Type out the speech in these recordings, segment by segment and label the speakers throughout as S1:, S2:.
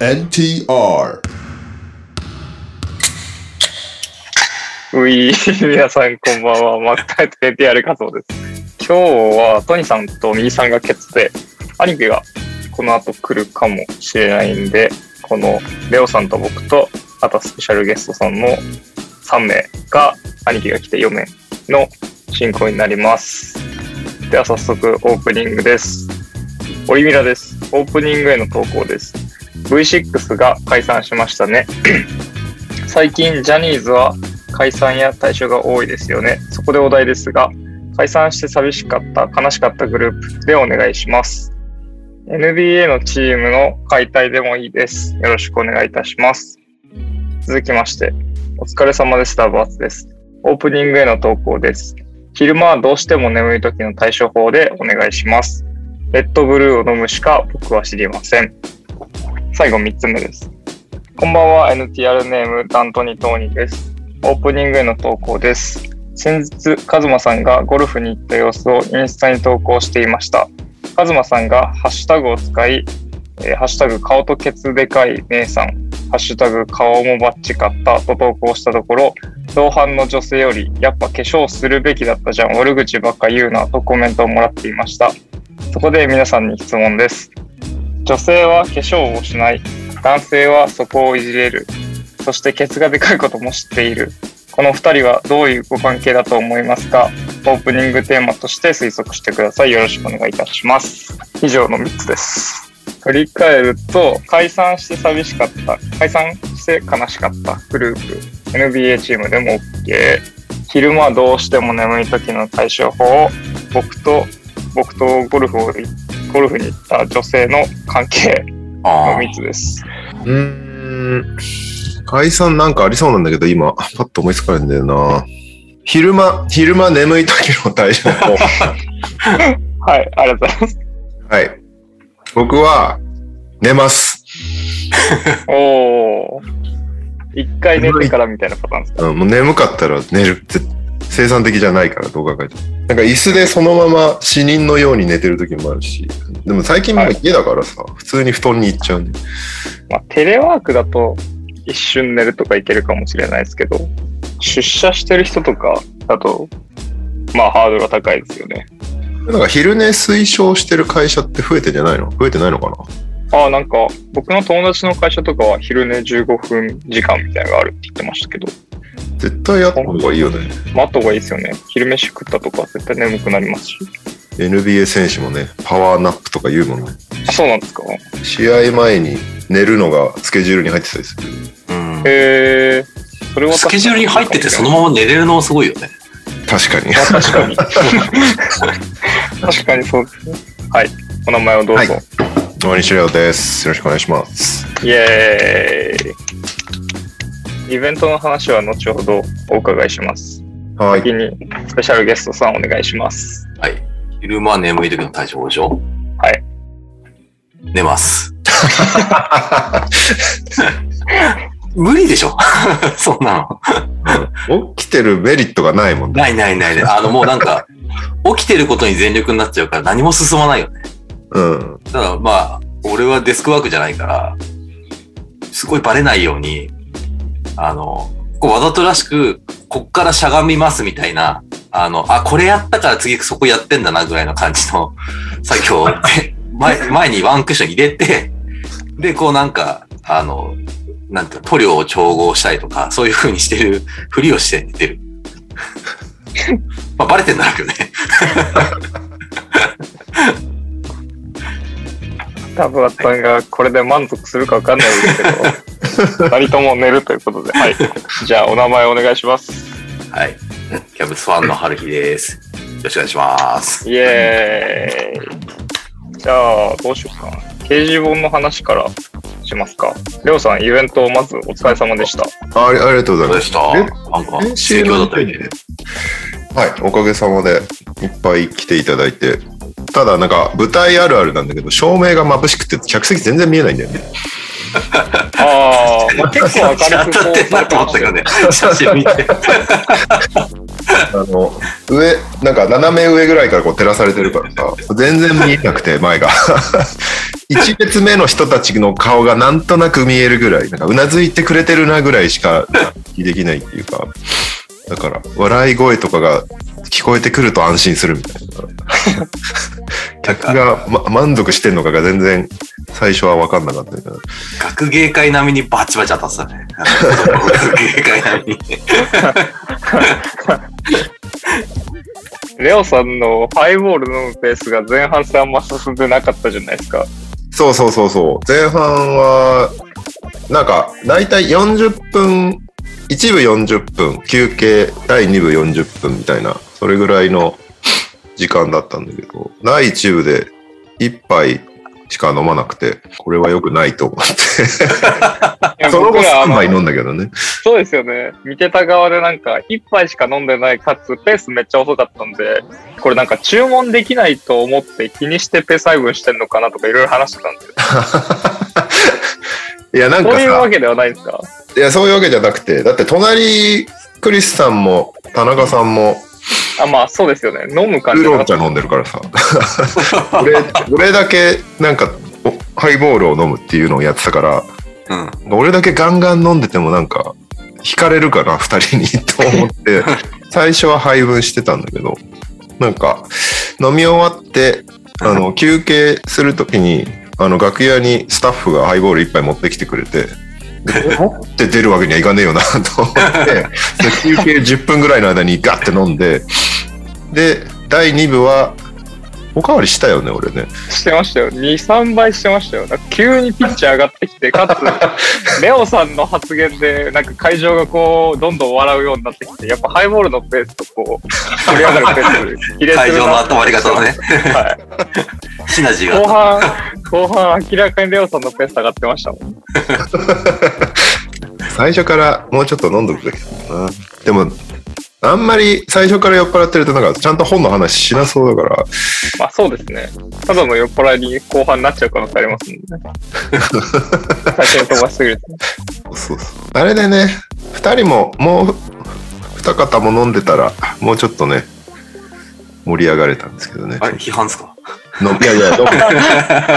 S1: NTR
S2: うい、皆さんこんばんは。マッカイト NTR 加藤です。今日はトニさんとミーさんが決定。兄貴がこの後来るかもしれないんで、このレオさんと僕と、あとスペシャルゲストさんの3名が、兄貴が来て4名の進行になります。では早速オープニングです。オリミラです。オープニングへの投稿です。V6 が解散しましたね。最近ジャニーズは解散や退所が多いですよね。そこでお題ですが、解散して寂しかった、悲しかったグループでお願いします。NBA のチームの解体でもいいです。よろしくお願いいたします。続きまして、お疲れ様です。ダブアツです。オープニングへの投稿です。昼間はどうしても眠い時の対処法でお願いします。レッドブルーを飲むしか僕は知りません。最後3つ目です。こんばんは、NTR ネームダントニトーニです。オープニングへの投稿です。先日、カズマさんがゴルフに行った様子をインスタに投稿していました。カズマさんがハッシュタグを使い、えーハッシュタグ顔とケツでかい姉さん、ハッシュタグ顔もバッチかったと投稿したところ、同伴の女性より、やっぱ化粧するべきだったじゃん、悪口ばっか言うなとコメントをもらっていました。そこで皆さんに質問です。女性は化粧をしない、男性はそこをいじれる、そしてケツがでかいことも知っている。この2人はどういうご関係だと思いますかオープニングテーマとして推測してください。よろしくお願いいたします。以上の3つです。振り返ると、解散して寂しかった、解散して悲しかったグループ、NBA チームでも OK。昼間どうしても眠い時の対処法を、僕と、僕とゴルフを、ゴルフに行った女性の関係の
S3: ああ。
S2: 3つです。
S3: うーん。解散なんかありそうなんだけど、今、パッと思いつかないんだよな。昼間、昼間眠い時の対処法。
S2: はい、ありがとうございます。
S3: はい。僕は、寝ます。
S2: おお。一回寝てからみたいなパターンですか。
S3: うん、もう眠かったら寝る。絶生産的じゃないから、どう考えても。なんか椅子でそのまま死人のように寝てる時もあるし、でも最近もう家だからさ、普通に布団に行っちゃうんだよ
S2: まあ、テレワークだと一瞬寝るとかいけるかもしれないですけど、出社してる人とかだと、まあ、ハードルが高いですよね。
S3: なんか昼寝推奨してる会社って増えてんじゃないの増えてないのかな
S2: ああ、なんか、僕の友達の会社とかは昼寝15分時間みたいなのがあるって言ってましたけど、
S3: 絶対やった方がいいよね。
S2: まあ、あった方がいいですよね。昼飯食ったとか絶対眠くなりますし。
S3: NBA 選手もね、パワーナップとか言うもんね。
S2: あ、そうなんですか。
S3: 試合前に寝るのがスケジュールに入ってたりする。
S4: うん
S2: へえ、それは確か
S4: スケジュールに入っててその
S2: ま
S4: まま寝れるのすごいよね。
S3: 確かに。
S2: あ確かに。 確かにそうですね。はい。お名前をどうぞ。
S3: はい大西レオです。よろしくお願いします。
S2: イエーイイベントの話は後ほどお伺いします。
S3: はい。
S2: 次にスペシャルゲストさんお願いします。
S4: はい。昼間は眠い時の対処法でしょ
S2: はい。
S4: 寝ます。無理でしょ そんなの。
S3: 起きてるメリットがないもんね。
S4: ないないないない。あのもうなんか、起きてることに全力になっちゃうから何も進まないよね。
S3: うん。
S4: ただまあ、俺はデスクワークじゃないから、すごいバレないように、あの、こうわざとらしく、こっからしゃがみますみたいな、あの、あ、これやったから次そこやってんだなぐらいの感じの 作業をで前、前にワンクッション入れて、で、こうなんか、あの、なんていうの塗料を調合したりとか、そういう風にしてる、ふりをして寝てる。まあ、バレてんだろうけどね。
S2: ダブアさんがこれで満足するかわかんないです けど、二人とも寝るということで。はい。じゃあお名前お願いします。
S4: はい。キャベツファンの春日です。よろしくお願いします。
S2: イエーイ。じゃあどうしようかな。掲示本の話からしますか。レオさん、イベントまずお疲れ様でした。
S3: ありありがとうござい
S4: どう
S3: ま。
S4: ですしたなんか、
S3: 練
S4: 盛
S3: 習
S4: 況だ
S3: の
S4: った
S3: 時
S4: みた
S3: に
S4: い
S3: ね。はい。おかげさまでいっぱい来ていただいて。ただなんか舞台あるあるなんだけど、照明が眩しくて客席全然見えないんだよね。
S2: ああ、まあ、結構
S4: 当
S2: 明るく
S4: たってんなと思ったけどね、写真見て。
S3: あの、上、なんか斜め上ぐらいからこう照らされてるからさ、全然見えなくて、前が。一列目の人たちの顔がなんとなく見えるぐらい、なんかうなずいてくれてるなぐらいしかできないっていうか、だから、笑い声とかが聞こえてくると安心するみたいな。客が、ま、満足してんのかが全然最初は分かんなかったみたいな。
S4: 学芸会並みにバチバチ当たってたね。学芸会並みに。
S2: レオさんのハイボール飲むペースが前半戦あんま進んでなかったじゃないですか。
S3: そうそうそうそう。前半は、なんか、だいたい40分、一部40分、休憩、第2部40分みたいな、それぐらいの時間だったんだけど、第1部で1杯しか飲まなくて、これは良くないと思って。
S2: いや
S3: その後
S2: 僕らあ
S3: 3杯飲んだけどね。
S2: そうですよね。見てた側でなんか、一杯しか飲んでない、かつペースめっちゃ遅かったんで、これなんか注文できないと思って気にしてペース配分してんのかなとかいろいろ話してたんですよ。
S3: いや、なんか
S2: そういうわ
S3: さ、
S2: けではないんですか
S3: いや、そういうわけじゃなくて、だって隣、クリスさんも、田中さんも、
S2: あ、まあそうですよね。飲む感
S3: ウ
S2: じ
S3: ー
S2: なか
S3: ロン
S2: った
S3: 茶飲んでるからさ。 俺、俺だけ、なんか、おハイボールを飲むっていうのをやってたから、
S4: うん。
S3: 俺だけガンガン飲んでてもなんか、惹かれるかな、二人にと思って、最初は配分してたんだけど、なんか、飲み終わって、あの、休憩するときに、あの、楽屋にスタッフがハイボール一杯持ってきてくれて、で持って出るわけにはいかねえよな と思って、で休憩10分ぐらいの間にガッて飲んで、で、第2部は、おかわりしたよね、俺ね。
S2: してましたよ。2、3倍してましたよ。なんか急にピッチ上がってきて、かつ、レオさんの発言で、なんか会場がこう、どんどん笑うようになってきて、やっぱハイボールのペースとこう、盛り上がるペース、比例す
S4: 会
S2: るな
S4: 場の温まり方のね、
S2: はい。
S4: シナジー
S2: 後
S4: が。
S2: 半、後半明らかにレオさんのペース上がってましたもん。
S3: 最初からもうちょっと飲んどくべきだったな。でも、あんまり最初から酔っ払ってると、なんかちゃんと本の話しなそうだから、
S2: まあそうですね。ただの酔っ払いに後半になっちゃう可能性ありますもんね。最初に飛ばしすぎると。
S3: そうそう。あれでね、二人ももう二方も飲んでたら、もうちょっとね、盛り上がれたんですけどね。
S4: あれ、批判ですか
S3: のいやいや、どうも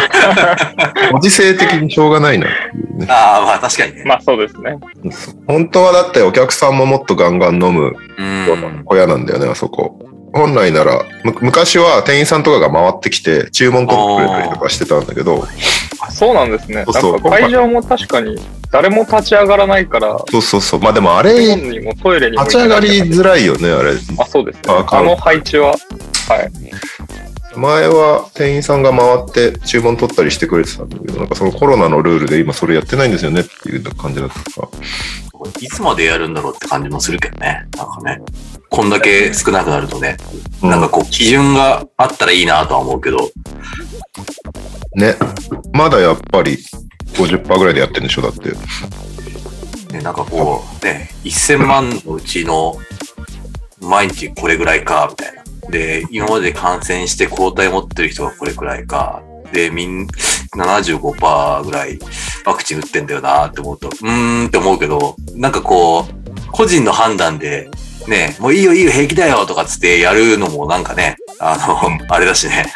S3: ご時世的にしょうがないなっていうね。
S4: ああ、まあ確かにね。
S2: まあそうですね。
S3: 本当はだってお客さんももっとガンガン飲む
S4: うん。
S3: 小屋なんだよね、あそこ。本来なら、む昔は店員さんとかが回ってきて、注文取ってくれたりとかしてたんだけど、
S2: あそうなんですね。
S3: そうそう
S2: なんか会場も確かに誰も立ち上がらないから、
S3: そうそうそう。まあでもあ
S2: 日
S3: れ、
S2: 本にもトイレにも
S3: 立ち上がり
S2: ず
S3: づらいよね、あれ。
S2: あ、そうですね。
S3: あ
S2: あの配置は。はい。
S3: 前は店員さんが回って注文取ったりしてくれてたんだけど、なんかそのコロナのルールで今それやってないんですよねっていう感じだったから。
S4: いつまでやるんだろうって感じもするけどね。なんかね。こんだけ少なくなるとね。
S3: うん
S4: なんかこう、基準があったらいいなとは思うけど。
S3: ね。まだやっぱり50%ぐらいでやってるんでしょ、だって。
S4: ね、なんかこう、ね、1000万のうちの毎日これぐらいか、みたいな。で、今まで感染して抗体持ってる人がこれぐらいか。で、みん、75%ぐらいワクチン打ってんだよなって思うと、うーんって思うけど、なんかこう、個人の判断で、ね、もういいよいいよ平気だよとかつってやるのもなんかね、あの、あれだしね、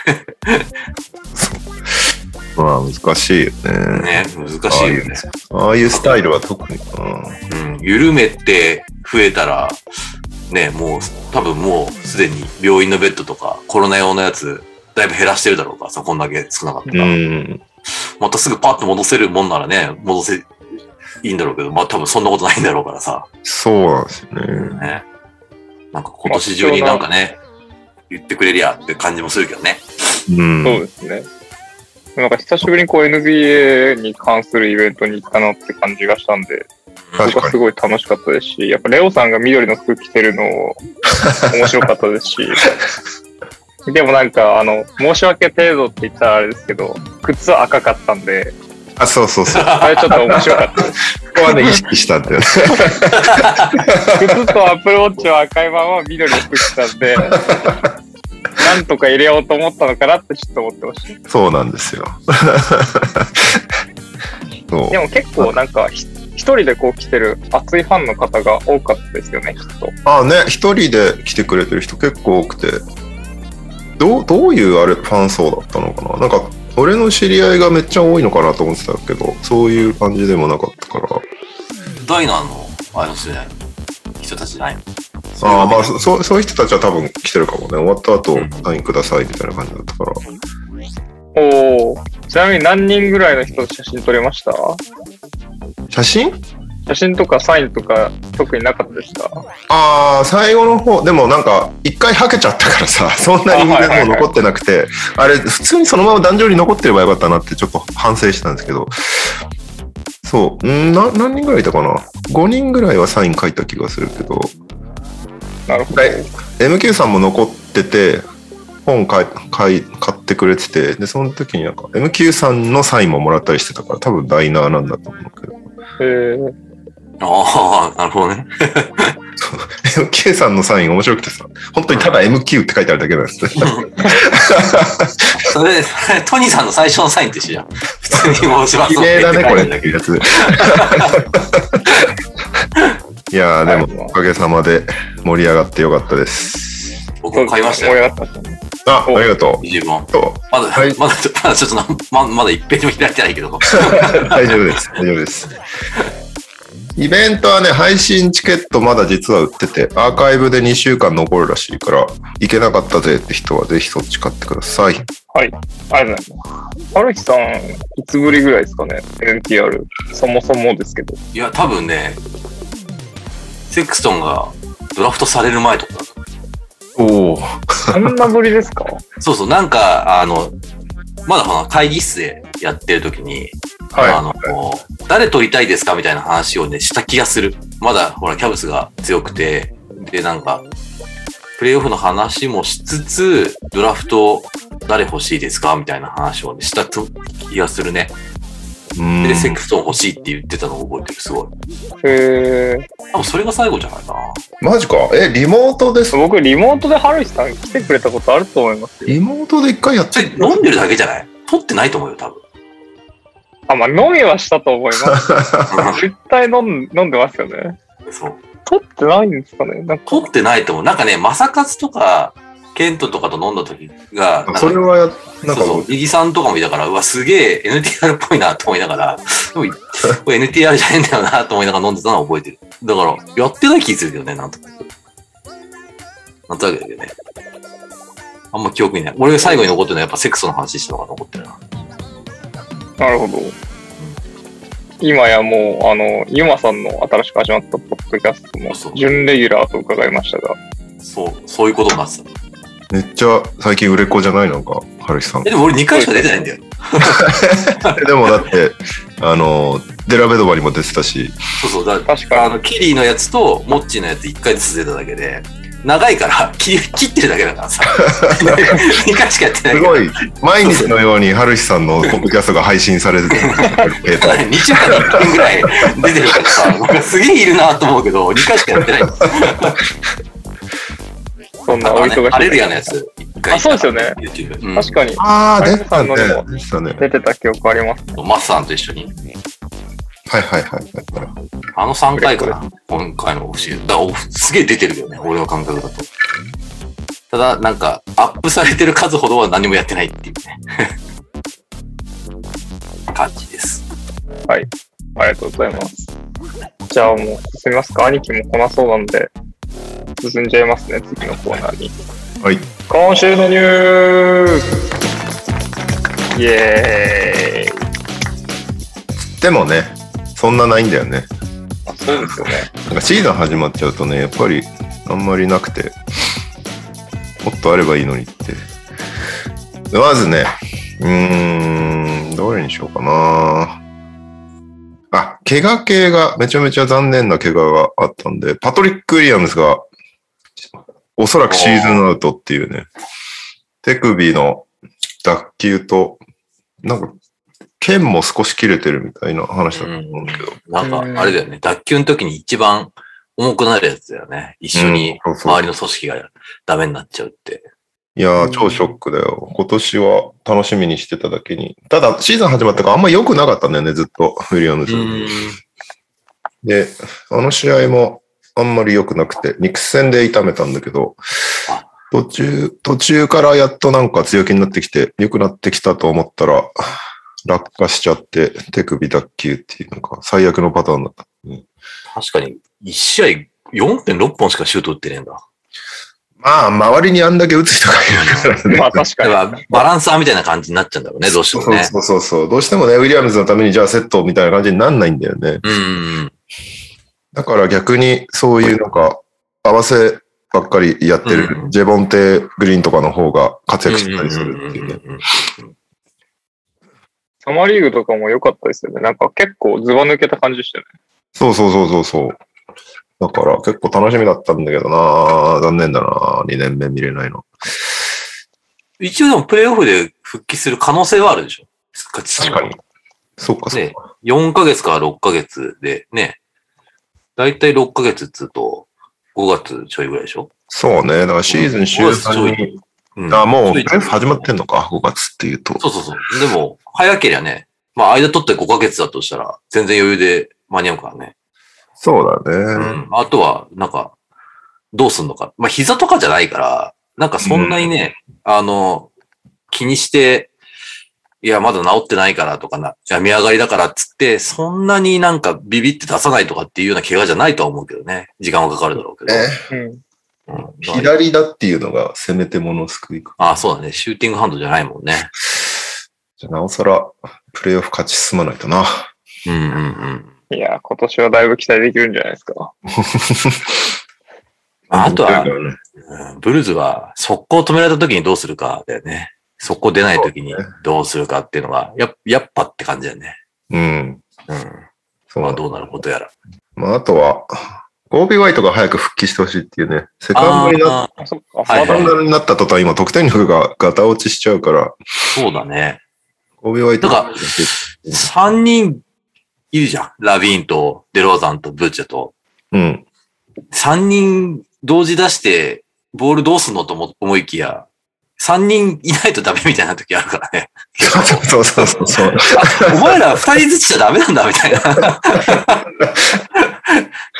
S3: まあ難しいよね。
S4: ね、難しいよね。
S3: ああいうスタイルは特に。うん
S4: うん、緩めて増えたら、ね、もう、多分もうすでに病院のベッドとかコロナ用のやつ、だいぶ減らしてるだろうからさ、こんだけ少なかったら。
S3: うん。
S4: またすぐパッと戻せるもんならね、戻せ、いいんだろうけど、まあ多分そんなことないんだろうからさ、
S3: そうなんですよね。
S4: ね。なんか今年中になんかね、言ってくれりゃって感じもするけどね。
S3: うん。
S2: そうですね。なんか久しぶりにこう NBA に関するイベントに行ったなって感じがしたんで、僕
S3: 確か
S2: はすごい楽しかったですし、やっぱレオさんが緑の服着てるの を面白かったですし、でもなんか、あの、申し訳程度って言ったらあれですけど、靴赤かったんで、
S3: に。あ、そうそうそう。こ
S2: あれちょっと面白かったで
S3: こはね、意識したんだよね。
S2: す。靴とアップルウォッチは赤いまま緑の服着た んで、なんとか入れようと思ったのかなってちょっと思ってほしい。
S3: そうなんですよ。そう
S2: で。も結構なんか、ひ人でこう来てる熱いファンの方が多かったですよね、きっと。
S3: ああね、一人で来てくれてる人結構多くて、どうどういうあれファン層だったのかななんか、俺の知り合いがめっちゃ多いのかなと思ってたけど、そういう感じでもなかったから。
S4: ダイナーの、あの世代の人たちじゃないの
S3: ああ、まあそそう、そういう人たちは多分来てるかもね。終わった後
S4: うん、
S3: サインくださいみたいな感じだったから。
S2: おお。ちなみに何人ぐらいの人と写真撮れました
S3: 写真
S2: 写真とかサインとか特になかったですか
S3: ああ、最後の方、でもなんか、一回はけちゃったから さ、そんなにみん
S2: あはいはい
S3: な
S2: はい
S3: もう残ってなくて、あれ、普通にそのまま壇上に残ってればよかったなってちょっと反省したんですけど、そう、んな何人ぐらいいたかな ?5 人ぐらいはサイン書いた気がするけど、
S2: なるほど。
S3: はい MQ さんも残ってて、本買い買い買ってくれてて、で、その時になんか、MQ さんのサインももらったりしてたから、多分ダイナーなんだと思うけど、
S2: えー、
S4: ああ、なるほどね。
S3: MQ さんのサイン面白くてさ、本当にただ MQ って書いてあるだけなんです ね。
S4: それ、それトニーさんの最初のサインと一緒じゃん。普通に申します
S3: 綺麗だね、これって
S4: け
S3: いうやつ。 いやー、でも、おかげさまで盛り上がってよかったです。
S4: ど。僕も買いました
S2: 盛り
S4: よ。
S2: 上がったね
S3: あ、あ
S2: お
S3: りがとう。
S4: 自分。
S3: と
S4: まだ、
S3: はい
S4: まだ、まだちょっとな、ままだ一ページも開いてないけど。
S3: 大丈夫です。大丈夫です。イベントはね、配信チケットまだ実は売ってて、アーカイブで2週間残るらしいから、行けなかったぜって人はぜひそっち買ってくださ
S2: は
S3: い。
S2: い。ありがとうございます。春樹さん、いつぶりぐらいですかね ?NTR。そもそもですけ ど。
S4: いや、多分ね、セクストンがドラフトされる前とかだと思
S3: おお。
S2: そんなぶりですか
S4: う。そうそう、なんか、あの、まだこの会議室でやってる時に、
S3: はい
S4: あの、誰取りたいですかみたいな話をね、した気がする。まだ、ほら、キャブスが強くて、で、なんか、プレイオフの話もしつつ、ドラフト誰欲しいですかみたいな話をね、したと気がするね。
S3: うん。
S4: で、セクストン欲しいって言ってたのを覚えてる、すごい。
S2: え
S4: 多分それが最後じゃないかな。
S3: マジか。え、リモートです
S2: ー、僕、リモートで春樹さん来てくれたことあると思いますよ。
S3: リモートで一回やっ
S4: そ
S3: て
S4: れ飲んでるだけじゃない取ってないと思うよ、多分。
S2: あ、まあ、飲みはしたと思い ます。
S4: う
S2: 絶対飲ん飲んでますよね。
S4: んそう。
S2: 撮ってないんですかねなんか、
S4: 取ってないと思う。なんかね、マサカツとか、ケントとかと飲んだ時が、なんか
S3: それはや、なん
S4: そ
S3: か
S4: うそう、右さんとかもいたから、うわ、すげえ NTR っぽいなと思いながら、で も、これ NTR じゃねえんだよなと思いながら飲んでたのは覚えてる。だから、やってない気するけどね、なんとか。なんとなくだけどね。あんま記憶にない。俺が最後に残ってるのはやっぱセックスの話したのが残ってるな。
S2: なるほど。今やもう、あの、ゆまさんの新しく始まったポッドキャストも
S4: そう、
S2: 準レギュラーと伺いましたが、
S4: そう、そういうことになってた。
S3: めっちゃ最近売れっ子じゃないなんか、はるきさん
S4: え、。でも俺2回しか出てないんだよ。
S3: でもだって、あの、デラベドバにも出てたし、
S4: そうそう、だ
S2: 確
S4: あ
S2: かに
S4: の、キリーのやつと、モッチーのやつ1回ずつ出ただけで、長いから、切切ってるだけだからさ。2回しかやってないか
S3: す
S4: ら。
S3: ごい、毎日のように、はるしさんのポッドキャストが配信され てて、携帯
S4: 2週間に1回ぐらい出てるからさ、なんかすげえいるなと思うけど、2回しかや ってない。あ
S2: そんなお忙しい
S4: とね、
S2: 中。
S4: アレルヤのやつ、1回。
S2: あそうですよね。
S4: YouTube。うん
S2: 確かに、
S3: ああ、
S2: は
S3: 出
S2: い
S3: てたね
S2: あ。の
S3: 出てたね。
S2: 出てた記憶あります。
S4: マスさんと一緒に。
S3: はいはいはいはい。
S4: あの3回かな。今回のオフシーズン。だからすげえ出てるよね、俺の感覚だと。ただ、なんか、アップされてる数ほどは何もやってないっていうね。感じです。
S2: ありがとうございます。じゃあもう進みますか。兄貴も来なそうなんで、進んじゃいますね、次のコーナーに。
S3: はい。
S2: 今週のニュースイエーイ
S3: でもね、そんなないんだよね。
S2: あそうですよね。
S3: なんかシーズン始まっちゃうとね、やっぱりあんまりなくて、もっとあればいいのにって。まずね、うーん、どれにしようかな。あ、怪我系が、めちゃめちゃ残念な怪我があったんで、パトリック・ウィリアムズが、おそらくシーズンアウトっていうね、手首の脱臼と、なんか、剣も少し切れてるみたいな話だったと思うんだけど、
S4: なんか、あれだよね。脱臼の時に一番重くなるやつだよね。一緒に
S3: うんそうそう
S4: 周りの組織がダメになっちゃうって。
S3: いやー、超ショックだよ。今年は楽しみにしてただけに。ただ、シーズン始まったからあんま良くなかったんだよね、ずっと、ウィリアムズ。で、あの試合もあんまり良くなくて、ニックス戦で痛めたんだけど
S4: あ、
S3: 途中、途中からやっとなんか強気になってきて、良くなってきたと思ったら、落下しちゃって、手首脱臼っていう、なんか最悪のパターンだった。
S4: 確かに、1試合4.6本しかシュート打ってねえんだ。
S3: まあ、周りにあんだけ打つ人がいるからね。
S2: まあ
S4: だ
S2: 確かに。
S4: から、バランサーみたいな感じになっちゃうんだろうね、どうしてもね。
S3: そうそうそうそう。どうしてもね、ウィリアムズのためにじゃあセットみたいな感じになんないんだよね。
S4: うん。
S3: だから逆にそういうなんか合わせばっかりやってる、
S4: うん
S3: ジェボンテ・グリーンとかの方が活躍してたりするっていうね。
S4: うん
S2: サマーリーグとかも良かったですよね。なんか結構ズバ抜けた感じでしたね。
S3: そうそうそうそうそう。だから結構楽しみだったんだけどな残念だな2年目見れないの。
S4: 一応でもプレイオフで復帰する可能性はあるでしょ
S3: 確かに。。そっかそっ
S4: ね
S3: か。、
S4: 4ヶ月から6ヶ月でね、だいたい6ヶ月っつうと、5月ちょいぐらいでしょ
S3: そうね。だからシーズン終盤に。
S4: うん。
S3: あ、もう
S4: ちょ
S3: プレ
S4: い
S3: ーオフ始まってんのか、5月っていうと。
S4: そうそうそう。でも、早けりゃね、まあ間取って5ヶ月だとしたら、全然余裕で間に合うからね。
S3: そうだ
S4: う
S3: ね。
S4: ん。あとは、なんか、どうすんのか。まあ膝とかじゃないから、なんかそんなにね、あの、気にして、いや、まだ治ってないからとかな、いや、見上がりだからっつって、そんなになんかビビって出さないとかっていうような怪我じゃないとは思うけどね。時間はかかるだろうけど。
S3: ね
S2: うん。
S4: うん
S3: 左だっていうのがせめてもの救いか。
S4: ああ、そうだね。シューティングハンドじゃないもんね。
S3: じゃあなおさら、プレイオフ勝ち進まないとな。
S4: うんうんうん。
S2: いや、今年はだいぶ期待できるんじゃないですか。
S4: あとは
S3: 面白いからね
S4: うんブルーズは速攻止められた時にどうするかだよね。速攻出ない時にどうするかっていうのが、やっやっぱって感じだよね。
S3: うん。
S4: うん。
S3: そう
S4: ま
S3: な
S4: あ
S3: んだ
S4: どうなることやら。
S3: まあ、あとは、オービー・ワイトが早く復帰してほしいっていうね、セカンドになっ
S4: ああ、
S2: あ、そっか。
S4: はい
S2: ま
S3: セカ
S2: だ
S3: ンドになった途端、今、得点力がガタ落ちしちゃうから、
S4: そうだね。
S3: オービー・ワイト
S4: なんか3人いるじゃん。ラビーンとデローザンとブッチェと。
S3: うん。
S4: 3人同時出して、ボールどうすんのと思思いきや、3人いないとダメみたいな時あるからね。
S3: そうそうそうそう。
S4: お前ら二人ずつじゃダメなんだ、みたいな。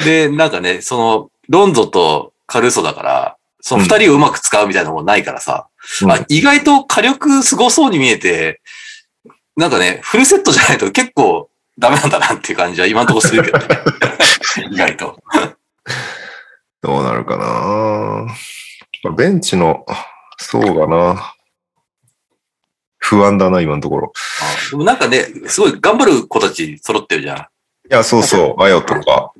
S4: で、なんかね、その、ロンゾとカルーソだから、その二人をうまく使うみたいなのもないからさ、
S3: うん
S4: あ意外と火力すごそうに見えて、なんかね、フルセットじゃないと結構ダメなんだなっていう感じは今のところするけ どね。意外と。
S3: どうなるかなベンチの、そうかな不安だな、今のところ。
S4: でもなんかね、すごい頑張る子たち揃ってるじゃん。
S3: いや、そうそう、あよとか、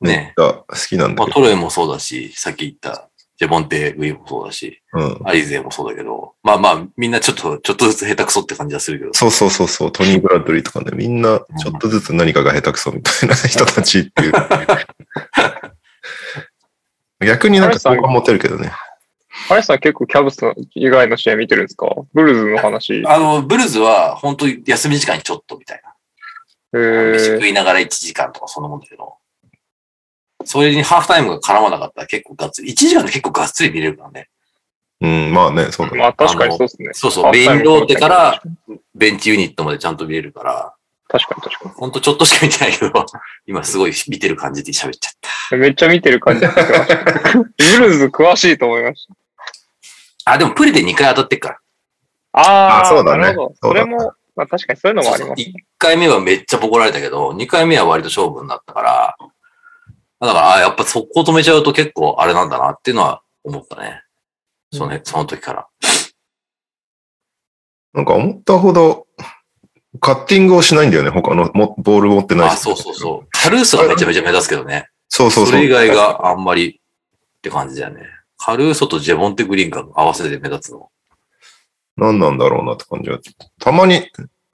S3: めっ
S4: ね
S3: ちゃ好きなん
S4: ま
S3: だ
S4: あ、
S3: け
S4: トロイもそうだし、さっき言ったジェボンテ・グリーンもそうだし、
S3: ど。うん。
S4: アリゼもそうだけど、まあまあ、みんなちょっと、ちょっとずつ下手くそって感じはするけど、
S3: そうそうそうそう、トニー・ブラッドリーとかね、みんなちょっとずつ何かが下手くそみたいな人たちっ ていう。逆になんか好感持てるけどね。
S2: ハリスさん結構キャブス以外の試合見てるんですかブルーズの話。
S4: あの、ブルーズは本当に休み時間にちょっとみたいな。
S2: え
S4: 飯
S2: ー
S4: 食いながら1時間とかそんなもんだけど、それにハーフタイムが絡まなかったら結構ガッツリ、1時間で結構ガッツリ見れるからね。
S3: うん、まあね、そうだね。
S2: まあ確かにそうですね。
S4: そうそう、メインローテから。ベンチユニットまでちゃんと見れるから、
S2: 確かに確か
S4: ほんとちょっとしか見てないけど、 今すごい見てる感じで喋っちゃった。
S2: に。めっちゃ見てる感じ ですよブルーズ詳しいと思いまし
S4: あ、でもプレで2回当たってっから。
S2: た。ああ、
S3: あそうだね
S2: なるほど
S3: そ
S2: そう
S3: だ
S2: れ
S3: ね
S2: も、まあ確かにそういうのもあります。
S4: 1回目はめっちゃボコられたけど、2回目は割と勝負になったから、だから、あやっぱ速攻止めちゃうと結構あれなんだなっていうのは思ったね。そのね、その時から。
S3: なんか思ったほど、カッティングをしないんだよね、他のもボール持ってない
S4: あ、そうそうそう。カルーソがめちゃめちゃ目立つけどね。
S3: そう。そうそう
S4: それ以
S3: そう。
S4: 外があんまりって感じだよね。カルーソとジェボンテグリーンが合わせて目立つの。
S3: 何なんだろうなって感じが。たまに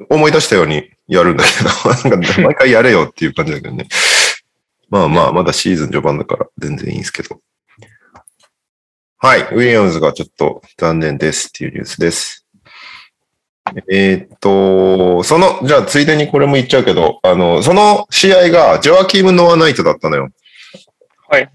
S3: 思い出したようにやるんだけど、なん か毎回やれよっていう感じだけどね。まあまあ、まだシーズン序盤だから全然いいんですけど。はい、ウィリアムズがちょっと残念ですっていうニュースです。えーっと、その、じゃあついでにこれも言っちゃうけど、あの、その試合がジョアキーム・ノア・ナイトだったのよ。
S2: はい。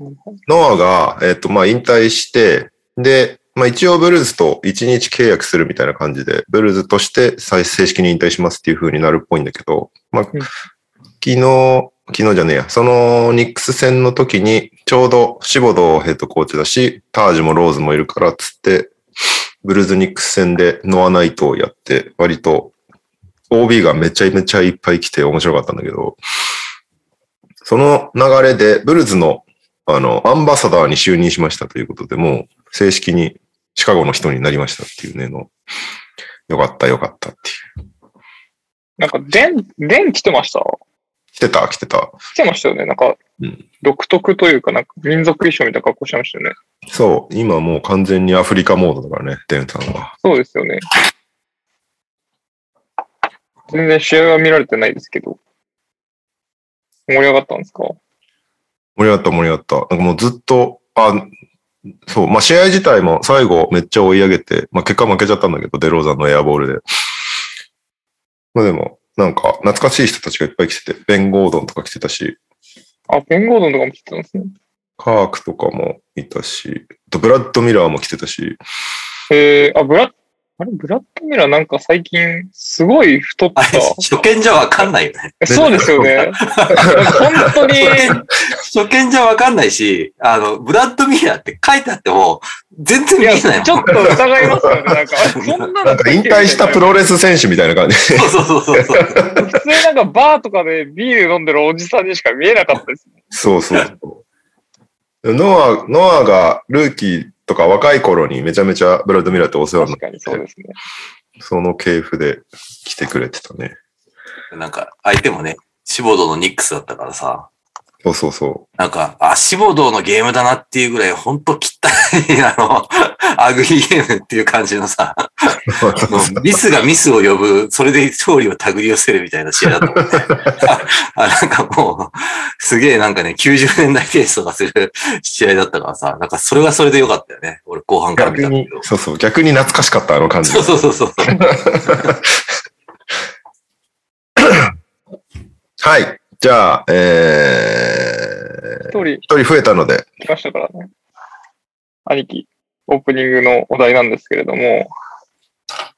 S3: ノアが、えっ、と、まあ、引退して、で、まあ、一応ブルーズと1日契約するみたいな感じで、ブルーズとして再正式に引退しますっていう風になるっぽいんだけど、まあ
S2: うん、
S3: 昨日、昨日じゃねえや、そのニックス戦の時に、ちょうどシボドヘッドコーチだし、タージもローズもいるからっつって、ブルーズニックス戦でノアナイトをやって、割と OB がめちゃめちゃいっぱい来て面白かったんだけど、その流れで、ブルーズの、あの、アンバサダーに就任しましたということで、もう正式にシカゴの人になりましたっていうねの、よかったよかったっていう。
S2: なんか、電、電来てました
S3: 来てた来てた。
S2: 来てましたよね。なんか
S3: うん、
S2: 独特というか、なんか民族衣装みたいな格好してましたよね。
S3: そう、今もう完全にアフリカモードだからね、デンさんは。
S2: そうですよね。全然試合は見られてないですけど。盛り上がったんですか
S3: 盛り上がった盛り上がった。なんかもうずっと、あ、そう、まあ試合自体も最後めっちゃ追い上げて、まあ結果負けちゃったんだけど、デローザンのエアボールで。まあでも、なんか懐かしい人たちがいっぱい来てて、ベン・ゴードンとか来てたし、
S2: あ、ベンゴードンとかも来てたんですね。
S3: カークとかもいたし、あとブラッド・ミラーも来てたし、
S2: えー、あ、ブラッ、あれ、ブラッドミラーなんか最近、すごい太っ
S4: あれ、
S2: た。
S4: 初見じゃわかんないよね。
S2: そうですよ ね。本当に、
S4: 初見じゃわかんないし、あの、ブラッドミラーって書いてあっても、全然
S2: い
S4: 見え
S2: や、
S4: ないもん。
S2: ちょっと疑いますよね。なんか、あれそんなの
S3: なんか引退したプロレス選手みたいな感じ。
S4: そうそうそうそう。
S2: 普通なんかバーとかでビール飲んでるおじさんにしか見えなかったです。
S3: そうそうそう。ノア、ノアがルーキーとか若い頃にめちゃめちゃブラッド・ミラーってお世話に
S2: 確か
S3: なって
S2: にそうですね。
S3: その系譜で来てくれてたね。
S4: なんか、相手もね、シボドのニックスだったからさ、
S3: そうそうそ
S4: なんか、あ、シボドのゲームだなっていうぐらい、ほんと汚い、あの、 アグリゲームっていう感じのさ、
S3: う。
S4: ミスがミスを呼ぶ、それで勝利を手繰り寄せるみたいな試合だと思 って。あ、なんかもう、すげえなんかね、90年代テイストがする 試合だったからさ、なんかそれはそれでよかったよね。俺後半から見
S3: 逆
S4: たんだ
S3: に
S4: けど、。
S3: そうそう、逆に懐かしかった、あの感じ
S4: そ。うそうそう そう。
S3: はい。じゃあ、え
S2: 一
S3: ー、
S2: 人
S3: 一人増えたので、
S2: 来ましたからね。兄貴、オープニングのお題なんですけれども、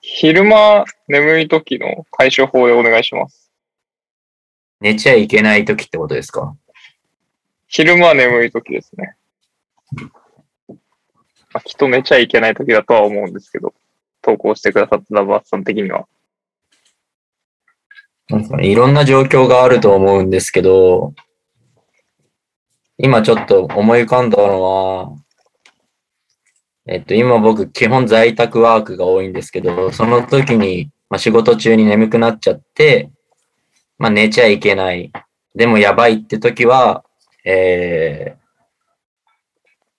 S2: 昼間眠い時の解消法でお願いします。
S1: 寝ちゃいけない時ってことですか
S2: 昼間眠い時ですね。まあ、きっと寝ちゃいけない時だとは思うんですけど、投稿してくださったダバースさん的には。
S1: なんですかね、いろんな状況があると思うんですけど、今ちょっと思い浮かんだのは、えっと、今僕基本在宅ワークが多いんですけど、その時に、まあ、仕事中に眠くなっちゃって、まあ、寝ちゃいけない。でもやばいって時は、えー、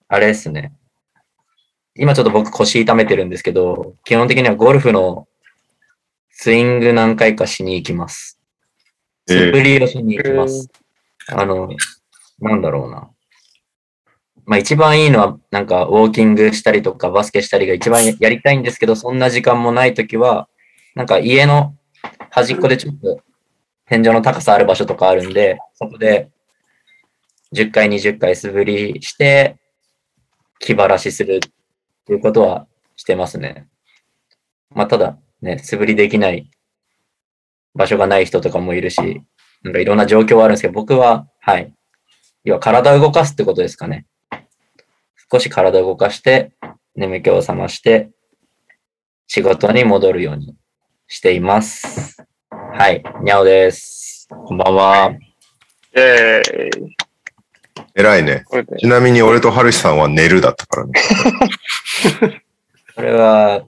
S1: あれですね。今ちょっと僕腰痛めてるんですけど、基本的にはゴルフのスイング何回かしに行きます。
S3: え
S1: 素
S3: ー
S1: 振りをしに行きます。あの、なんだろうな。まあ一番いいのは、なんかウォーキングしたりとかバスケしたりが一番やりたいんですけど、そんな時間もないときは、なんか家の端っこでちょっと天井の高さある場所とかあるんで、そこで10回、20回素振りして、気晴らしするっていうことはしてますね。まあただ、ね、素振りできない場所がない人とかもいるし、なんかいろんな状況はあるんですけど、僕は、はい。要は体を動かすってことですかね。少し体を動かして、眠気を覚まして、仕事に戻るようにしています。はい。にゃおです。こんばんは。
S2: えー、
S3: 偉いね。
S2: これで。
S3: ちなみに俺とハルシさんは寝るだったからね。
S1: これは、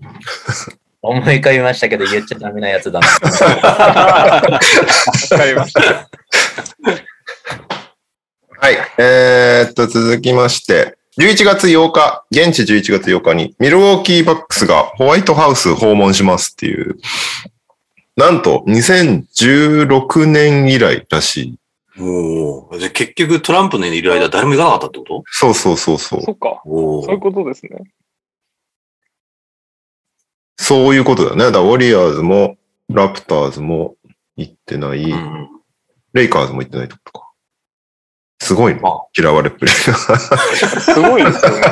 S1: 思い浮かびましたけど、言っちゃダメなやつだ な。
S2: わかりました。
S3: はい。えーっと、続きまして、11月8日、現地11月8日に、ミルウォーキーバックスがホワイトハウス訪問しますっていう、なんと2016年以来らしい。
S4: もう、じゃあ結局トランプのいる間誰も行かなかったってこと
S3: そうそうそうそう。
S2: そっか。
S4: お
S2: そういう
S4: ー
S2: ことですね。
S3: そういうことだよね。だからウォリアーズも、ラプターズも行ってない、
S4: うん
S3: レイカーズも行ってないってことか。すごいね
S4: あ。
S3: 嫌われっぷりが。
S2: すごいですよね。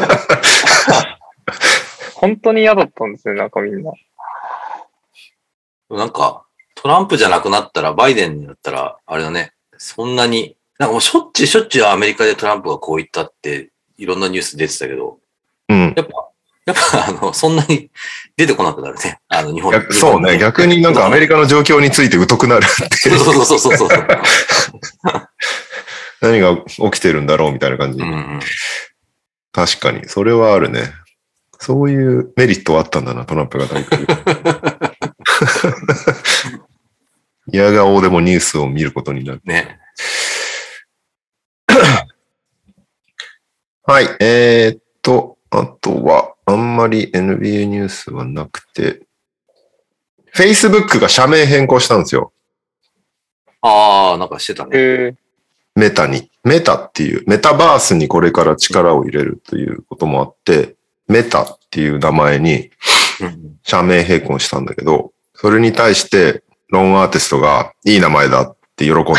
S2: 本当に嫌だったんですね、なんかみんな。
S4: なんか、トランプじゃなくなったら、バイデンになったら、あれだね、そんなに、なんかもうしょっちゅうしょっちゅうアメリカでトランプがこう言ったって、いろんなニュース出てたけど、
S3: うん。
S4: やっぱ、やっぱ、あの、そんなに 出てこなくなるね。あの、日本
S3: 逆そうね。逆になんかアメリカの状況について疎くなるっ て
S4: カ。
S3: いう
S4: そうそう そうそうそう。
S3: 何が起きてるんだろうみたいな感じ。
S4: うんうん。
S3: 確かに。それはあるね。そういうメリットはあったんだな、トランプが大統領。嫌顔でもニュースを見ることになる。
S4: ね。
S3: はい。えー、っと、あとは、あんまり NBA ニュースはなくて、Facebook が社名変更したんですよ。
S4: ああ、なんかしてたね。
S2: え
S3: メタに。メタっていう、メタバースにこれから力を入れるということもあって、メタっていう名前に
S4: うん
S3: 社名変更したんだけど、それに対してロンアーティストがいい名前だって喜んでる。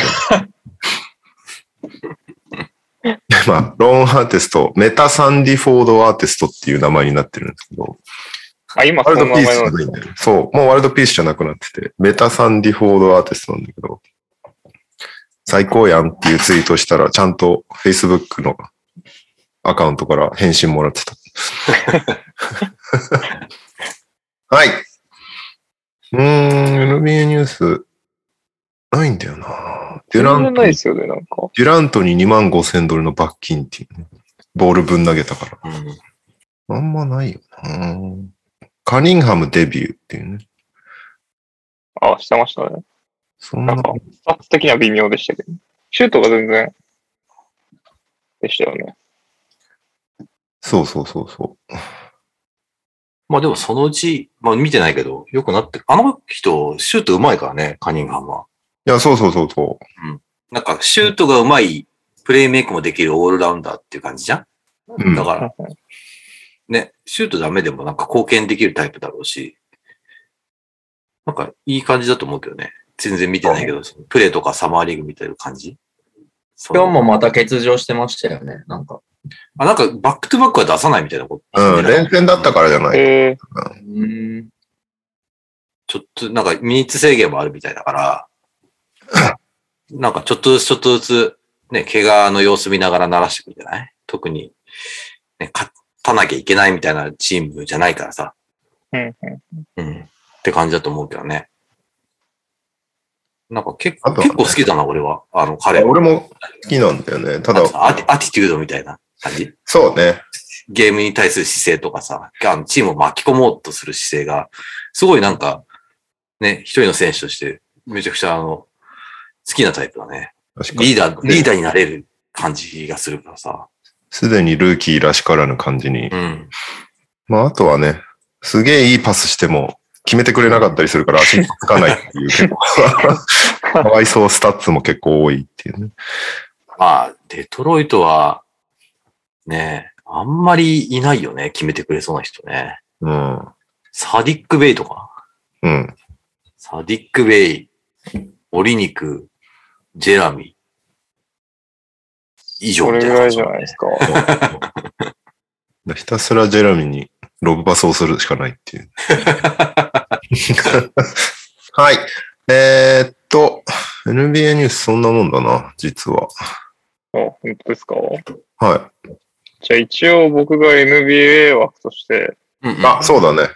S3: まあ、ローンアーティスト、メタサンディフォードアーティストっていう名前になってるんですけど、
S2: あ、今
S3: ワ
S2: そ
S3: ール
S2: の
S3: ド
S2: 名
S3: ピー
S2: 前
S3: スじ
S2: な
S3: ゃ
S2: んで
S3: な
S2: す
S3: いんだよね。そう、もうワールドピースじゃなくなってて、メタサンディフォードアーティストなんだけど、最高やんっていうツイートしたら、ちゃんと Facebook のアカウントから返信も らってた。はい。うーん、NBA ニュース、ないんだよなデュラ
S2: 全然
S3: ン
S2: な
S3: ト
S2: いで
S3: に、
S2: すよね、なんか。
S3: デュラントに2万5千ドルの罰金っていうね、ボール分投げたか
S4: う
S3: ら。
S4: ん
S3: あんまないよな。カニンハムデビューっていうね。
S2: あ、してましたね。
S3: そん
S2: な
S3: なん
S2: か、スタッツ的には微妙でしたけど。シュートが全然、でしたよね。
S3: そうそうそうそ
S4: まあでもそのうち、まあ見てないけど、よくなって、あの人、シュート上手いからね、カニンガンは。
S3: う。いや、そうそうそうそ
S4: なんか、シュートが上手い、プレイメイクもできるオールラウンダーっていう感じじゃん
S3: う。うん
S4: だ。から、 ね、シュートダメでもなんか貢献できるタイプだろうし、なんかいい感じだと思うけどね。全然見てないけど、そのプレーとかサマーリーグ見てる感じその
S1: 今日もまた欠場してましたよね。なんか。
S4: あ、なんかバックトゥバックは出さないみたいなこと。
S3: うん、連戦だったからじゃない。
S2: え
S1: うーん。
S4: ちょっと、なんかミニッツ制限もあるみたいだから、なんかちょっとずつちょっとずつ、ね、怪我の様子見ながら慣らしていくんじゃない特に、ね、勝たなきゃいけないみたいなチームじゃないからさ。
S2: うん
S4: うん。って感じだと思うけどね。なんか結
S3: あ
S4: 構、
S3: とはね
S4: 結構好きだな、俺は。あの、彼
S3: あ俺も好きなんだよね。た
S4: あ
S3: だ、
S4: とアティアティテュードみたいな感じ
S3: そうね。
S4: ゲームに対する姿勢とかさ、あのチームを巻き込もうとする姿勢が、すごいなんか、ね、一人の選手として、めちゃくちゃあの、好きなタイプだね。
S3: 確か
S4: リ
S3: に
S4: ーダー、リーダーになれる感じがするからさ。
S3: すでにルーキーらしからぬ感じに。
S4: うん。
S3: まあ、あとはね、すげえいいパスしても、決めてくれなかったりするから足につかないっていう、結構 かわいそうスタッツも結構多いっていうね。
S4: まあ、デトロイトは、ね、あんまりいないよね、決めてくれそうな人ね。
S3: うん。
S4: サディック・ベイとか。
S3: うん。
S4: サディック・ベイ、オリニク、ジェラミー。以
S2: ー、
S4: 上
S2: そ
S4: み
S2: れ
S4: たい
S2: ぐ
S4: な感
S2: らい
S4: じ
S2: じ
S4: だ
S2: ゃ
S4: ね
S2: ないですか。
S3: ひたすらジェラミーにロブパスをするしかないっていう。はい。えーっと、NBA ニュースそんなもんだな、実は。
S2: あ、本当ですか。
S3: は
S2: じゃあ一応僕が NBA 枠として、
S4: うんう
S3: い。
S4: ん
S3: あ、そうだね。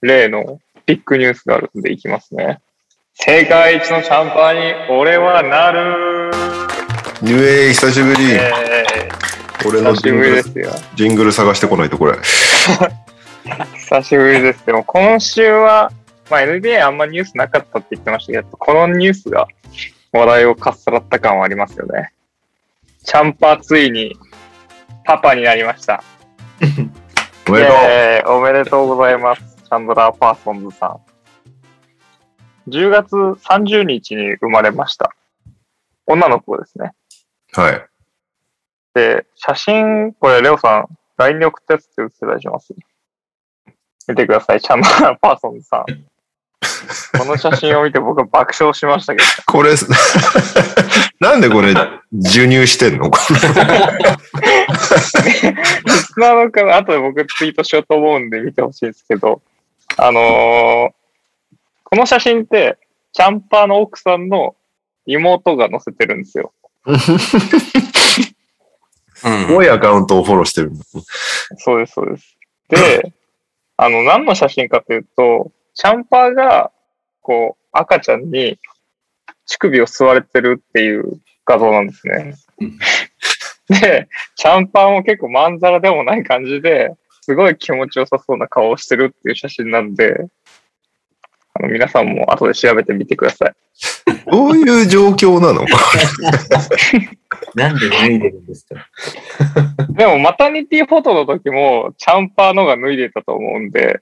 S2: 例のビッグニュースがあるんでいきますね。世界一のシャンパンに俺はなる
S3: ゆえ久しぶり。
S2: えー、
S3: 俺の
S2: 久し
S3: ジン
S2: ぶ
S3: グ
S2: りで
S3: ル
S2: すよ。
S3: ジングル探してこないと、これ。
S2: 久しぶりです。でも今週は、まあ、NBA あんまニュースなかったって言ってましたけど、このニュースが話題をかっさらった感はありますよね。チャンパーついにパパになりました。
S3: おめでと
S2: えーおめでとうございます。チャンドラー・パーソンズさん。10月30日に生まれました。女の子ですね。
S3: う。はい。
S2: で、写真、これ、レオさん、LINE に送ったやつって映ってたりします見てください、チャンドラー・パーソンズさん。この写真を見て僕は爆笑しましたけど、
S3: これ、 なんでこれ、授乳してんのこ
S2: リスナーの方、後で僕ツイートしようと思うんで見てほしいんですけど、あのーこの写真って、チャンパーの奥さんの妹が載せてるんですよ。
S3: すごい アカウントをフォローしてるんだ。
S2: そうです、そうです。 で、あの、何の写真かというと、シャンパーが、こう、赤ちゃんに乳首を吸われてるっていう画像なんですね
S4: うん。
S2: で、シャンパーも結構まんざらでもない感じで、すごい気持ちよさそうな顔をしてるっていう写真なんで、あの皆さんも後で調べてみてください。
S3: どういう状況なの
S1: なんで脱いでるんですか
S2: でも、マタニティフォトの時も、シャンパーのが脱いでたと思う んで、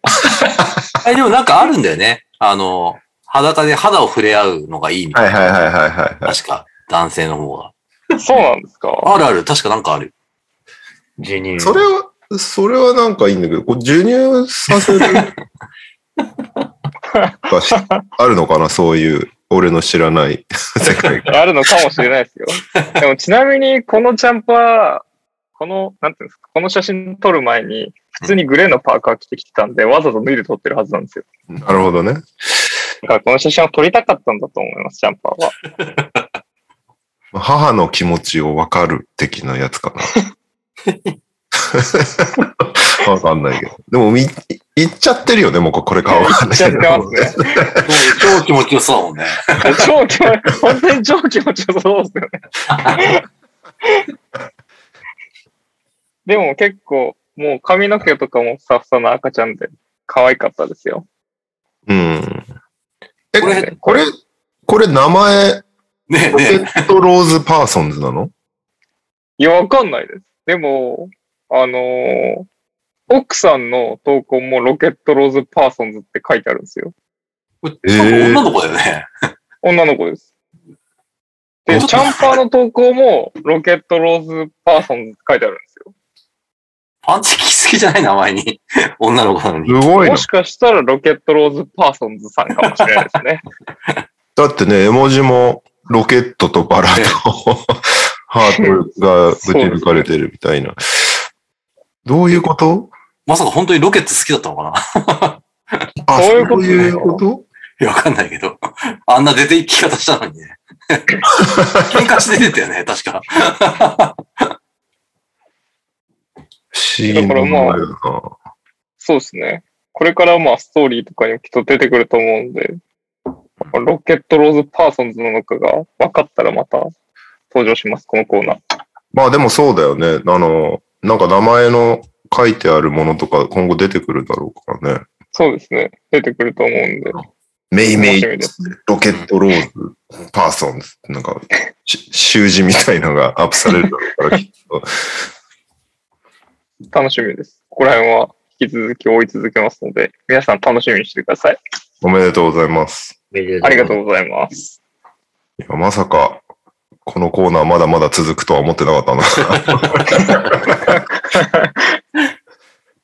S4: え、でもなんかあるんだよね。あの、裸で肌を触れ合うのがいいみたい
S3: はいはいはいはいはい
S4: な。
S3: はい。
S4: 確か、男性の方が。
S2: そうなんですか
S4: あるある、確かなんかある。
S1: 授乳。
S3: それは、それはなんかいいんだけど、こう授乳さ せるがしあるのかなそういう、俺の知らない 世界が。
S2: あるのかもしれないですよ。でもちなみに、このチャンパー、この、なんていうんですか、この写真撮る前に、普通にグレーのパーカー着てきてたんで、わざと脱いで撮ってるはずなんですよ。
S3: なるほどね。
S2: だからこの写真を撮りたかったんだと思います、チャンパーは。
S3: 母の気持ちをわかる的なやつ かな。わかんないけど。でも、み言っちゃってるよね、もうこれかわかんない
S2: ちゃっ
S3: け
S2: て
S3: ど。
S2: ますね。
S4: 超気持ちよさそうだもんね。
S2: 超気持ち、本当に超気持ちよさそうですよね。でも結構、もう髪の毛とかもふさふさの赤ちゃんで、可愛かったですよ。
S3: うん。え、
S4: こ
S3: こ
S4: れ
S3: れ、これ、これ名前、
S4: ねえ
S3: ポテ
S4: ね
S3: ッドローズ・パーソンズなの
S2: いや、わかんないです。でも、あのー奥さんの投稿もロケットローズパーソンズって書いてあるんですよ。
S4: え。女の子だよね。
S2: 女の子です。
S4: お
S2: で、チャンパーの投稿もロケットローズパーソンズって書いてあるんですよ。
S4: パンチ効きすぎじゃない名前に。女の子なのに。
S3: すごいな
S2: もしかしたらロケットローズパーソンズさんかもしれないですね。
S3: だってね、絵文字もロケットとバラと ハートがぶち抜かれてるみたいな。どういうこと
S4: まさか本当にロケット好きだったのかな
S3: あ、
S2: そういうこと
S3: そういうこと
S4: いや、わかんないけど。あんな出て行き方したのにね。喧嘩して出てたよね、確か。
S3: 不思議な名前だな。
S2: そうですね。これからまあストーリーとかにもきっと出てくると思うんで、ロケットローズパーソンズなのかが分かったらまた登場します、このコーナー。
S3: まあでもそうだよね。あの、なんか名前の書いてあるものとか今後出てくるだろうからね。
S2: そうですね。出てくると思うんで。
S3: メイ
S2: 楽
S3: メイ
S2: しみです。
S3: ロケットローズ、パーソンズ、なんか、し習字みたいなのがアップされるだろ うから、きっと。
S2: 楽しみです。ここら辺は引き続き追い続けますので、皆さん楽しみにしてください。
S3: おめでとうございます。
S2: ありがとうございます。
S3: いや、まさか、このコーナーまだまだ続くとは思ってなかったな。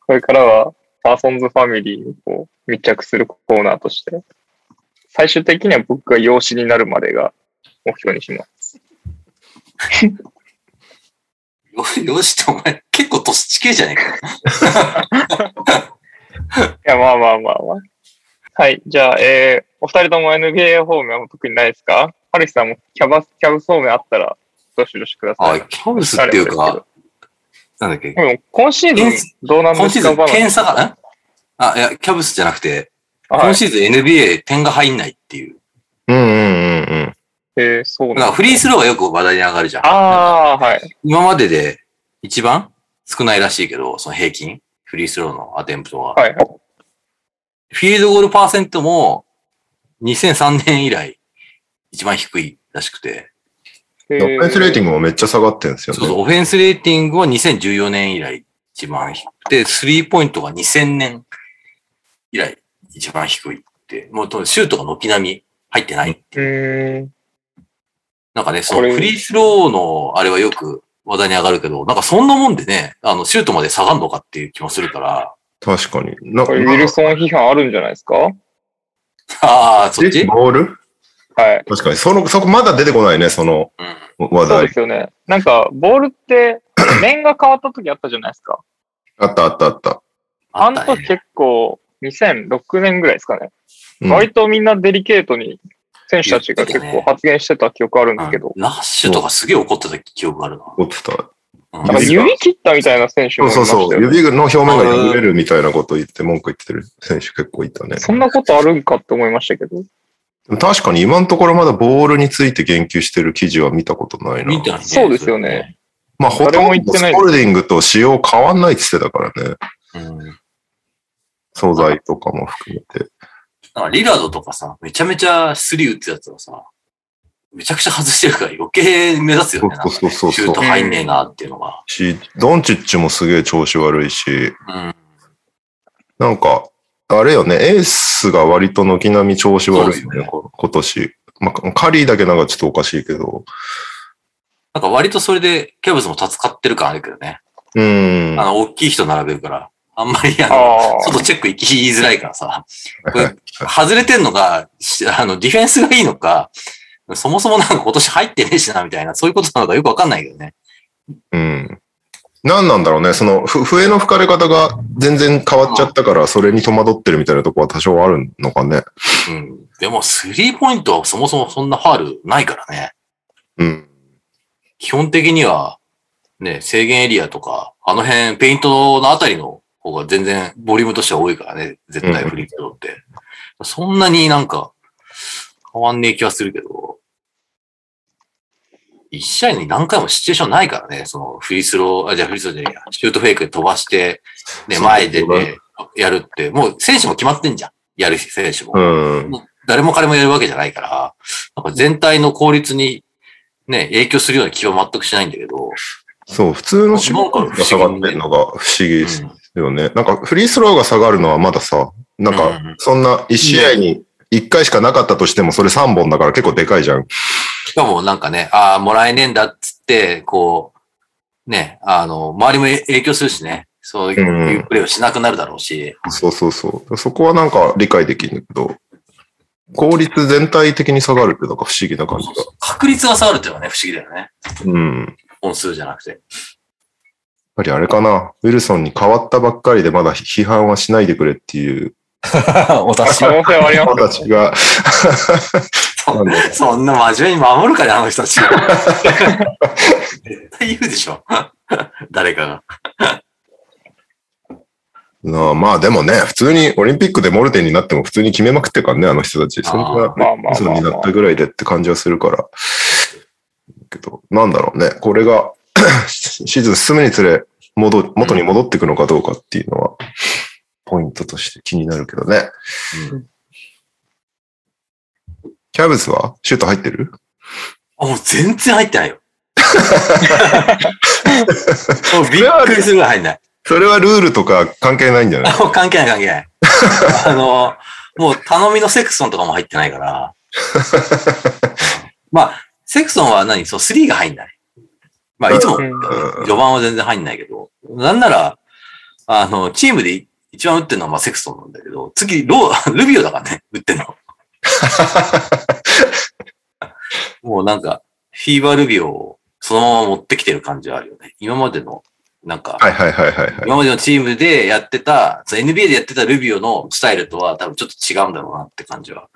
S2: これからは、パーソンズファミリーにこう密着するコーナーとして、最終的には僕が養子になるまでが目標にします。
S4: よよしってお前、結構年地系じゃねえか。
S2: いや、まあまあまあまあ。はい。じゃあ、えー、お二人とも NBA 方面は特にないですかハルヒさんもキャバ、キャブそうめんあったら、どしどしくださ
S4: あ
S2: い。、
S4: キャブスっていう
S2: あれ
S4: か、なんだっけ、
S2: でも今シーズンどうなん
S4: 今
S2: で
S4: シ
S2: す
S4: ーズ
S2: か
S4: ン点差が、んあ、いや、キャブスじゃなくて、
S2: は
S4: 今
S2: い、
S4: シーズン NBA 点が入んないっていう。
S3: うんうんうんうん。
S2: えー、そう
S4: だか
S2: なん
S4: らフリースローがよく話題に上がるじゃん。
S2: ああー、はい。
S4: 今までで一番少ないらしいけど、その平均、フリースローのアテンプトは。
S2: はい。
S4: フィールドゴールパーセントも2003年以来一番低いらしくて、
S2: え
S3: オフェンスレーティ
S2: ン
S3: ングもめっちゃ下がってるんですよね。
S4: そうそう、オフェンスレーティングは2014年以来一番低くて、スリーポイントが2000年以来一番低いって、もうシュートが軒並み入ってない。
S2: グ。うーん。
S4: なんかね、そ
S2: こ
S4: の
S2: れ
S4: フリースローのあれはよく話題に上がるけど、なんかそんなもんでね、あの、シュートまで下がるのかっていう気もするから、
S3: 確かに。な
S2: これウィルソン批判あるんじゃないですかは
S4: ああ、そっ
S3: え
S4: ちうん。
S3: ボール
S2: い。
S3: 確かに。その、そこまだ出てこないね、その話
S2: そうで
S3: 題。
S2: すよね。なんか、ボール って、面が変わった時あったじゃないですか。
S3: あったあったあった。
S4: あ
S2: あ
S4: っ
S2: の
S4: た
S2: 時
S4: ね。
S2: 結構、2006年ぐらいですかね。
S3: うん
S2: 割とみんなデリケートに選手たちが結構発言してた記憶あるんだけど、
S4: ラッシュとかすげえ怒ってた記憶がある
S3: 思ってた。
S4: な。
S2: なんか指切ったみたいな選手
S3: そ
S2: も
S3: う
S2: いま
S3: そ
S2: し
S3: う
S2: たよ
S3: そう。
S2: ね。
S3: 指の表面が破れるみたいなこと言って文句言ってる選手結構いたね。
S2: そんなことあるんかって思いましたけど。
S3: でも確かに今のところまだボールについて言及してる記事は見たことないな。
S4: 見てないね
S2: そうですよね。
S3: まあほと
S2: 誰も
S3: ん
S2: 言っ
S3: ど
S2: てな
S3: ス
S2: い
S3: ポルディングと仕様変わんないって言ってたからね。
S4: それねうん
S3: 素材とかも含めて。
S4: なんかリラードとかさ、めちゃめちゃスリー打ってやつはさ、めちゃくちゃ外してるから余計目立つよね。なんかね
S3: そうそうそうそう
S4: シュート入んねえなっていうのが。
S3: し、ドンチッチもすげえ調子悪いし、
S4: うん。
S3: なんか、あれよね、エースが割と軒並み調子悪
S4: そうで
S3: いよ
S4: す
S3: ね、
S4: ね
S3: こ今年。まあ、カリーだけなんかちょっとおかしいけど。
S4: なんか割とそれで、キャブスも助かってる感あるけどね。
S3: うーん。
S4: あの、大きい人並べるから、あんまりあの、
S2: あ
S4: ちょっとチェック行きづらいからさ。こ
S3: は
S4: れ、外れてんのが、しあの、ディフェンスがいいのか、そもそもなんか今年入ってねえしな、みたいな、そういうことなのかよくわかんないけどね。
S3: うん。何なんだろうね、その、ふ笛の吹かれ方が全然変わっちゃったから、それに戸惑ってるみたいなとこは多少あるのかね。
S4: うん。でも、スリーポイントはそもそもそんなファールないからね。
S3: うん。
S4: 基本的には、ね、制限エリアとか、あの辺、ペイントのあたりの方が全然ボリュームとしては多いからね、絶対
S3: うん
S4: フリースローって。そんなになんか、変わんねえ気はするけど、一試合に何回もシチュエーションないからね、そのフリースロー、あ、じゃあフリースローじゃねえや、シュートフェイクで飛ばして、ね、
S3: そう
S4: 前で
S3: そうだ
S4: ね、やるって、もう選手も決まってんじゃん。やる選手も。
S3: うん。
S4: 誰も彼もやるわけじゃないから、なんか全体の効率にね、影響するような気は全くしないんだけど、
S3: そう、普通の仕事が下がってるのが不思議ですよね。なんかフリースローが下がるのはまださ、なん
S4: う
S3: か
S4: んうん
S3: そんな1試合に1回しかなかったとしてもそれ3本だから結構でかいじゃん。
S4: しかもなんかね、ああ、もらえねえんだっつって、こう、ね、あの、周りもえ影響するしね、そういううプレーをしなくなるだろうし、
S3: そうそうそう。そこはなんか理解できるんだけど、効率全体的に下がるってなんか不思議な感じが。
S4: 確率が下がるっていうのはね、不思議だよね。
S3: うん。やっ
S4: 本数じゃなくて。
S3: ぱりあれかな。ウィルソンに変わったばっかりでまだ批判はしないでくれっていう
S1: お達し
S2: 可能性はありますよ
S3: 私が、
S4: そ
S3: なんだ
S4: そんな真面目に守るかね、あの人たち。絶対言うでしょ。誰かが。
S3: なあまあでもね、普通にオリンピックでモルテンになっても普通に決めまくってるからね、あの人たち。
S4: あー
S3: そんな
S2: まあまあまあまあ
S3: 嘘になったぐらいでって感じはするから。けど、なんだろうね。これが シーズン進むにつれ戻、元に戻っていくのかどうかっていうのは、ポイントとして気になるけどね。キャベツはシュート入ってる
S4: あ、もう全然入って ないよ。もうびっくりするぐらい入んない。
S3: それはルールとか関係ないんじ ゃない
S4: あもう関係ない関係ない。あの、もう頼みのセクソンとかも入ってない から。まあ、セクソンは何そう、3が入んない。まあ、いつも、
S2: う
S4: 序
S2: ん
S4: 盤は全然入んないけど。なんなら、あの、チームで一番打ってるのはまあセクソンなんだけど、次、ロー、 ルビオだからね、打ってんの。もうなんか、フィーバールビオをそのまま持ってきてる感じはあるよね。今までの、なんか、
S3: はいはいはいはいはい。
S4: 今までのチームでやってた、その NBA でやってたルビオのスタイルとは多分ちょっと違うんだろうなって感じは、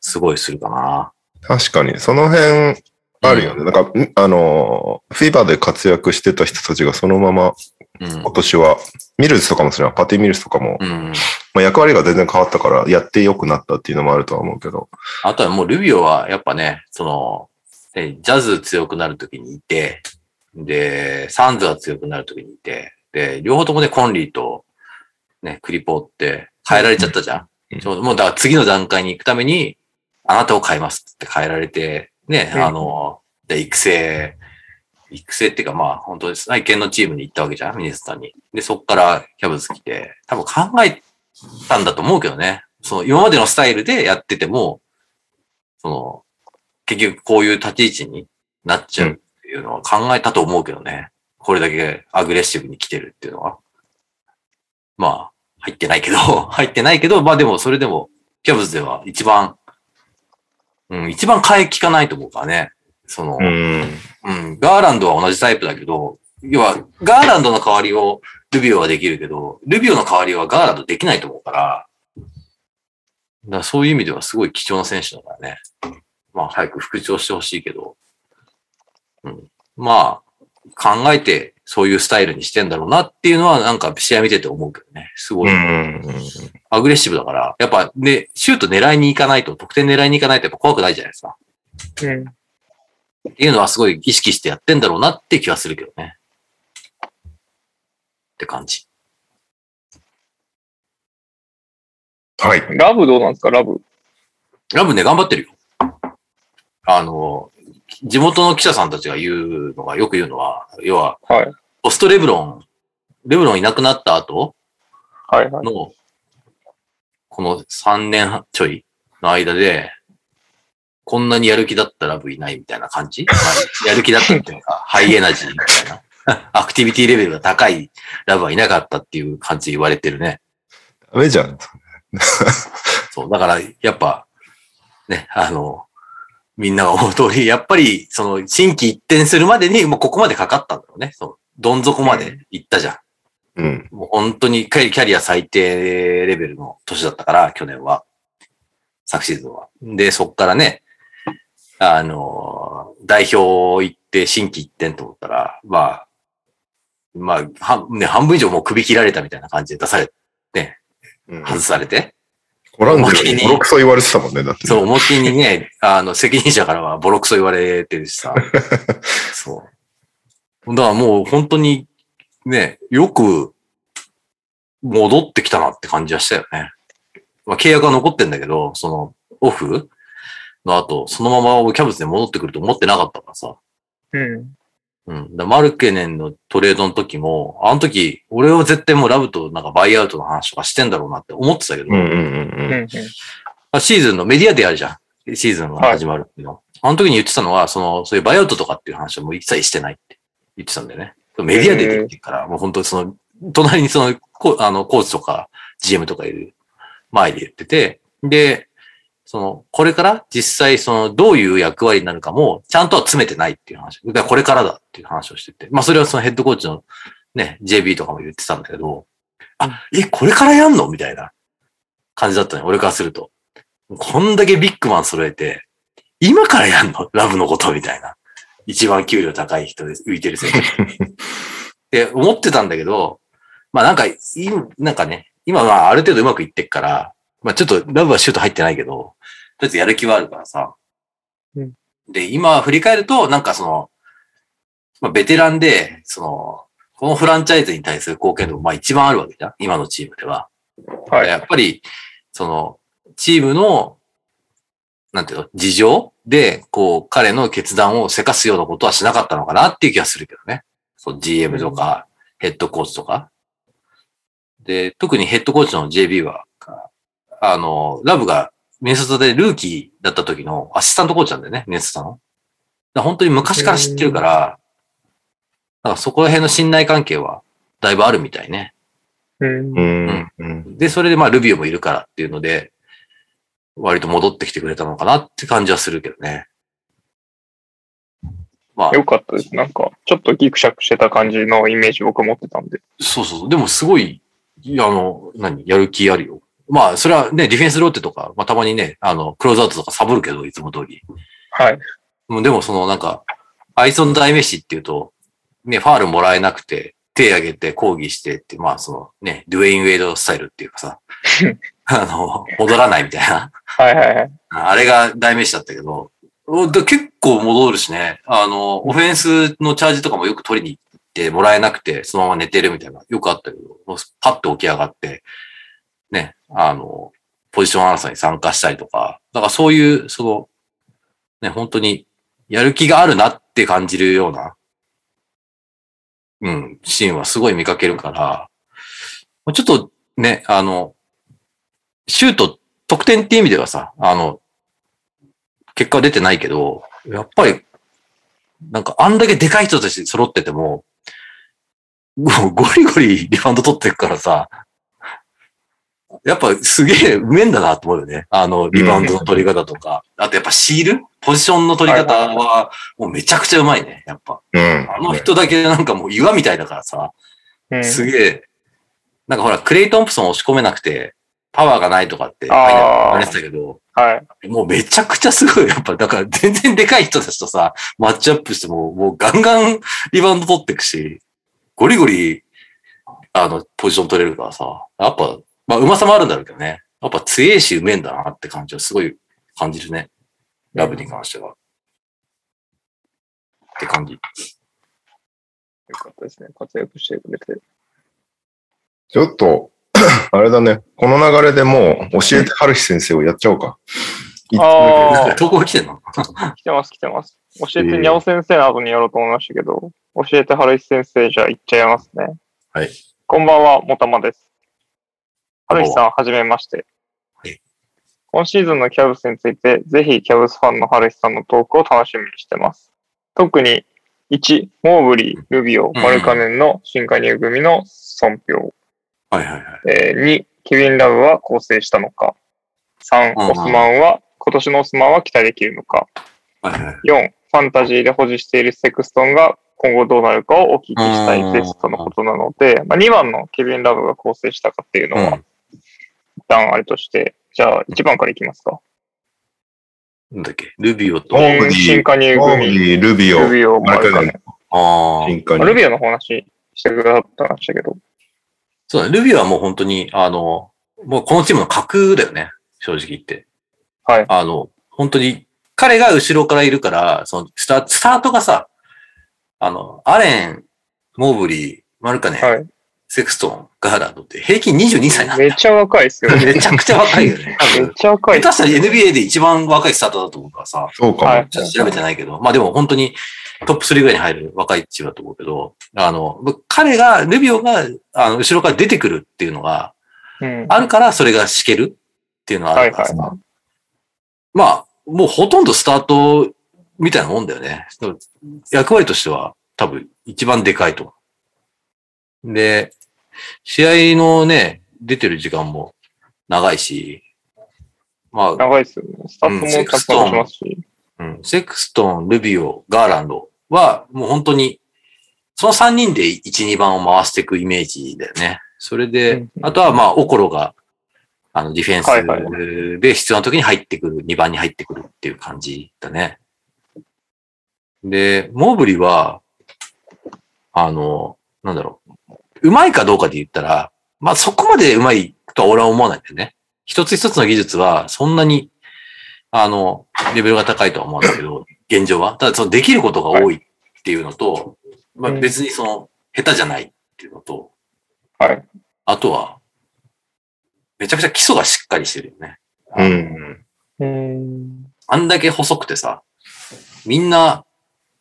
S4: すごいするかな。
S3: 確かに、その辺、あるよね。なんか、んあのー、フィーバーで活躍してた人たちがそのまま
S4: うん
S3: 今。年は、ミルズとかもそれはパティ・ミルズとかも、
S4: うん。
S3: まあ、役割が全然変わったから、やって良くなったっていうのもあるとは思うけど。
S4: あとはもうルビオはやっぱね、その、ねジャズ強くなるときにいて、で、サンズが強くなるときにいて、で、両方ともね、コンリーと、ね、クリポーって変えられちゃったじゃん。
S3: うん
S4: ちょうどもうだから次の段階に行くために、あなたを変えますって変えられて、ね、
S2: うん
S4: あの、で、育成、育成っていうかまあ本当です。愛犬のチームに行ったわけじゃん、ミネスタに。で、そっからキャブズ来て、多分考えたんだと思うけどね。その今までのスタイルでやってても、その、結局こういう立ち位置になっちゃうっていうのは考えたと思うけどね。これだけアグレッシブに来てるっていうのは。まあ、入ってないけど、 入ってないけど、まあでもそれでも、キャブズでは一番、うん、一番替え効かないと思うからね。その、
S3: ん。
S4: うん、ガーランドは同じタイプだけど、要は、ガーランドの代わりをルビオはできるけど、ルビオの代わりはガーランドできないと思うから、だからそういう意味ではすごい貴重な選手だからね。まあ早く復調してほしいけど、うん、まあ考えてそういうスタイルにしてんだろうなっていうのはなんか試合見てて思うけどね。すご
S1: う
S4: い
S1: ん。
S4: アグレッシブだから、やっぱね、シュート狙いに行かないと、得点狙いに行かないとやっぱ怖くないじゃないですか。
S2: うん。
S4: っていうのはすごい意識してやってんだろうなって気はするけどね。って感じ。
S3: はい。
S2: ラブどうなんですかラブ。
S4: ラブね、頑張ってるよ。あの、地元の記者さんたちが言うのが、よく言うのは、要は、
S2: はい。
S4: ポストレブロン、レブロンいなくなった後
S2: はいはい。
S4: の、この3年ちょいの間で、こんなにやる気だったラブいないみたいな感じ、まあやる気だったっていうか、ハイエナジーみたいな。 アクティビティレベルが高いラブはいなかったっていう感じで言われてるね。
S3: ダメじゃん。
S4: そう、だから、やっぱ、ね、あの、みんなが思う通り、やっぱり、その、新規一転するまでに、もうここまでかかったんだろうね。そう、どん底まで行ったじゃ
S3: うん。
S4: ん。もう本当にキャリキャリア最低レベルの年だったから、去年は。昨シーズンは。で、そっからね、あの、代表行って、新規一転と思ったら、まあ、まあ、はね、半分以上もう首切られたみたいな感じで出され、
S3: うん
S4: 外されて。
S3: コランジェにボロクソ言われてたもんね、だってね。
S4: そう、思いっきりね、あの、責任者からはボロクソ言われてるし さ。そう。だからもう本当に、ね、よく戻ってきたなって感じはしたよね。まあ、契約は残ってんだけど、その、オフの後、そのままキャブツで戻ってくると思ってなかったからさ。
S2: うん。
S4: うん。だからマルケネンのトレードの時も、あの時、俺は絶対もうラブとなんかバイアウトの話とかしてんだろうなって思ってたけど、
S3: うんうんう
S2: うんん。うん。
S4: あシーズンのメディアであるじゃん。シーズンが始まるっていうの。あの時に言ってたのは、その、そういうバイアウトとかっていう話はもう一切してないって言ってたんだよね。メディアで出てるから、もう本当にその、隣にその、こあの、コーチとか GM とかいる前で言ってて、で、その、これから実際その、どういう役割になるかも、ちゃんとは詰めてないっていう話。だからこれからだっていう話をしてて。まあそれはそのヘッドコーチのね、JB とかも言ってたんだけど、あ、え、これからやんのみたいな感じだったね。俺からすると。こんだけビッグマン揃えて、今からやんのラブのことみたいな。一番給料高い人です。浮いて る選手。って思ってたんだけど、まあなんか、いなんかね、今はある程度うまくいってっから、まあちょっとラブはシュート入ってないけど、とりあえずやる気はあるからさ。
S2: うん
S4: で、今振り返ると、なんかその、まあベテランで、その、このフランチャイズに対する貢献度もまあ一番あるわけじゃん今のチームでは。
S2: はい。
S4: やっぱり、その、チームの、なんていうの、事情で、こう、彼の決断をせかすようなことはしなかったのかなっていう気がするけどね。そう、GM とか、ヘッドコーチとか。で、特にヘッドコーチの JB は、あの、ラブがミネソタでルーキーだった時のアシスタントコーチなんだよね、ミネソタの。だから本当に昔から知ってるから、だからそこら辺の信頼関係はだいぶあるみたいね。
S2: うん。
S3: うんうん。
S4: で、それでまあ、ルビオもいるからっていうので、割と戻ってきてくれたのかなって感じはするけどね。まあ、
S2: よかったです。なんか、ちょっとギクシャクしてた感じのイメージ僕持ってたんで。
S4: そうそうそう。でもすごい、いやあの、何、やる気あるよ。まあ、それはね、ディフェンスローテとか、まあ、たまにね、あの、クローズアウトとかサボるけど、いつも通り。
S2: はい。
S4: もうでもそのなんか、アイソン代名詞っていうと、ね、ファールもらえなくて、手挙げて抗議してって、まあそのね、ドゥエイン・ウェイドスタイルっていうか さ、あの、戻らないみたいな。
S2: はいはいはい。
S4: あれが代名詞だったけど、おで結構戻るしね、あの、オフェンスのチャージとかもよく取りに行ってもらえなくて、そのまま寝てるみたいな、よくあったけど、もうパッと起き上がって、ね、あの、ポジション争いに参加したりとか、だからそういう、その、ね、本当にやる気があるなって感じるような、うん、シーンはすごい見かけるから、もうちょっとね、あの、シュート、得点っていう意味ではさ、あの、結果は出てないけど、やっぱり、なんかあんだけでかい人たち揃ってても、ごゴリゴリリバウンド取ってくからさ、やっぱすげえうめえんだなと思うよね。あの、リバウンドの取り方とか。あとやっぱシールポジションの取り方は、もうめちゃくちゃうまいね、やっぱ。
S3: うん。
S4: あの人だけなんかもう岩みたいだからさ、
S2: うん。
S4: すげえ。なんかほら、クレイ・トンプソン押し込めなくて、パワーがないとかって、
S2: あー
S4: あれてたけど、
S2: はい。
S4: もうめちゃくちゃすごい。やっぱ、だから全然でかい人たちとさ、マッチアップしても、もうガンガンリバウンド取ってくし、ゴリゴリ、あの、ポジション取れるからさ、やっぱ、まあ、うまさもあるんだろうけどね。やっぱ強いし、うめえんだなって感じはすごい感じるね。ラブに関しては。って感じ。
S2: よかったですね。活躍してくれて。
S3: ちょっと、 あれだね。この流れでもう、教えて春日先生をやっちゃおうか。
S2: あー
S4: 投稿来てんの
S2: 来てます、来てます。教えて、にゃお先生の後にやろうと思いましたけど、教えて、はるい先生、じゃあ行っちゃいますね。
S4: はい。
S2: こんばんは、もたまです。はるいさん、はじめまして。
S4: はい。
S2: 今シーズンのキャブスについて、ぜひキャブスファンのはるいさんのトークを楽しみにしてます。特に、1、モーブリー、ルビオ、マルカネンの新加入組の損票。
S4: はいはいはい。
S2: えー2、ケビン・ラブは構成したのか。3、
S4: うんうん
S2: オスマンは、今年のオスマンは期待できるのか。
S4: はいはいはい。
S2: 4、ファンタジーで保持しているセクストンが今後どうなるかをお聞きしたいですとのことなので、まあ、2番のケビン・ラブが構成したかっていうの
S4: う
S2: は、
S4: ん
S2: 一旦あれとして、じゃあ1番からいきますか。
S4: なんだっけルビオと
S3: モ、ーブリー
S2: 新加入
S3: モー
S2: 組、
S3: リー、ルビオ、
S2: ルビオ、マ
S3: マル
S2: ル
S3: カ
S2: カネ
S3: ネン
S2: ン。
S4: ああ。
S3: 進化
S2: まあル
S3: に。
S2: ビオのお話してくださったんでしたけど、
S4: そうだね。ルビーはもう本当に、あの、もうこのチームの格だよね。正直言って。
S2: はい
S4: あの、本当に、彼が後ろからいるから、そのスタ、スタートがさ、あの、アレン、モーブリー、マルカネン、
S2: はい。
S4: セクストン、ガーランドって平均22歳なんだ
S2: めっ
S4: よ。
S2: ちゃ若 いですよね。
S4: めちゃくちゃ若いよね。多
S2: めっ
S4: 分
S2: ちゃ若い
S4: 下
S2: っす
S4: 手したら NBA で一番若いスタートだと思うからさ。
S3: そうかも。
S2: はい
S4: ちょっと調べてないけど、まあでも本当にトップ3ぐらいに入る若いチームだと思うけど、あの、彼が、ルビオが、あの、後ろから出てくるっていうのが、
S2: うん。
S4: あるからそれが敷けるっていうのはあるからさ、
S2: は
S4: まあ、もうほとんどスタートみたいなもんだよね。役割としては多分一番でかいと。で、試合のね、出てる時間も長いし、まあ、
S2: 長いっすよね。スタッフも
S4: うん
S2: たくさんしますし。
S4: うん、セクストン、ルビオ、ガーランドは、もう本当に、その3人で1、2番を回していくイメージだよね。それ
S2: う
S4: で
S2: ん、うん
S4: あとはまあ、オコロが、あの、ディフェ
S2: はいは
S4: ンスで必要な時に入ってくる、2番に入ってくるっていう感じだね。で、モーブリは、あの、なんだろう。うまいかどうかで言ったら、まあそこまでうまいとは俺は思わないんだよね。一つ一つの技術はそんなに、あの、レベルが高いとは思うんだけど、現状は。ただそのできることが多いっていうのと、まあ
S2: うん
S4: 別にその、下手じゃないっていうのと、
S2: はい。
S4: あとは、めちゃくちゃ基礎がしっかりしてるよね。
S3: うん。
S2: うん。
S4: あんだけ細くてさ、みんな、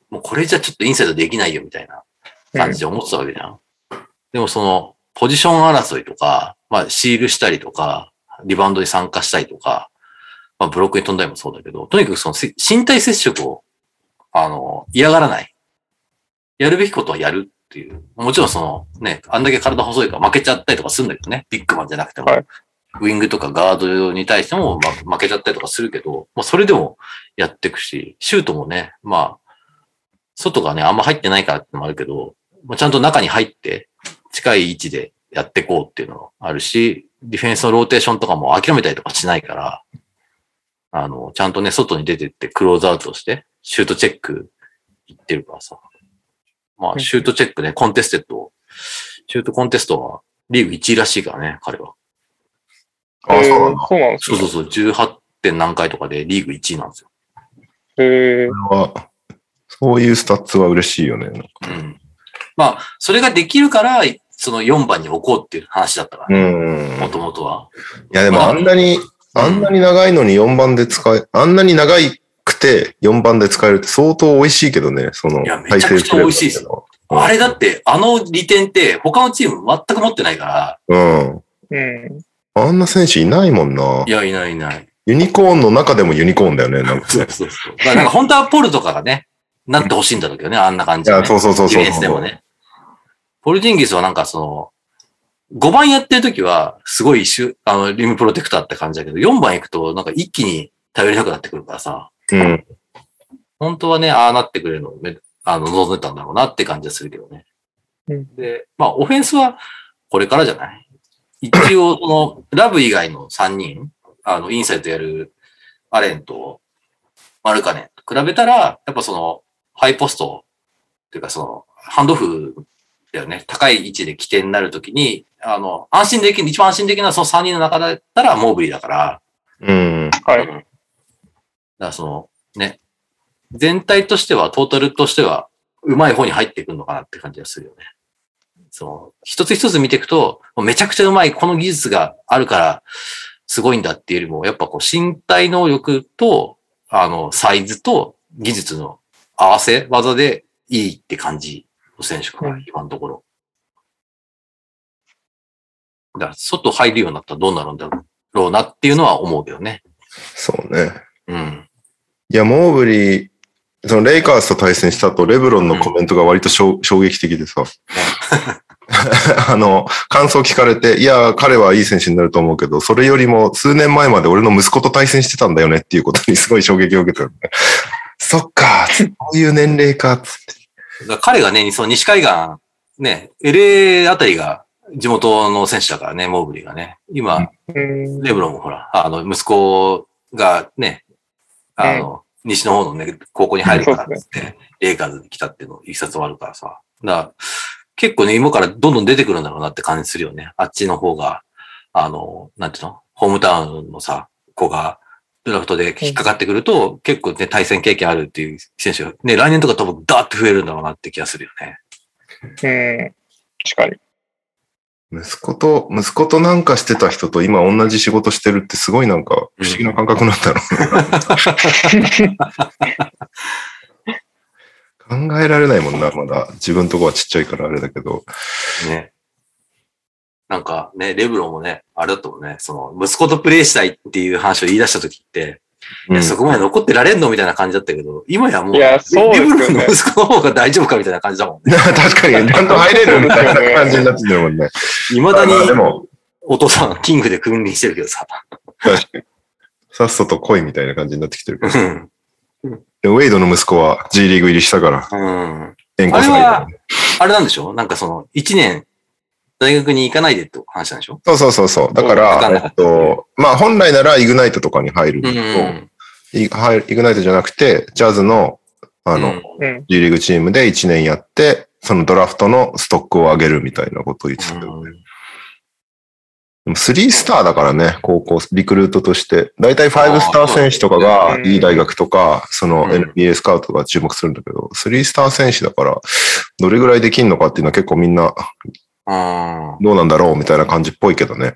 S4: もうこれじゃちょっとインサイドできないよみたいな。感じで思ってたわけじゃん。でもその、ポジション争いとか、まあ、シールしたりとか、リバウンドに参加したりとか、まあ、ブロックに飛んだりもそうだけど、とにかくそのせ身体接触を、あの、嫌がらない。やるべきことはやるっていう。もちろんその、ね、あんだけ体細いから負けちゃったりとかするんだけどね。ビッグマンじゃなくても。
S2: はい
S4: ウィングとかガードに対しても、まあ、負けちゃったりとかするけど、まあ、それでもやっていくし、シュートもね、まあ、外がね、あんま入ってないからってのもあるけど、まあ、ちゃんと中に入って、近い位置でやっていこうっていうのもあるし、ディフェンスのローテーションとかも諦めたりとかしないから、あの、ちゃんとね、外に出てってクローズアウトして、シュートチェック行ってるからさ。ま
S2: う
S4: あ、
S2: ん
S4: シュートチェックね、コンテステッドを、シュートコンテストはリーグ1位らしいからね、彼は。
S3: あ
S2: えー
S3: そうな
S2: そ
S3: んだ
S2: うなんです
S4: そう
S2: ね
S4: そうそう、18. 点何回とかでリーグ1位なんですよ。
S2: へー
S3: これはそういうスタッツは嬉しいよね。
S4: うん。まあ、それができるから、その4番に置こうっていう話だったから、
S3: うん
S4: もともとは。
S3: いや、でもあんなに、あんなに長いのに4番で使え、あんなに長くて4番で使えるって相当美味しいけどね、その
S4: いやめちゃくちゃ美味しいです
S3: よ。
S4: あれだって、あの利点って他のチーム全く持ってないから、
S3: うん。
S2: うん。
S3: あんな選手いないもんな。
S4: いや、いないいない。
S3: ユニコーンの中でもユニコーンだよね、なんか
S4: そう
S3: ね。
S4: そうそう。だからなんか本当はポルとかがね、なってほしいんだろう けどね、あんな感
S3: い
S4: じで、
S3: や、
S4: ね。
S3: そうそうそう
S4: ディ
S3: そう
S4: フェンスでも
S3: そう。
S4: ね。ポルジンギスはなんかその、5番やってる時は、すごいシュあの、リムプロテクターって感じだけど、4番行くと、なんか一気に頼りなくなってくるからさ、
S3: うん。
S4: 本当はね、ああなってくれるのをめ、あの、望んでたんだろうなって感じはするけどね。
S2: うん
S4: で、まあ、オフェンスはこれからじゃない一応、その、ラブ以外の3人、あの、インサイトやるアレンとマルカネンと比べたら、やっぱその、ハイポスト、というかその、ハンドオフだよね、高い位置で起点になるときに、あの、安心できる、一番安心できるのはその3人の中だったらモーブリーだから、
S3: うん。
S2: は
S4: だ
S2: い。
S4: からその、ね、全体としては、トータルとしては、うまい方に入ってくるのかなって感じがするよね。その、一つ一つ見ていくと、もうめちゃくちゃうまい、この技術があるから、すごいんだっていうよりも、やっぱこう、身体能力と、あの、サイズと技術の合わせ技でいいって感じの選手か
S2: う
S4: な、今のところ。だから、外入るようになったらどうなるんだろうなっていうのは思うけどね。
S3: そうね。
S4: うん。
S3: いや、モーブリー、そのレイカーズと対戦した後、レブロンのコメントが割としょう衝撃的でさ。 あの、感想聞かれて、いや、彼はいい選手になると思うけど、それよりも数年前まで俺の息子と対戦してたんだよねっていうことにすごい衝撃を受けたよね。 そっか、そういう年齢か、つって。
S4: だから彼がね、その西海岸、ね、LA あたりが地元の選手だからね、モーブリーがね。今、
S2: うん
S4: レブロンもほら、あの、息子がね、あの、西の方のね、高校に入るからっつって、レイカーズに来たっていうの、いきさつはあるからさ。だから、結構ね、今からどんどん出てくるんだろうなって感じするよね。あっちの方が、あの、なんていうのホームタウンのさ、子が、ドラフトで引っかかってくると、結構ね、対戦経験あるっていう選手が、ね、来年とか多分ダーって増えるんだろうなって気がするよね。
S2: うん。確かに。
S3: 息子と、息子となんかしてた人と今同じ仕事してるってすごいなんか不思議な感覚なんだろう。考えられないもんな、まだ。自分とこはちっちゃいからあれだけど。
S4: ね。なんかね、レブロンもね、あれだったもんね、その、息子とプレイしたいっていう話を言い出した時って、
S3: う
S4: いや
S3: ん
S4: そこまで残ってられんのみたいな感じだったけど、今やもう、
S2: いやそうです
S4: レブ
S2: よね
S4: ロンの息子の方が大丈夫かみたいな感じだもんね。
S3: 確かに、 ちゃんと入れるみたいな感じになってるもんね。
S4: 未だに
S3: まあでも、
S4: お父さん、キングで君臨してるけどさ。
S3: 確かにさっさと来いみたいな感じになってきてるけ
S4: う
S3: ど
S4: ん。
S3: でウェイドの息子は G リーグ入りしたから、
S4: うん。
S3: 援護されるからね。
S4: あれなんでしょなんかその、一年、大学に行かないでって話なんでしょ
S3: そうそうそうそう。だか、
S4: わからんない
S3: えっと、まあ本来ならイグナイトとかに入るん
S4: う
S3: だけど、
S4: ん。
S3: イはいイグナイトじゃなくて、ジャズの、あの、
S4: うん
S2: うん。
S3: G リーグチームで1年やって、そのドラフトのストックを上げるみたいなことを言ってたけど、
S4: うん
S3: でも3スターだからね、高校、リクルートとして。大体5スター選手とか
S2: あ
S3: が、
S2: ー
S3: いい大学とか、その
S4: うん
S3: NBA スカウトが注目するんだけど、3スター選手だから、どれぐらいできんのかっていうのは結構みんな、
S4: うん。
S3: どうなんだろうみたいな感じっぽいけどね。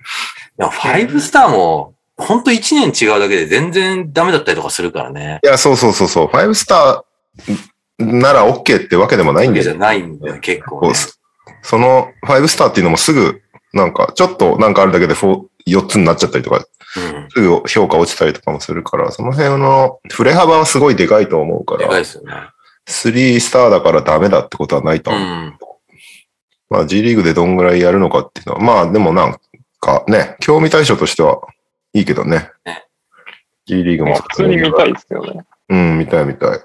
S4: いや、ファイブスターも、ほんと一年違うだけで全然ダメだったりとかするからね。
S3: いや、そうそうそうそう、5スターなら OK ってわけでもないんだ
S4: じゃ
S3: よ。
S4: ないんだよ、結構、
S3: そう
S4: ね
S3: っ。すその5スターっていうのもすぐ、なんか、ちょっとなんかあるだけで4、4つになっちゃったりとか、
S4: うん。
S3: すぐ評価落ちたりとかもするから、その辺の振れ幅はすごいでかいと思うか
S4: でかい
S3: ら、
S4: ですよね。
S3: 3スターだからダメだってことはないと
S4: う
S3: 思う。
S4: ん。
S3: まあ G リーグでどんぐらいやるのかっていうのは、まあでもなんかね、興味対象としてはいいけどね
S4: ね。
S3: G リーグ
S2: ま
S3: も
S2: あ普通に見たいですよね。
S3: うん、見たい見たい。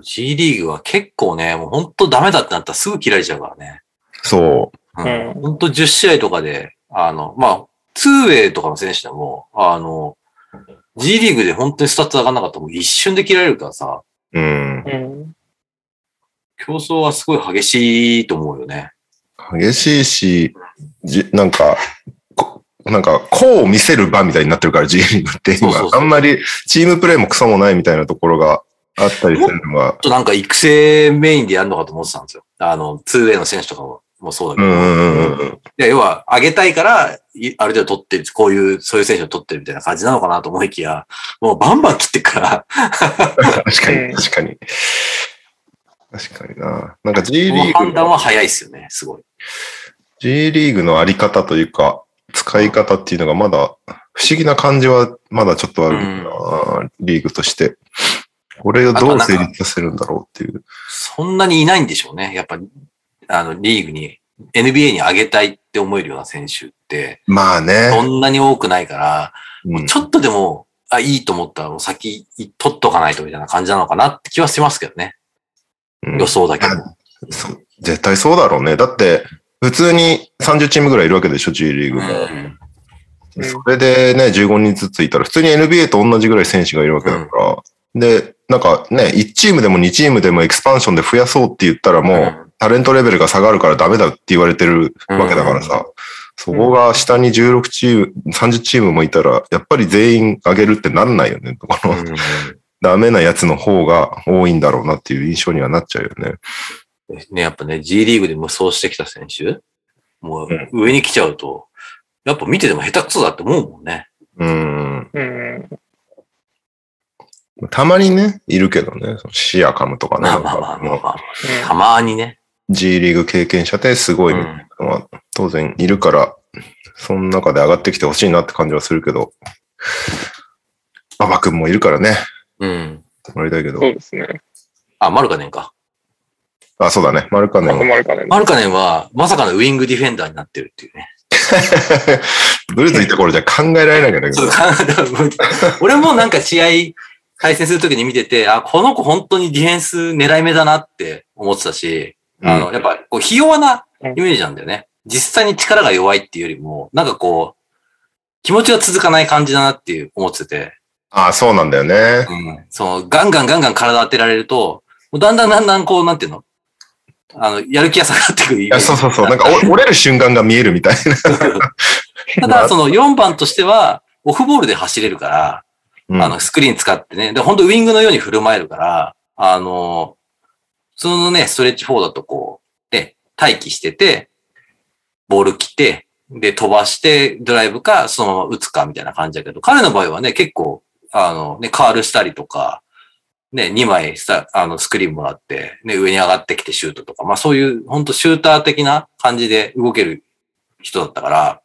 S4: G リーグは結構ね、もうほんとダメだってなったらすぐ切られちゃうからね。
S3: そう。
S4: うん
S2: う
S4: ほんと10試合とかで、あの、まあ、ツーウェイとかの選手でも、あの、G リーグで本当にスタッツ上がんなかったらもう一瞬で切られるからさ、
S3: うん
S2: う。ん。
S4: 競争はすごい激しいと思うよね。
S3: 激しいし、じなんか、こなんか、こう見せる場みたいになってるから、G リーグって
S4: そうそう
S3: 今。
S4: そ
S3: あ
S4: うん
S3: まりチームプレーもクソもないみたいなところがあったりするの
S4: ち
S3: が
S4: ょっ、となんか育成メインでやるのかと思ってたんですよ。あの、ツーウェイの選手とかももそうだけ
S3: う
S4: ど。
S3: んうんうんうん。
S4: いや、要は、上げたいから、いある程度取ってる、こういう、そういう選手を取ってるみたいな感じなのかなと思いきや、もうバンバン切ってくから、
S3: 確か
S2: うん
S3: に、確かに。確かにな。なんか G
S4: こ
S3: リ
S4: の
S3: ーグ
S4: 判断
S3: の、
S4: は早いですよね、すごい。
S3: G リーグのあり方というか、使い方っていうのがまだ、不思議な感じはまだちょっとあるな、リーグとして。これをどう成立させるんだろうっていう。
S4: そんなにいないんでしょうね。やっぱ、あの、リーグに、NBA に上げたいって思えるような選手って、
S3: まあ
S4: そ
S3: ね。
S4: んなに多くないから、
S3: うん
S4: ちょっとでも、あ、いいと思ったら、もう先、取っとかないとみたいな感じなのかなって気はしますけどね。
S3: うん
S4: 予想だけど。
S3: そう絶対そうだろうね。だって、普通に30チームぐらいいるわけでしょ、G リーグも。
S4: ん
S2: うん
S3: それでね、15人ずついたら、普通に NBA と同じぐらい選手がいるわけだから、で、なんかね、1チームでも2チームでもエクスパンションで増やそうって言ったらもう、
S4: うん
S3: タレントレベルが下がるからダメだって言われてるわけだからさ、そこが下に16チーム、30チームもいたら、やっぱり全員上げるってなんないよね。この、ダメなやつの方が多いんだろうなっていう印象にはなっちゃうよね。
S4: ね、やっぱね、G リーグで無双してきた選手、もう
S3: うん
S4: 上に来ちゃうと、やっぱ見てても下手くそだって思うもんね。
S3: うん。
S2: うん。
S3: たまにね、いるけどね、そのシアカムとかね、
S4: ま
S3: な
S4: あ
S3: ん
S4: まあまあまあ
S3: か
S4: まあ、たまにね。
S3: G リーグ経験者ですごいみたいな
S4: う
S3: のは当然いるから、その中で上がってきてほしいなって感じはするけど、馬場君もいるからね、
S4: ん。うん
S3: 乗りたいけ
S2: そ
S3: ど
S2: う。ですね。
S4: あ、マルカネンか。
S3: あ、そうだね、マルカネ
S2: まと
S3: ン。
S2: まるかね。
S4: マルカネンは、まさかのウィングディフェンダーになってるっていうね。
S3: ブルーズいた頃じゃ考えられないんだけ
S4: そ
S3: ど
S4: う、、俺もなんか試合、対戦するときに見てて、あ、この子本当にディフェンス狙い目だなって思ってたし、あの、やっぱ、こう、ひ弱なイメージなんだよね。実際に力が弱いっていうよりも、なんかこう、気持ちが続かない感じだなっていう思ってて、
S3: あ、そうなんだよね。
S4: うん。その、ガンガンガンガン体当てられると、もうだんだんだんだんこう、なんていうのあの、やる気が下がってくるイ
S3: い
S4: メー
S3: や、
S4: ジ
S3: そうそうそう、なんか お折れる瞬間が見えるみたい
S4: ただ、その4番としては、オフボールで走れるから、
S3: な。
S4: あの、スクリーン使ってね。で、本当ウィングのように振る舞えるから、あの、普通のね、ストレッチ4だとこう、ね、待機してて、ボール来て、で、飛ばして、ドライブか、そのまま打つか、みたいな感じだけど、彼の場合はね、結構、あの、ね、カールしたりとか、ね、2枚さ、あの、スクリーンもらって、ね、上に上がってきてシュートとか、まあそういう、本当シューター的な感じで動ける人だったから、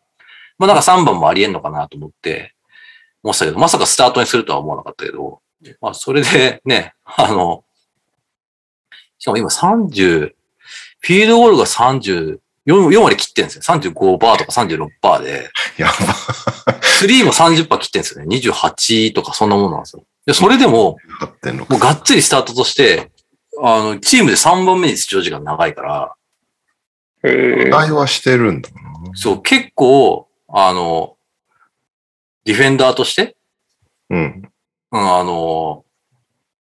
S4: まあなんか3番もありえんのかなと思って、思ってたけど、まさかスタートにするとは思わなかったけど、まあそれでね、あの、しかも今30、フィールドゴールが34 4割切ってるんですよ。35%とか36%で、
S3: やば。
S4: スリーも30%切ってるんですよね。28とかそんなものなんですよ。で、それでも、
S3: 8.6
S4: もうがっつりスタートとして、あの、チームで3番目に出場時間長いから、
S2: え
S3: 期
S2: ー
S3: 待はしてるんだ。
S4: そう、結構、あの、ディフェンダーとして、
S3: うん。
S4: うん、あの、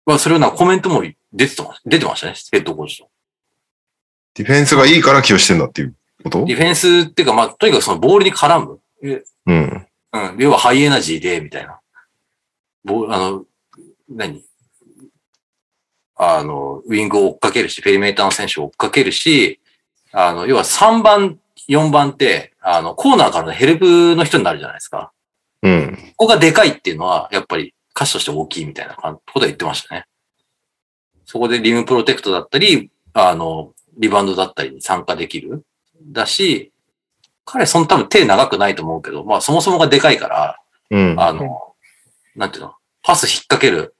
S4: まあ、それはなんかコメントも出てたもん、出てましたね、ヘッドコーチと。
S3: ディフェンスがいいから起用してんだっていうこと
S4: ディフェンスっていうか、まあ、とにかくそのボールに絡む。え
S3: うん。
S4: うん、要はハイエナジーで、みたいな。ボール、あの、何あの、ウィングを追っかけるし、ペリメーターの選手を追っかけるし、あの、要は3番、4番って、あの、コーナーからのヘルプの人になるじゃないですか。
S3: うん。
S4: ここがでかいっていうのは、やっぱり歌手として大きいみたいな感ことは言ってましたね。そこでリムプロテクトだったり、あの、リバウンドだったりに参加できる。だし、彼その多分手長くないと思うけど、まあそもそもがでかいから、
S3: うん。
S4: あの、なんていうの、パス引っ掛ける、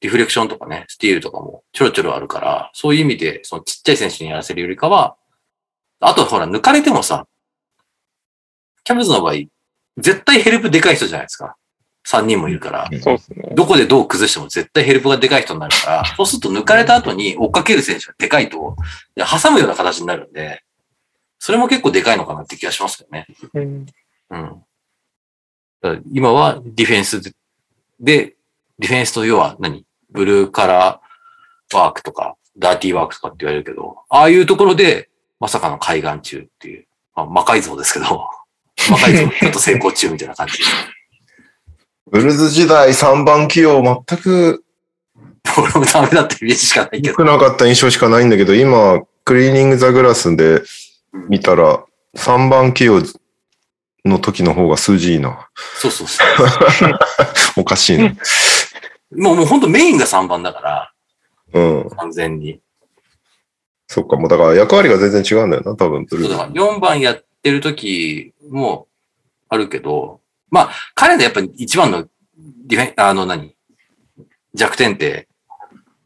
S4: リフレクションとかね、スティールとかもちょろちょろあるから、そういう意味で、そのちっちゃい選手にやらせるよりかは、あとほら、抜かれてもさ、キャベツの場合、絶対ヘルプでかい人じゃないですか。3人もいるから。
S2: そうですね。
S4: どこでどう崩しても絶対ヘルプがでかい人になるから、そうすると抜かれた後に追っかける選手がでかいと、いや挟むような形になるんで、それも結構でかいのかなって気がしますけどね。
S2: うん
S4: うん。だから今はディフェンスで、でディフェンスと要は何ブルーカラーワークとか、ダーティーワークとかって言われるけど、ああいうところで、まさかの海岸中っていう、まあ、魔改造ですけど、魔改造、ちょっと成功中みたいな感じ。
S3: ブルーズ時代3番起用全く
S4: 俺もダメだってイメージしかないけど。
S3: 良くなかった印象しかないんだけど、今、クリーニングザグラスで見たら、3番起用の時の方が数字いいな。
S4: そうそうそう。
S3: おかしいな。
S4: もうもう本当メインが3番だから、
S3: うん。
S4: 完全に。
S3: そっか、もうだから役割が全然違うんだよな、多分、
S4: そ
S3: ブル
S4: うだ
S3: ー
S4: から4番やってる時もあるけど、まあ、彼のやっぱり一番のディフェン、あの何、弱点って、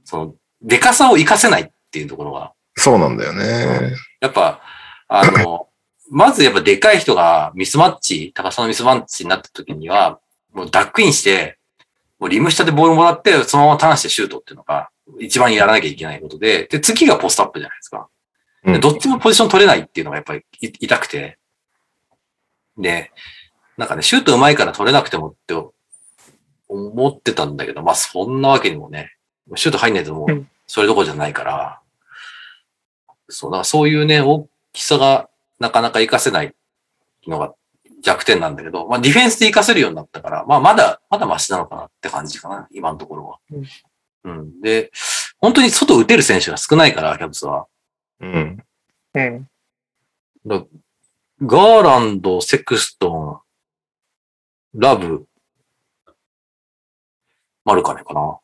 S4: その、でかさを活かせないっていうところが、
S3: ズ。そうなんだよね。
S4: やっぱ、あの、 まずやっぱでかい人がミスマッチ、高さのミスマッチになった時には、もうダックインして、もうリム下でボールもらって、そのままターンしてシュートっていうのが、一番やらなきゃいけないことで、で、次がポストアップじゃないですか。
S3: うん
S4: どっちもポジション取れないっていうのがやっぱりい痛くて。で、なんかね、シュート上手いから取れなくてもって思ってたんだけど、まあそんなわけにもね、シュート入んないとも
S2: う
S4: うんそれどころじゃないから、そう、だからそういうね、大きさがなかなか活かせないのが弱点なんだけど、まあディフェンスで活かせるようになったから、まあまだ、まだマシなのかなって感じかな、今のところは。うん。で、本当に外打てる選手が少ないから、キャブスは。
S3: うん。
S2: うん。
S4: だガーランド、セクストン、ラブ、マルカネかな。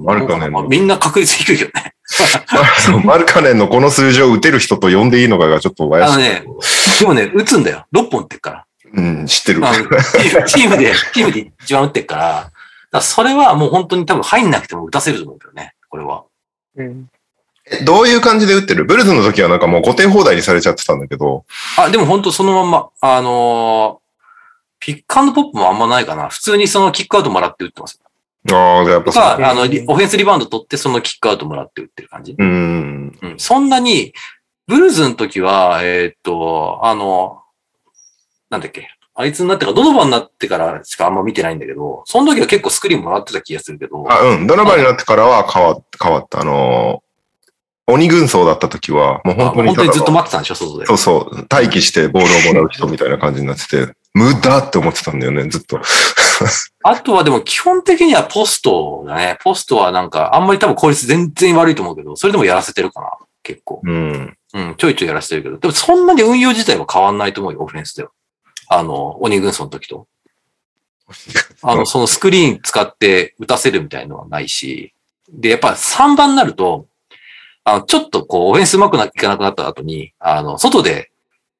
S3: マルカネ
S4: まあ
S3: の、
S4: みんな確率低いけどね。
S3: そうマルカネンのこの数字を打てる人と呼んでいいのかがちょっと怪
S4: あ
S3: し
S4: の
S3: い。
S4: ね、でもね、打つんだよ。6本打ってっから。
S3: うん、知ってる。
S4: あのチームチームで、チームで一番打ってっから。だからそれはもう本当に多分入んなくても打たせると思うけどね、これは。
S2: うん。
S3: どういう感じで打ってるブルズの時はなんかもう固定放題にされちゃってたんだけど、
S4: あ、でも本当そのまんま、あのーピックアンドポップもあんまないかな。普通にそのキックアウトもらって打ってます。
S3: ああ、やっぱ
S4: と
S3: そう。
S4: か、あの、リオフェンスリバウンド取って、そのキックアウトもらって打ってる感じ。
S3: うん。
S4: うん。そんなに、ブルーズの時は、えーっと、あの、なんだっけ、あいつになってから、ドノバンになってからしかあんま見てないんだけど、その時は結構スクリーンもらってた気がするけど、
S3: あ、うん。ドラバになってからは変わ変わった。あのー、鬼軍曹だった時は、もう
S4: あ
S3: 本当に
S4: 本
S3: た
S4: 当
S3: だ
S4: にずっと
S3: の、
S4: 待ってたんでしょ、外で
S3: そ。うそう、待機してボールをもらう人みたいな感じになってて、無駄って思ってたんだよね、ずっと。
S4: あとはでも基本的にはポストだね。ポストはなんか、あんまり多分効率全然悪いと思うけど、それでもやらせてるかな、結構。
S3: うん。
S4: うん、ちょいちょいやらせてるけど、でもそんなに運用自体は変わんないと思うよ、オフェンスでは。あの、鬼軍曹の時と。あの、そのスクリーン使って打たせるみたいのはないし、で、やっぱ3番になると、あの、ちょっとこう、オフェンスうまくないかなくなった後に、あの、外で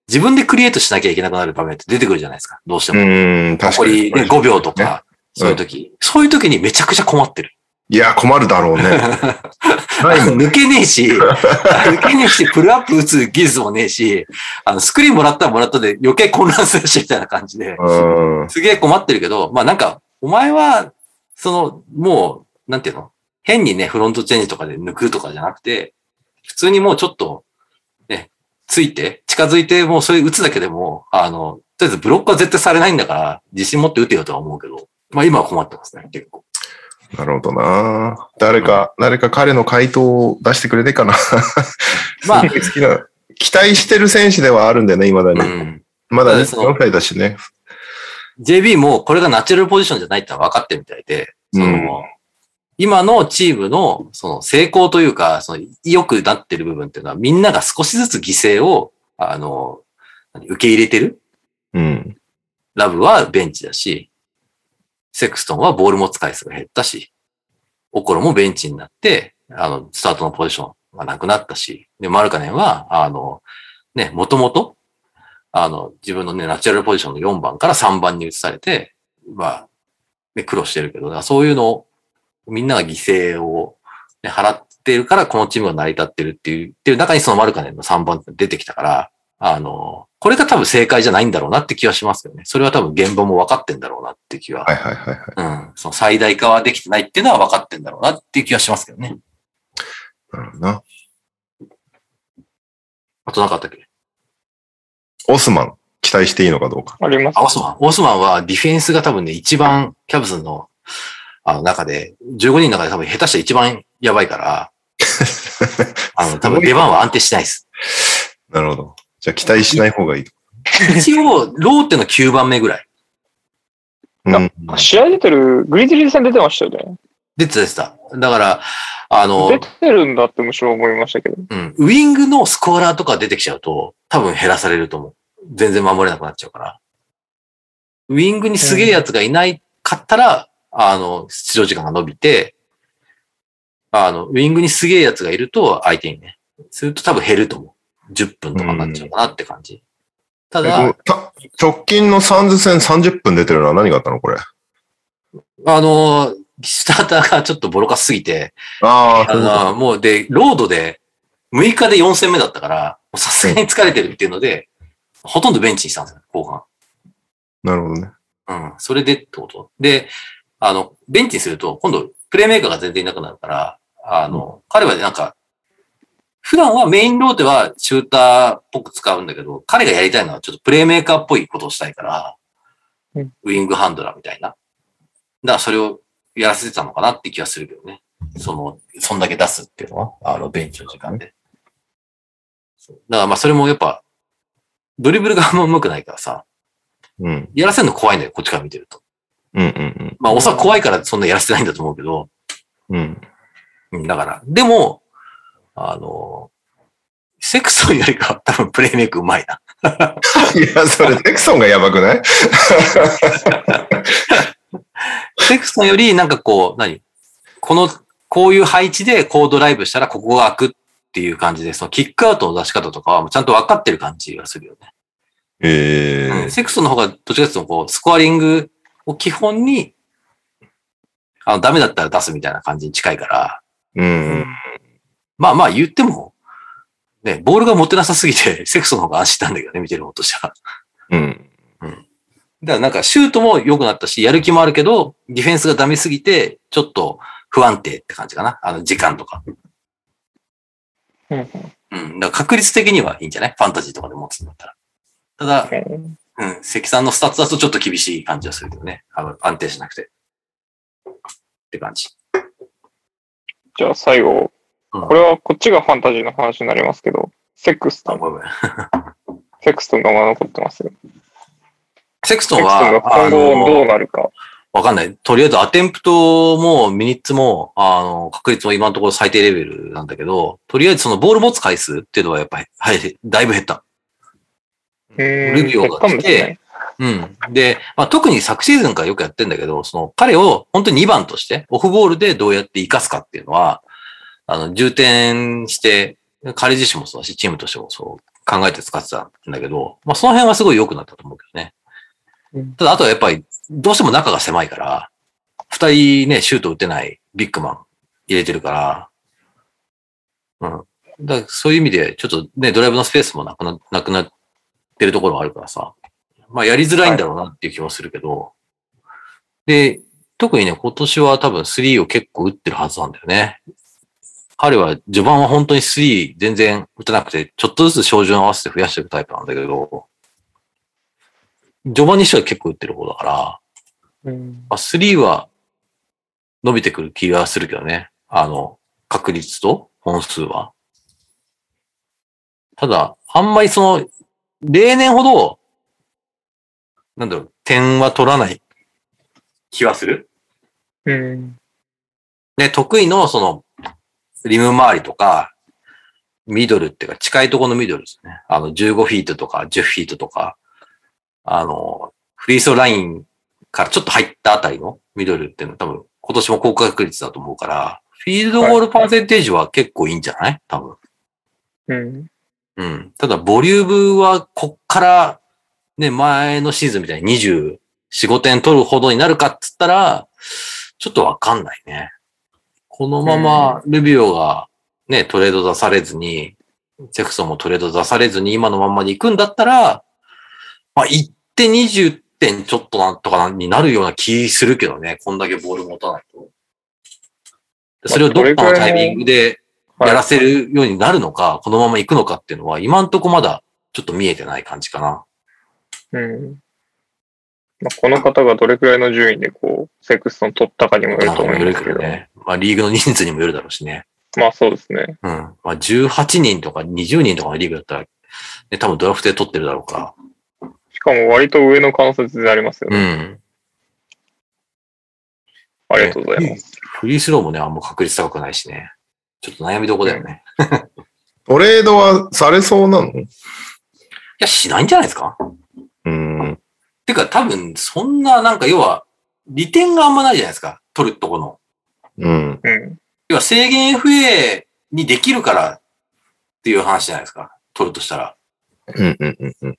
S4: 自分でクリエイトしなきゃいけなくなる場面って出てくるじゃないですか、どうしても。
S3: うん、確
S4: 残
S3: かに
S4: り、。ね、5秒とか、そういう時、そういう時にめちゃくちゃ困ってる。
S3: いや、困る だろうね。ないもん。
S4: 抜けねえし、 抜けねえし、プルアップ打つ技術もねえし、あの、スクリーンもらったらもらったで余計混乱するし、みたいな感じで、
S3: うん。
S4: すげえ困ってるけど、まあなんか、お前は、その、もう、なんていうの変にね、フロントチェンジとかで抜くとかじゃなくて、普通にもうちょっと、ね、ついて、近づいて、もうそれ打つだけでも、あの、とりあえずブロックは絶対されないんだから、自信持って打てよとは思うけど、まあ今は困ってますね、結構。
S3: なるほどな。誰か、誰か彼の回答を出してくれてかな。
S4: まあ、
S3: 好きな、期待してる選手ではあるんだよね、未だに。
S4: うん。
S3: まだね、
S4: そう
S3: 4歳だしね。
S4: JB もこれがナチュラルポジションじゃないってのは分かってるみたいで、その、
S3: うん
S4: 今のチームのその成功というか、その良くなってる部分っていうのはみんなが少しずつ犠牲を、あの、何受け入れてる
S3: うん。
S4: ラブはベンチだし、セクストンはボール持つ回数が減ったし、オコロもベンチになって、あの、スタートのポジションがなくなったし、で、マルカネンは、あの、ね、もともと、あの、自分のね、ナチュラルポジションの4番から3番に移されて、まあ、ね、苦労してるけど、だからそういうのを、みんなが犠牲を、ね、払ってるから、このチームが成り立ってるっていう、っていう中にそのマルカネンの3番って出てきたから、あの、これが多分正解じゃないんだろうなって気はしますけどね。それは多分現場も分かってんだろうなって気は
S3: はいはいはいはい。
S4: うん。その最大化はできてないっていうのは分かってんだろうなっていう気がしますけどね。
S3: なるほどな。
S4: あとなかったっけ
S3: オスマン、期待していいのかどうか。
S2: ありま
S4: あ、オ
S2: す。
S4: スマン。オスマンはディフェンスが多分ね、一番キャブスのあの中で、15人の中で多分下手したら一番やばい から、あの、多分出番は安定しないです。
S3: なるほど。じゃあ期待しない方がいい。
S4: 一応、ローテの9番目ぐらい。
S3: うん。
S2: 試合出てる、グリズリーズ戦出てましたよね。
S4: 出てた、出てた。だから、あの、
S2: 出てるんだってむしろ思いましたけど。
S4: うん。ウィングのスコアラーとか出てきちゃうと、多分減らされると思う。全然守れなくなっちゃうから。ウィングにすげえやつがいないかったら、あの、出場時間が伸びて、あの、ウィングにすげえやつがいると、相手にね、すると多分減ると思う。10分とかになっちゃうかなって感じ。た
S3: えでも
S4: だ、
S3: た直近のサンズ戦30分出てるのは何があったのこれ。
S4: あの、スターターがちょっとボロカスすぎて、
S3: あ
S4: あ
S3: あ、
S4: の、もうで、ロードで、6日で4戦目だったから、もうさすがに疲れてるっていうので、ほとんどベンチにしたんですよ、後半。
S3: なるほどね。
S4: うん、それでってこと。で、あの、ベンチにすると、今度、プレイメーカーが全然いなくなるから、あの、彼はなんか、普段はメインローテはシューターっぽく使うんだけど、彼がやりたいのはちょっとプレイメーカーっぽいことをしたいから、
S2: うん
S4: ウィングハンドラーみたいな。だからそれをやらせてたのかなって気がするけどね。その、そんだけ出すっていうのは、あの、ベンチの時間で。そうだからまあそれもやっぱ、ドリブルがあんま上手くないからさ、
S1: うん。
S4: やらせるの怖いんだよ、こっちから見てると。
S1: うんうん
S4: まあおそらく怖いからそんなやらせてないんだと思うけど、
S1: うん。うん。
S4: うん、だから、でも、あの、セクソンよりかは多分プレイメイクうまいな。
S3: いや、それ、ゼクソンがやばくない
S4: セクソンよりなんかこう、何この、こういう配置でこうドライブしたらここが開くっていう感じで、そのキックアウトの出し方とかはちゃんと分かってる感じがするよね。
S3: え
S4: うんセクソンの方がどっちかというとこう、スコアリングを基本に、あの、ダメだったら出すみたいな感じに近いから、
S1: うん。
S4: まあまあ言っても、ね、ボールが持ってなさすぎて、 セクソンの方が安心なんだけどね、見てる方としては。
S1: うん。
S4: だからなんかシュートも良くなったし、やる気もあるけど、ディフェンスがダメすぎて、ちょっと不安定って感じかな。あの、時間とか。
S2: うん
S4: うん。だから確率的にはいいんじゃないファンタジーとかで持つんだったら。ただ、
S2: うん
S4: うん、関さんのスタッツだとちょっと厳しい感じはするけどね。あの安定しなくて。って感じ。
S2: じゃあ最後、
S4: うん
S2: これはこっちがファンタジーの話になりますけど、セクスト
S4: あ
S2: ン、
S4: ごめんごめん
S2: セクストンがまだ残ってますよ。
S4: セクスト
S2: セ
S4: ン
S2: クストンが
S4: は、
S2: 今
S4: あ
S2: 後どう
S4: の、
S2: なるか。
S4: わかんない。とりあえずアテンプトもミニッツも、あの、確率も今のところ最低レベルなんだけど、とりあえずそのボール持つ回数っていうのはやっぱり、はい、だいぶ減った。
S2: ル
S4: ルビオが来てうん。で、まあ、特に昨シーズンからよくやってんだけど、その彼を本当に2番として、オフボールでどうやって活かすかっていうのは、あの、重点して、彼自身もそうだし、チームとしてもそう考えて使ってたんだけど、まあ、その辺はすごい良くなったと思うけどね
S2: うん。
S4: ただ、あとはやっぱり、どうしても中が狭いから、二人ね、シュート打てないビッグマン入れてるから、うん。だからそういう意味で、ちょっとね、ドライブのスペースもなくななくなってるところがあるからさ、まあやりづらいんだろうなっていう気もするけど、で、特にね、今年は多分3を結構打ってるはずなんだよね。彼は序盤は本当に3全然打たなくて、ちょっとずつ照準合わせて増やしていくタイプなんだけど、序盤にしては結構打ってる方だから、
S2: うん
S4: まあ、3は伸びてくる気がするけどね。あの、確率と本数は。ただ、あんまりその、例年ほど、なんだろう、点は取らない気はする
S2: うん
S4: ね、得意のその、リム周りとか、ミドルっていうか、近いところのミドルですね。あの、15フィートとか10フィートとか、あの、フリースローラインからちょっと入ったあたりのミドルっていうのは多分、今年も高確率だと思うから、フィールドゴールパーセンテージは結構いいんじゃない多分。
S2: うん
S4: うん。ただ、ボリュームは、こっから、ね、前のシーズンみたいに24、5点取るほどになるかっつったら、ちょっとわかんないね。このまま、ルビオが、ね、トレード出されずに、セクソンもトレード出されずに今のまんまに行くんだったら、まあ、行って20点ちょっとなんとかになるような気するけどね。こんだけボール持たないと。それをどっかのタイミングで
S2: はい
S4: やらせるようになるのか、このまま行くのかっていうのは、今んとこまだちょっと見えてない感じかな。
S2: うんまあこの方がどれくらいの順位でこう、セクストン取ったかにもよると思いますけど、
S4: ね。まあ、リーグの人数にもよるだろうしね。
S2: まあそうですね。
S4: うん。まあ、18人とか20人とかのリーグだったら、ね、多分ドラフトで取ってるだろうから。
S2: しかも割と上の関節でありますよ
S4: う
S2: ね。
S4: ん。
S2: ありがとうございます。
S4: フリースローもね、あんま確率高くないしね。ちょっと悩みどこだよね。
S3: トレードはされそうなの
S4: いや、しないんじゃないですか
S1: うん。
S4: てか、多分、そんな、なんか、要は、利点があんまないじゃないですか。取るとこの。
S1: うん。
S2: うん。
S4: 要は制限 FA にできるからっていう話じゃないですか。取るとしたら。
S1: うん。うん。うん。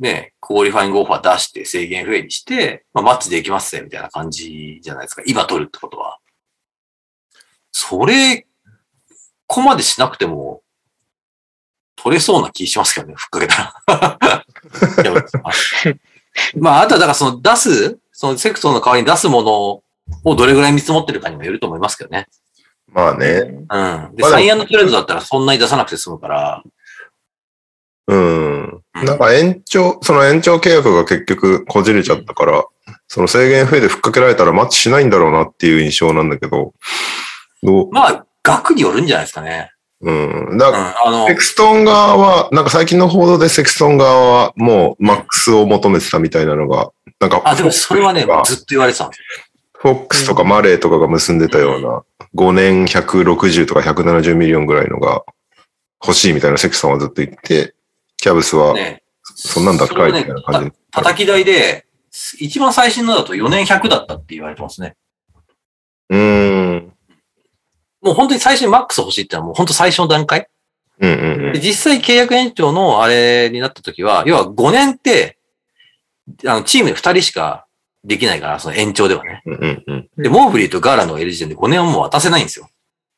S4: ね、クオリファイングオファー出して制限 FA にして、まあ、マッチできますね、みたいな感じじゃないですか。今取るってことは。それ、ここまでしなくても、取れそうな気しますけどね、ふっかけたら。い やあまあ、あとはだからその出す、そのセクトの代わりに出すものをどれぐらい見積もってるかにもよると思いますけどね。
S3: まあね。
S4: うん。で、
S3: まあでも
S4: サイアンドトレンドだったらそんなに出さなくて済むから。
S3: うん。
S4: うん
S3: なんか延長、その延長契約が結局こじれちゃったから、その制限増えでふっかけられたらマッチしないんだろうなっていう印象なんだけど、どう
S4: まあ、額によるんじゃないですかね。
S3: うん。
S4: う
S3: だ
S4: ん。
S3: か
S4: あの
S3: ら、セ、クストン側は、なんか最近の報道でセクストン側はもうマックスを求めてたみたいなのが、なんか、
S4: あ、でもそれはね、ずっと言われてたんです
S3: フォックスとかマレーとかが結んでたような、5年160とか170ミリオンぐらいのが欲しいみたいなセクさんはずっと言って、キャブス
S4: よ
S3: は
S4: ね。
S3: そんなんだっかいみたいな感じ
S4: それをねた叩き台で、一番最新のだと4年100だったって言われてますね。
S3: うーん。
S4: もう本当に最初にマックス欲しいってのはもう本当最初の段階。
S3: うんうんうん。
S4: で実際契約延長のあれになった時は、要は5年って、あの、チームで2人しかできないから、その延長ではね。
S3: うんうんうん。
S4: で、モーブリーとガーランドがいる時点で5年はもう渡せないんですよ。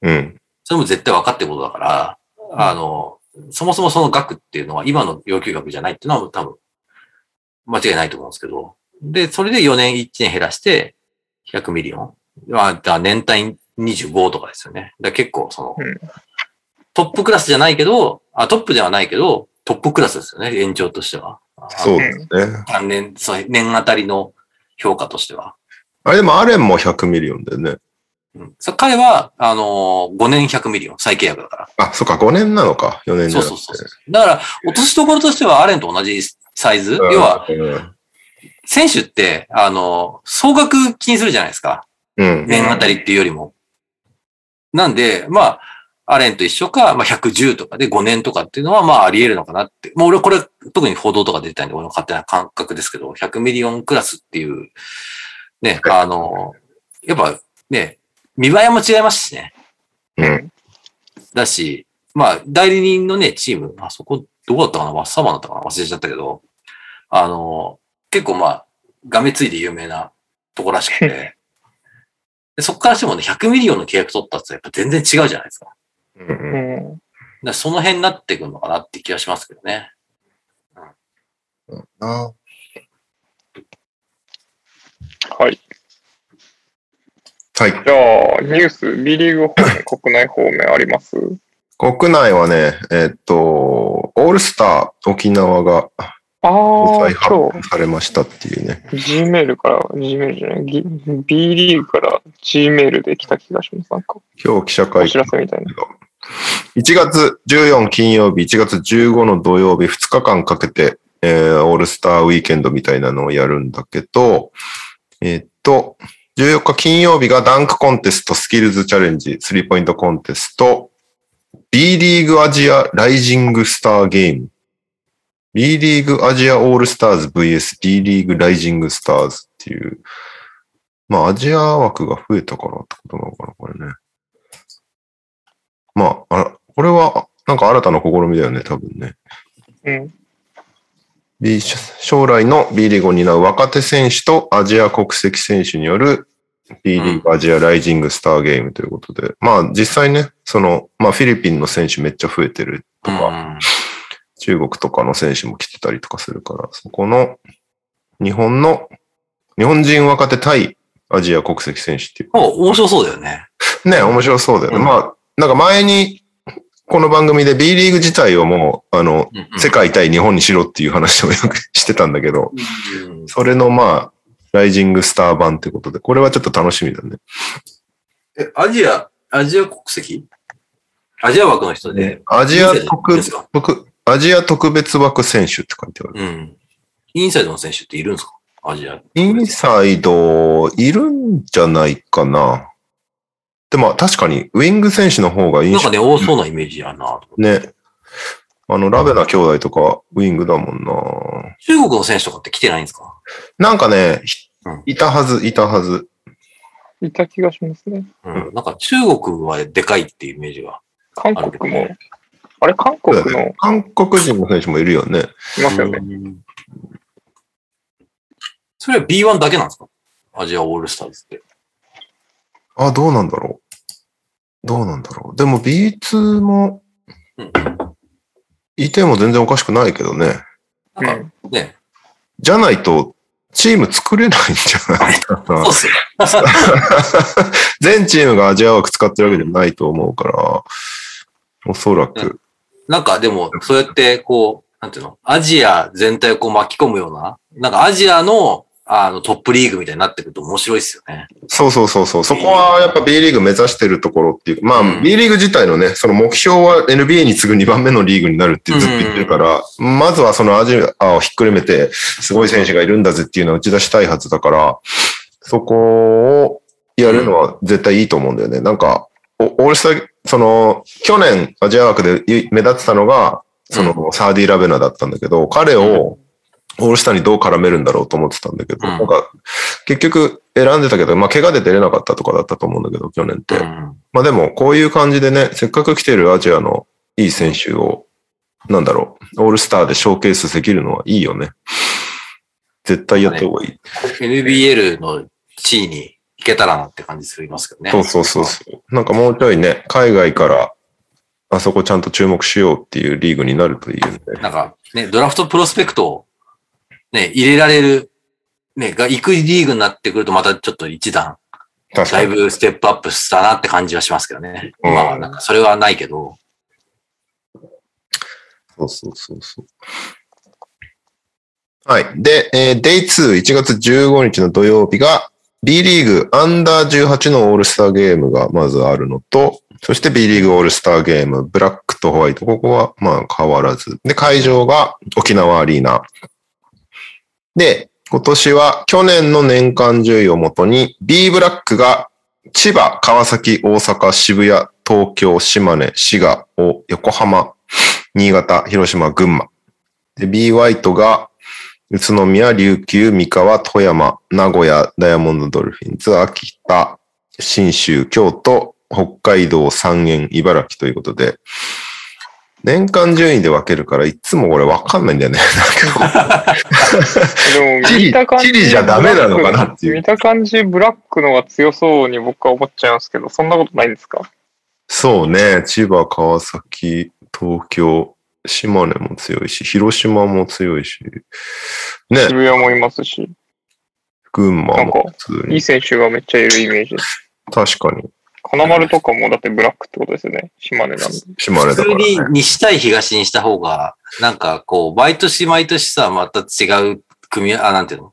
S3: うん。
S4: それも絶対分かってることだから、あの、そもそもその額っていうのは今の要求額じゃないっていうのは多分、間違いないと思うんですけど。で、それで4年1年減らして、100ミリオン。まあ、だから年単位25とかですよね。だから結構その、
S2: うん
S4: トップクラスじゃないけど、あ、トップではないけど、トップクラスですよね、延長としては。あ
S3: そうですね。
S4: あ年、そう年あたりの評価としては。
S3: あれでもアレンも100ミリオンだよね。
S4: うん、そう彼は、あの5年100ミリオン、再契約だから。
S3: あ、そっか、5年なのか。4年じ
S4: そ
S3: ゃ
S4: う
S3: なく
S4: そう
S3: て。
S4: そうそう。だから、落としどころとしてはアレンと同じサイズ。要は、
S3: うん、
S4: 選手って、あの、総額気にするじゃないですか。
S3: うん。
S4: 年あたりっていうよりも。なんで、まあ、アレンと一緒か、まあ、110とかで5年とかっていうのは、まあ、あり得るのかなって。もう俺これ、特に報道とか出てたんで、俺の勝手な感覚ですけど、100ミリオンクラスっていう、ね、あの、やっぱね、見栄えも違いますしね。
S3: うん。
S4: だし、まあ、代理人のね、チーム、あそこ、どこだったかなワッサマンだったかな忘れちゃったけど、あの、結構まあ、がめついで有名なとこらしく て、でそこからしてもね、100ミリオンの契約取ったってやっぱ全然違うじゃないですか。だか
S3: うん
S2: うん。
S4: らその辺になってくるのかなって気がしますけどね。
S3: あ
S2: はい。
S3: は
S2: じゃあ、
S3: い。
S2: ニュース、B リーグ方面、国内方面あります
S3: 国内はね、えっと、オールスター沖縄が
S2: ああ、
S3: 再発
S2: 今
S3: 表されましたっていうね。
S2: 日、G メールから、G メールじゃない、G- B リーグから G メールで来た気がします。なんか、
S3: 今日記者
S2: お
S3: 会
S2: 知らせみたいな。
S3: 1月14金曜日、1月15の土曜日、2日間かけて、えーオールスターウィーケンドみたいなのをやるんだけど、えーっと、14日金曜日がダンクコンテスト、スキルズチャレンジ、スリーポイントコンテスト、B リーグアジアライジングスターゲーム、B リーグアジアオールスターズ VS B リーグライジングスターズっていう、まあアジア枠が増えたからってことなのかな、これね。まあ、あらこれは、なんか新たな試みだよね、多分ね。
S2: うん。
S3: B 将来の B リーグを担う若手選手とアジア国籍選手による B リーグアジアライジングスターゲームということで、まあ実際ね、その、まあフィリピンの選手めっちゃ増えてるとか、
S4: うん
S3: 中国とかの選手も来てたりとかするから、そこの日本の、日本人若手対アジア国籍選手っていう
S4: もう面白そうだよね。
S3: ね、面白そうだよね。
S4: うん
S3: まあ、なんか前に、この番組で B リーグ自体をもう、あの、
S4: うんうん
S3: 世界対日本にしろっていう話をよくしてたんだけど、
S4: うん
S3: それのまあ、ライジングスター版ってことで、これはちょっと楽しみだね。
S4: え、アジア、アジア国籍アジア枠の人で。
S3: アジア
S4: いい
S3: 特
S4: ですか、
S3: 僕アジア特別枠選手って書いてある。
S4: うん。インサイドの選手っているんですかアジア。
S3: インサイド、いるんじゃないかな。でも確かに、ウィング選手の方が印
S4: なん
S3: 象
S4: かね、多そうなイメージあるなと思って
S3: ね。あの、ラベナ兄弟とか、ウィングだもんな。
S4: 中国の選手とかって来てないんですか
S3: なんかね、ひ
S4: うん
S3: いたはず、いたはず。
S2: いた気がしますね。
S4: うん。なんか中国はでかいっていうイメージが。
S2: 韓国も、あれ、韓国の、い
S3: 韓国人の選手もいるよね。
S2: ますよね。
S4: うんそれは B1 だけなんですかアジアオールスターズって。
S3: あ、どうなんだろう。どうなんだろう。でも B2 も
S4: うん、
S3: いても全然おかしくないけどね。
S4: なんかね、
S3: じゃないと、チーム作れないんじゃないか
S4: そうっ
S3: な。
S4: すよ。
S3: 全チームがアジア枠使ってるわけでもないと思うから、おそらく。
S4: なんかでも、そうやって、こう、なんていうの、アジア全体をこう巻き込むような、なんかアジアの、あの、トップリーグみたいになってくると面白いっすよね。
S3: そうそうそうそう。そこはやっぱ B リーグ目指してるところっていう。まあ、
S4: うん
S3: B リーグ自体のね、その目標は NBA に次ぐ2番目のリーグになるってずっと言ってるから、まずはそのアジアをひっくるめて、すごい選手がいるんだぜっていうのを打ち出したいはずだから、そこをやるのは絶対いいと思うんだよね。なんか、おオールスター、その、去年アジア枠でい目立ってたのが、その、サーディ・ラベナだったんだけど、彼を、オールスターにどう絡めるんだろうと思ってたんだけど、
S4: うん
S3: なんか結局選んでたけど、まあ、怪我で出れなかったとかだったと思うんだけど、去年って。
S4: うん。
S3: まあでも、こういう感じでね、せっかく来てるアジアのいい選手を、なんだろう、オールスターでショーケースできるのはいいよね。絶対やった方がいい。
S4: NBL の地位に行けたらなって感じするますけどね。
S3: そうそうそうそう。なんかもうちょいね、海外から、あそこちゃんと注目しようっていうリーグになるといいよね。
S4: なんか、ね、ドラフトプロスペクトを、ね、入れられる、ね、が行くリーグになってくるとまたちょっと一段、
S3: 確
S4: だ
S3: か
S4: い
S3: に。
S4: ぶステップアップしたなって感じはしますけどね。
S3: うん
S4: まあ、なんかそれはないけど。
S3: そうそうそうそう。はい。で、えー、デイ2、1月15日の土曜日が、B リーグアンダー18のオールスターゲームがまずあるのと、そして B リーグオールスターゲーム、ブラックとホワイト、ここはまあ変わらず。で、会場が沖縄アリーナ。で、今年は去年の年間順位をもとに、B ブラックが千葉、川崎、大阪、渋谷、東京、島根、滋賀、お横浜、新潟、広島、群馬。で、B ワイトが宇都宮、琉球、三河、富山、名古屋、ダイヤモンドドルフィンズ、秋田、新州、京都、北海道、三原、茨城ということで、年間順位で分けるから、いつも俺分かんないんだよね。 なんかこ
S2: でも
S3: チリ
S2: 見た感じ
S3: チリじゃダメなのかなっていう
S2: 見た感じ、ブラックのが強そうに僕は思っちゃいますけど、そんなことないんですか
S3: うそうね、千葉、川崎、東京、島根も強いし、広島も強いし、ね、
S2: 渋谷もいますし、
S3: 群馬も普通
S2: いい
S3: に。
S2: 選手がめっちゃいるイメージです。
S3: 確かに、
S2: 金丸とかもだってブラックってことですよね。島根なんで。
S3: 島根
S4: 普
S3: だから、
S4: 通
S3: ね。
S4: に西対東にした方が、なんかこう、毎年毎年さ、また違う組み合、あ、なんていうの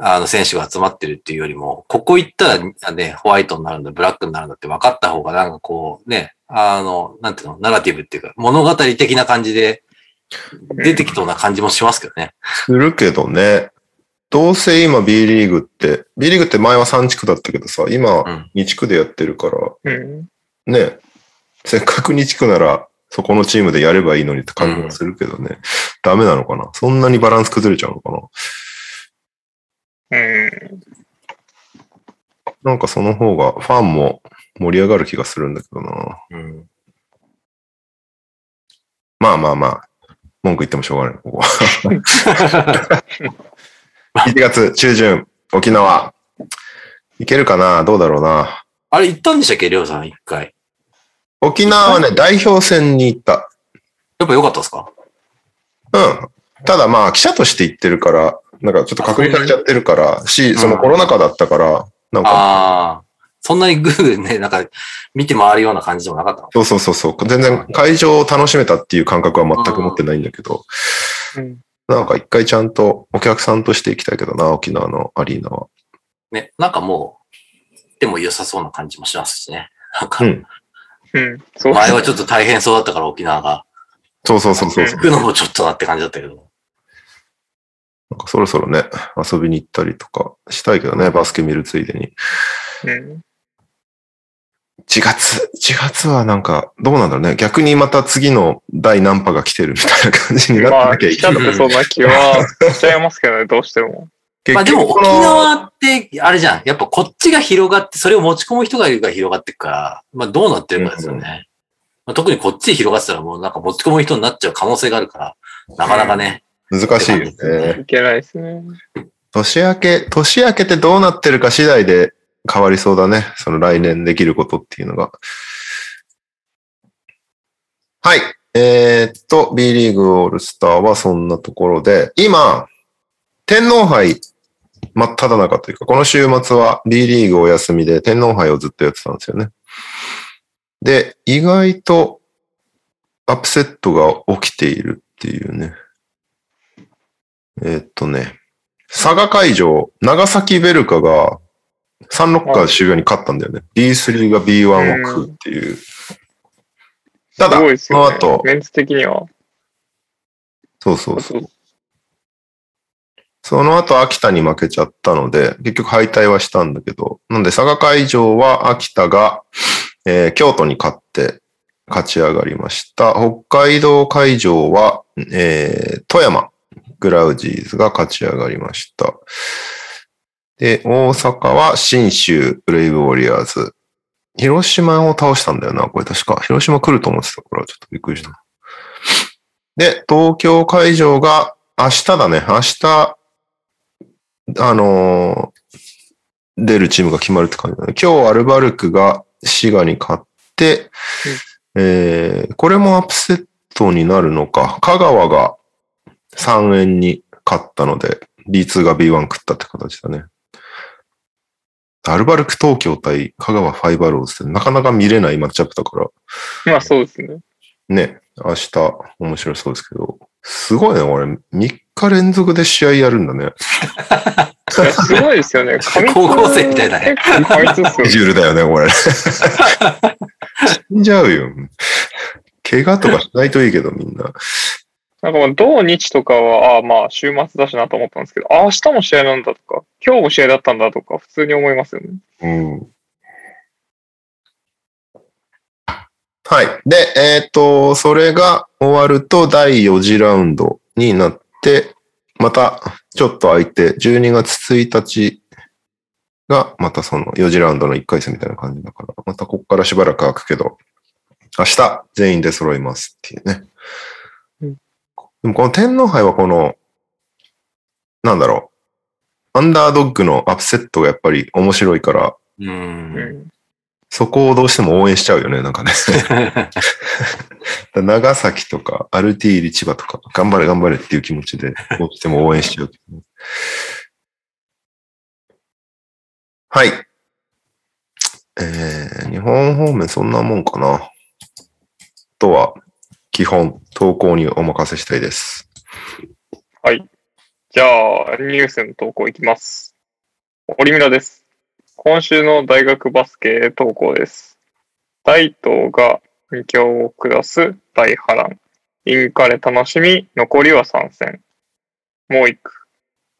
S4: あの、選手が集まってるっていうよりも、ここ行ったらね、ホワイトになるんだ、ブラックになるんだって分かった方が、なんかこう、ね、あの、なんていうの、ナラティブっていうか、物語的な感じで、出てきそうな感じもしますけどね。
S3: するけどね。どうせ今 B リーグって、B リーグって前は3地区だったけどさ、今
S4: うん
S3: 2地区でやってるから、
S2: うん。
S3: ね、せっかく2地区なら、そこのチームでやればいいのにって感じがするけどね、ダメなのかなそんなにバランス崩れちゃうのかな
S2: うん。
S3: なんかその方がファンも盛り上がる気がするんだけどな。
S4: うん。
S3: まあまあまあ、文句言ってもしょうがない、ここは。1月中旬、沖縄。いけるかなどうだろうな。
S4: あれ行ったんでしたっけりょうさん、一回。
S3: 沖縄はね、代表戦に行った。
S4: やっぱ良かったですか
S3: うん。ただまあ、記者として行ってるから、なんかちょっと確認されちゃってるから、し、
S4: ん
S3: そのコロナ禍だったから、なんか、
S4: ああ。そんなにグーね、なんか、見て回るような感じでもなかったの
S3: そうそうそうそう、全然会場を楽しめたっていう感覚は全く持ってないんだけど、
S2: うん
S3: なんか一回ちゃんとお客さんとして行きたいけどな、沖縄のアリーナは。
S4: ね、なんかもう、でも良さそうな感じもしますしね。なんか
S3: う、ん。
S2: うん。そう
S4: 前はちょっと大変そうだったから沖縄が。
S3: そうそうそうそうそう。
S4: 行くのもちょっとなって感じだったけど。
S3: なんかそろそろね、遊びに行ったりとかしたいけどね、バスケ見るついでに。
S2: うん。
S3: 1月、1月はなんか、どうなんだろうね。逆にまた次の第何波が来てるみたいな感じになって
S2: ま
S3: な
S2: あ、
S3: きゃい
S2: 来
S3: けな
S2: た
S3: い。
S2: ってそんな気は しちゃいますけどね、どうしても。
S4: まあでも
S3: 結局こ
S4: 沖
S3: の
S4: 縄って、あれじゃん。やっぱこっちが広がって、それを持ち込む人がいるから広がっていくから、まあどうなってるかですよね。まあ、特にこっちで広がってたらもうなんか持ち込む人になっちゃう可能性があるから、なかなかね。
S3: 難しいよね。
S2: いけないですね。
S3: 年明け、年明けてどうなってるか次第で変わりそうだね。その来年できることっていうのが。はい。えーっと、B リーグオールスターはそんなところで、今、天皇杯真っ只中というか、この週末は B リーグお休みで天皇杯をずっとやってたんですよね。で、意外とアップセットが起きているっていうね。えーっとね、佐賀会場、長崎ベルカがサンロッカー渋谷に勝ったんだよね。B3 が B1 を食うっていう。ただ、
S2: すごいです
S3: その
S2: よ、ね。
S3: 後、
S2: メンツ的には。
S3: そうそうそう。その後、秋田に負けちゃったので、結局敗退はしたんだけど、なんで佐賀会場は秋田が、えー京都に勝って勝ち上がりました。北海道会場は、えー富山グラウジーズが勝ち上がりました。で、大阪は新州ブレイブウォリアーズ。広島を倒したんだよな、これ確か。広島来ると思ってたから、ちょっとびっくりした。で、東京会場が明日だね。明日、あのー出るチームが決まるって感じだね。今日アルバルクが滋賀に勝って、えーこれもアップセットになるのか。香川が3円に勝ったので、B2 が B1 食ったって形だね。アルバルク東京対香川ファイバローズってなかなか見れないマッチアップだから、
S2: まあそうですね。
S3: ね、明日面白そうですけど、すごいね、俺、3日連続で試合やるんだ
S2: い
S3: ね。
S2: やすごいですよ ね。過密
S4: 高校生みたいだね。
S2: 結構過密ですよ
S3: ス
S2: ね
S3: ケジュールだよね、これ。死んじゃうよ。怪我とかしないといいけど、みんな。
S2: なんかまあ、土日とかは、ああまあ、週末だしなと思ったんですけど、ああ、明日も試合なんだとか、今日も試合だったんだとか、普通に思いますよね。
S3: うん。はい。で、えっ、と、それが終わると第4次ラウンドになって、またちょっと空いて、12月1日がまたその4次ラウンドの1回戦みたいな感じだから、またここからしばらく空くけど、明日全員で揃いますっていうね。
S2: うん
S3: でもこの天皇杯はこの、なんだろう、アンダードッグのアップセットがやっぱり面白いから、
S4: う。
S2: うんん。
S3: そこをどうしても応援しちゃうよね、なんかね。 長崎とか、アルティーリ千葉とか、頑張れ頑張れっていう気持ちで、どうしても応援しちゃう。はい。えー、日本方面そんなもんかな。あとは、基本、投稿にお任せしたいです。
S2: じゃあ、ニュースの投稿いきます。堀村です。今週の大学バスケ投稿です。大東が2強を下す大波乱。インカレ楽しみ、残りは3戦。もう一句。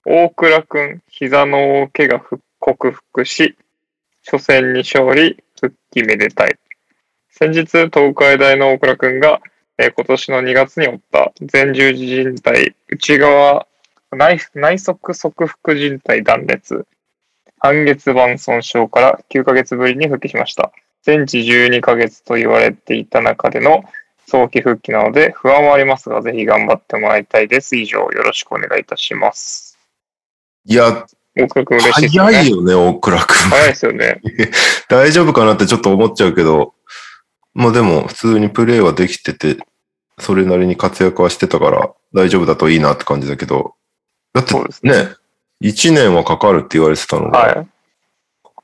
S2: 大倉くん、膝の大怪我復克服し、初戦に勝利、復帰めでたい。先日、東海大の大倉くんが、えー今年の2月に負った前十字靭帯内側内内側側副靭帯断裂、半月板損傷から9ヶ月ぶりに復帰しました。全治12ヶ月と言われていた中での早期復帰なので不安はありますが、ぜひ頑張ってもらいたいです。以上、よろしくお願いいたします。
S3: いや、
S2: 大倉君嬉しいですね。
S3: 早いよね、大倉くん。
S2: 早いですよね。
S3: 大丈夫かなってちょっと思っちゃうけど、まあでも普通にプレーはできてて、それなりに活躍はしてたから大丈夫だといいなって感じだけど、だって
S2: そうですね
S3: ね、1年はかかるって言われてたのが、
S2: はい。も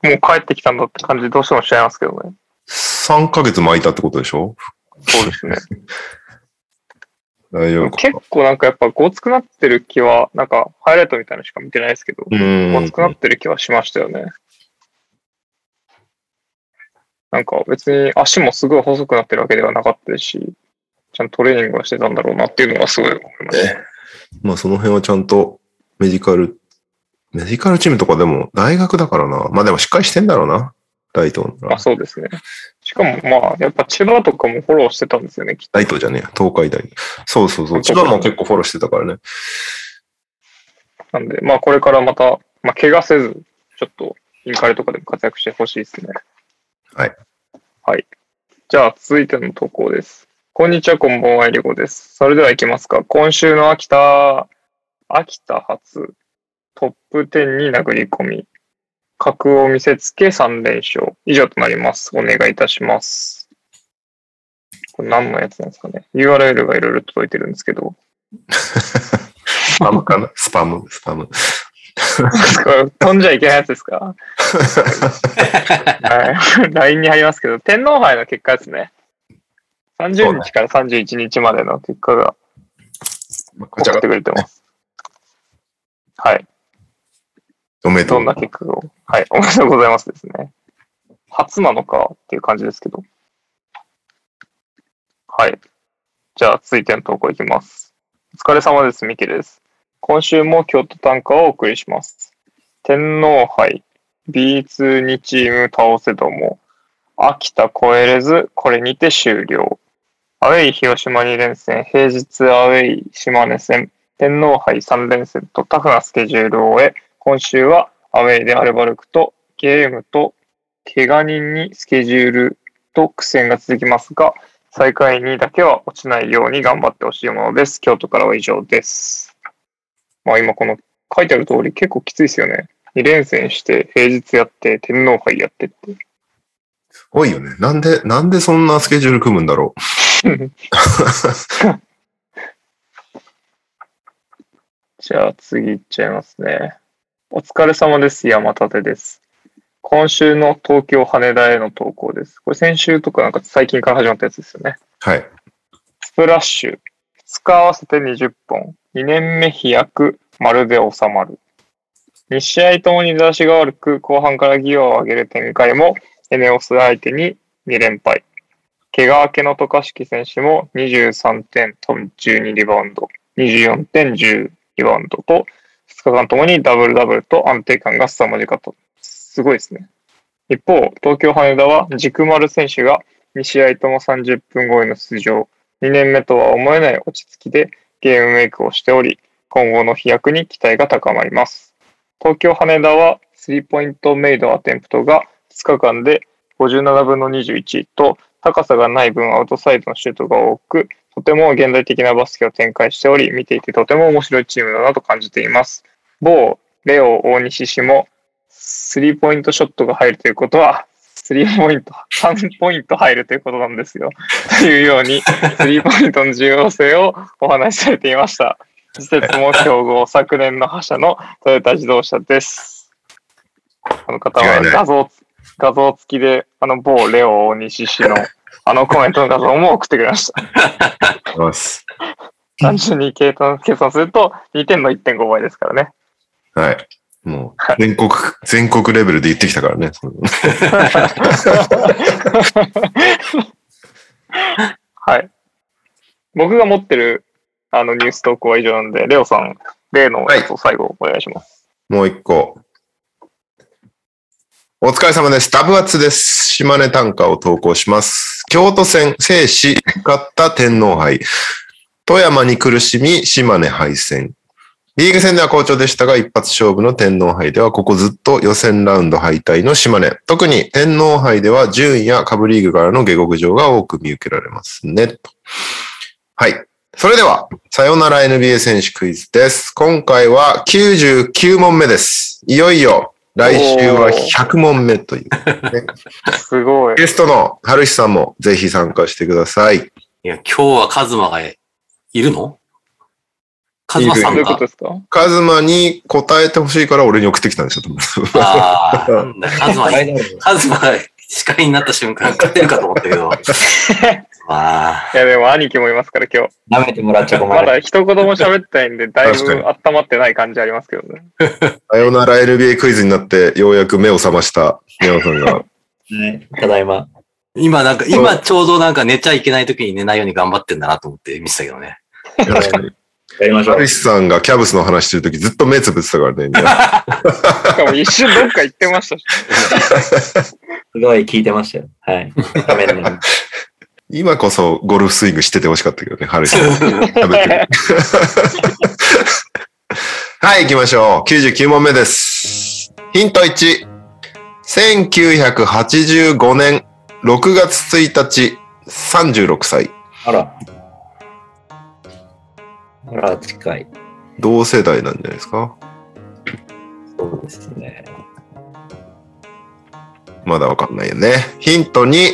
S2: う帰ってきたんだって感じどうしてもしちゃいますけどね。
S3: 3ヶ月巻いたってことでしょ
S2: そうですね。
S3: 大丈夫か
S2: 結構なんかやっぱごつくなってる気は、なんかハイライトみたいなのしか見てないですけど、
S3: うー。
S2: 熱くなんってる気はしましたよね。なんか別に足もすごい細くなってるわけではなかったですし、ちゃんとトレーニングはしてたんだろうなっていうのはすごい思いました。
S3: まあその辺はちゃんとメディカル、メディカルチームとかでも大学だからな。まあでもしっかりしてんだろうな。ライトな
S2: まあ
S3: ら。
S2: そうですね。しかもまあ、やっぱ千葉とかもフォローしてたんですよね、きっと。
S3: ライトじゃねえや、東海大。そうそうそう。千葉も結構フォローしてたからね。
S2: なんで、まあこれからまた、まあ怪我せず、ちょっとインカレとかでも活躍してほしいですね。
S3: はい。
S2: はい。じゃあ続いての投稿です。こんにちは、こんばんは、えりこです。それでは行きますか。今週の秋田、秋田初、トップ10に殴り込み、格を見せつけ3連勝。以上となります。お願いいたします。これ何のやつなんですかね。URL がいろいろ届いてるんですけど。
S3: スパムかなスパム、スパム。
S2: 飛んじゃいけないやつですかはい。LINE に入りますけど、天皇杯の結果ですね。30日から31日までの結果が
S3: ごち
S2: 送っ
S3: ゃごち
S2: て
S3: ゃ
S2: くれてます。はい。
S3: おめでと
S2: ど。
S3: うん
S2: な結果を。はい。おめでとうございますですね。初なのかっていう感じですけど。はい。じゃあ、続いての投稿いきます。お疲れ様です。ミケです。今週も京都短歌をお送りします。天皇杯 B22 チーム倒せども、秋田超えれず、これにて終了。アウェイ広島2連戦、平日アウェイ島根戦、天皇杯3連戦とタフなスケジュールを終え、今週はアウェイでアルバルクとゲームと怪我人にスケジュールと苦戦が続きますが、最下位にだけは落ちないように頑張ってほしいものです。京都からは以上です。まあ今この書いてある通り結構きついですよね。2連戦して平日やって天皇杯やってって。
S3: 多いよね。なんで、なんでそんなスケジュール組むんだろう。
S2: じゃあ次行っちゃいますね。お疲れ様です。山立です。今週の東京羽田への投稿です。これ先週とかなんか最近から始まったやつですよね。
S3: はい。
S2: スプラッシュ、2日合わせて20本、2年目飛躍、まるで収まる。2試合ともに出足が悪く、後半からギアを上げる展開も、エネオス相手に2連敗。怪我明けの渡嘉敷選手も23点と12リバウンド、24点10リバウンドと、2日間ともにダブルダブルと安定感が凄まじかった。すごいですね。一方、東京羽田は軸丸選手が2試合とも30分超えの出場、2年目とは思えない落ち着きでゲームメイクをしており、今後の飛躍に期待が高まります。東京羽田はスリーポイントメイドアテンプトが2日間で57分の21と高さがない分アウトサイドのシュートが多く、とても現代的なバスケを展開しており、見ていてとても面白いチームだなと感じています。某レオ大西氏もスリーポイントショットが入るということは、スリーポイント、3ポイント入るということなんですよ。というように、スリーポイントの重要性をお話しされていました。施設も競合、昨年の覇者のトヨタ自動車です。この方
S3: 間違
S2: はい
S3: ない
S2: 画像、画像付きで、あの某レオ大西氏のあのコメントの画像も送ってくれました。
S3: あります
S2: 単純に計算計算すると2点の1.5倍ですからね。
S3: はい。もう、全国、全国レベルで言ってきたからね。
S2: はい。僕が持ってるあのニュース投稿は以上なんで、レオさん、例のやつを最後お願いします。
S3: もう一個。お疲れ様です。ダブアツです。島根短歌を投稿します。京都戦、生死、受かった天皇杯。富山に苦しみ、島根敗戦。リーグ戦では好調でしたが、一発勝負の天皇杯では、ここずっと予選ラウンド敗退の島根。特に天皇杯では、順位や下部リーグからの下克上が多く見受けられますね。とはい。それでは、さよなら NBA 選手クイズです。今回は99問目です。いよいよ、来週は100問目という。
S2: すごい。
S3: ゲストの春日さんもぜひ参加してください。
S4: いや、今日はカズマがいるのカズマさ
S2: どうんいうこと
S4: が。
S2: ですか
S3: カズマに答えてほしいから俺に送ってきたんですよ多分。
S4: ああ、なんだカズ マ、
S1: 大丈夫
S4: カズマが司会になった瞬間勝てるかと思ったけ ど。まあ、
S2: いやでも兄貴もいますから今日。
S1: 舐めてもらっちゃ困
S2: ま
S1: る。
S2: だ一言も喋ってないんで、だいぶ
S3: 確
S2: 温まってない感じありますけどね。
S3: さよなら NBA クイズになってようやく目を覚ました宮野さんが。
S1: はいただいま。
S4: 今なんか、今ちょうどなんか寝ちゃいけない時に寝ないように頑張ってんだなと思って見てたけどね。
S1: やりましょう
S3: 春。日さんがキャブスの話してるときずっと目つぶってたからね。宮野さん
S2: しかも一瞬どっか行ってましたし。
S1: すごい聞いてましたよ。はい。画 面の
S3: 今こそゴルフスイングしててほしかったけどね、春日さん。食べてるはい、行きましょう。99問目です。ヒント1。1985年6月1日、36歳。
S1: あら。あら、近い。
S3: 同世代なんじゃないですか
S1: そうですね。
S3: まだわかんないよね。ヒント2、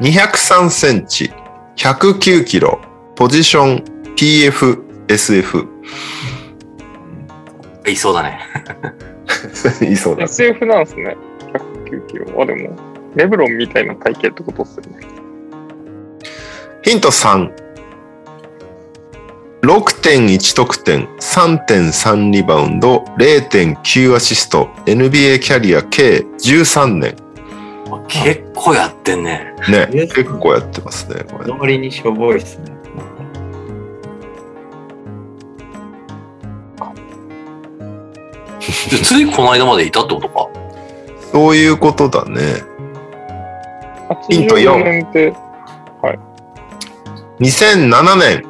S3: 203センチ、109キロ、ポジション、PFSF。
S4: いそうだね。
S3: 言 いそうだ。
S2: SF なんですね。109キロ。あ、でも、レブロンみたいな体型ってことっすよね。
S3: ヒント3。6.1得点、3.3リバウンド、0.9アシスト、NBA キャリア計13年。
S4: 結構やってんね。
S3: ね、
S1: え
S3: 結構やってますね、これ。
S1: 通りにしょぼいっすね。
S4: でついこの間までいたってことか。
S3: そういうことだね。ヒント
S2: 84年って、
S3: 2007年、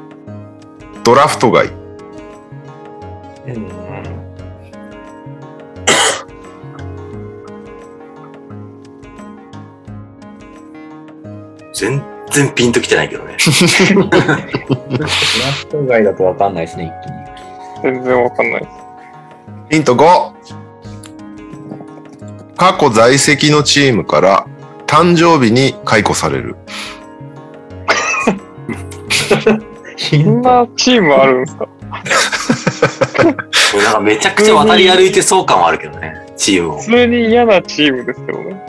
S3: ドラフト外。
S1: うん。
S4: 全然ピンときてないけどね。
S1: フラスト外だとわかんないですね、一気に。
S2: 全然わかんないです。
S3: ヒント5。過去在籍のチームから誕生日に解雇される。
S1: ヒ
S2: そん
S1: ント
S2: なチームあるんですか
S4: これなんかめちゃくちゃ渡り歩いてそう感はあるけどね。チームを
S2: 普。通に嫌なチームですけどね。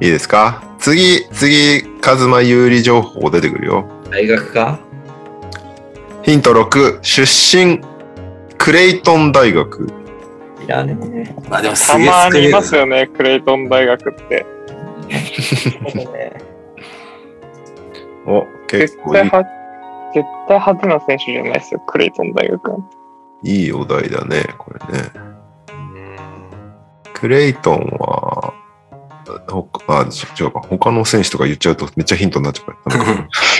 S3: いいですか次、次、カズマ有利情報出てくるよ。
S1: 大学か
S3: ヒント6、出身、クレイトン大学。
S1: いやね。
S4: あ、でもす
S2: た
S4: げえ
S2: ま
S4: 少
S2: にい
S4: ねえな
S2: ますよね、クレイトン大学って。
S3: お、結
S2: 絶
S3: 構
S2: 対
S3: い
S2: は、絶対派手な選手じゃないですよ、クレイトン大学は。
S3: いいいお題だね、これね。クレイトンは、ほあ、違うか、他の選手とか言っちゃうとめっちゃヒントになっちゃうから。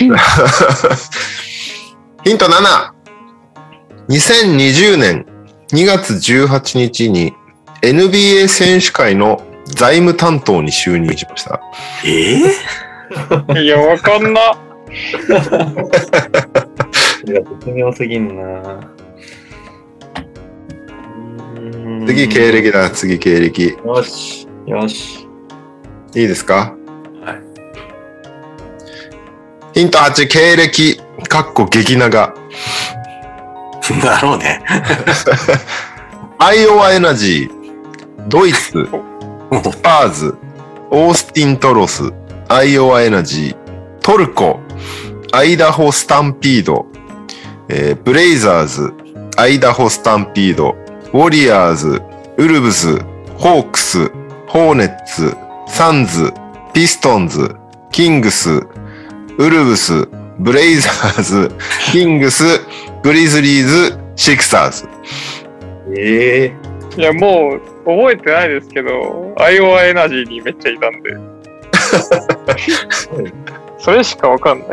S3: ヒント 7!2020 年2月18日に NBA 選手会の財務担当に就任しました。
S4: ええ
S2: いや、わかんな。
S1: いや、絶妙すぎんな。
S3: 次、経歴だ。次、経歴。い
S1: よし、よし。
S3: いですか
S4: は
S3: ヒント8、経歴。かっこ激長。
S4: だろうね。
S3: アイオワエナジー、ドイツ、スパーズ、オースティントロス、アイオワエナジー、トルコ、アイダホスタンピード、えーブレイザーズ、アイダホスタンピード、ウォリアーズ、ウルブス、ホークス、ホーネッツ、サンズ、ピストンズ、キングス、ウルブス、ブレイザーズ、キングス、グリズリーズ、シクサーズ。
S1: ええ
S2: いや、もう覚えてないですけど、アイオワエナジーにめっちゃいたんで。 それしかわかんない。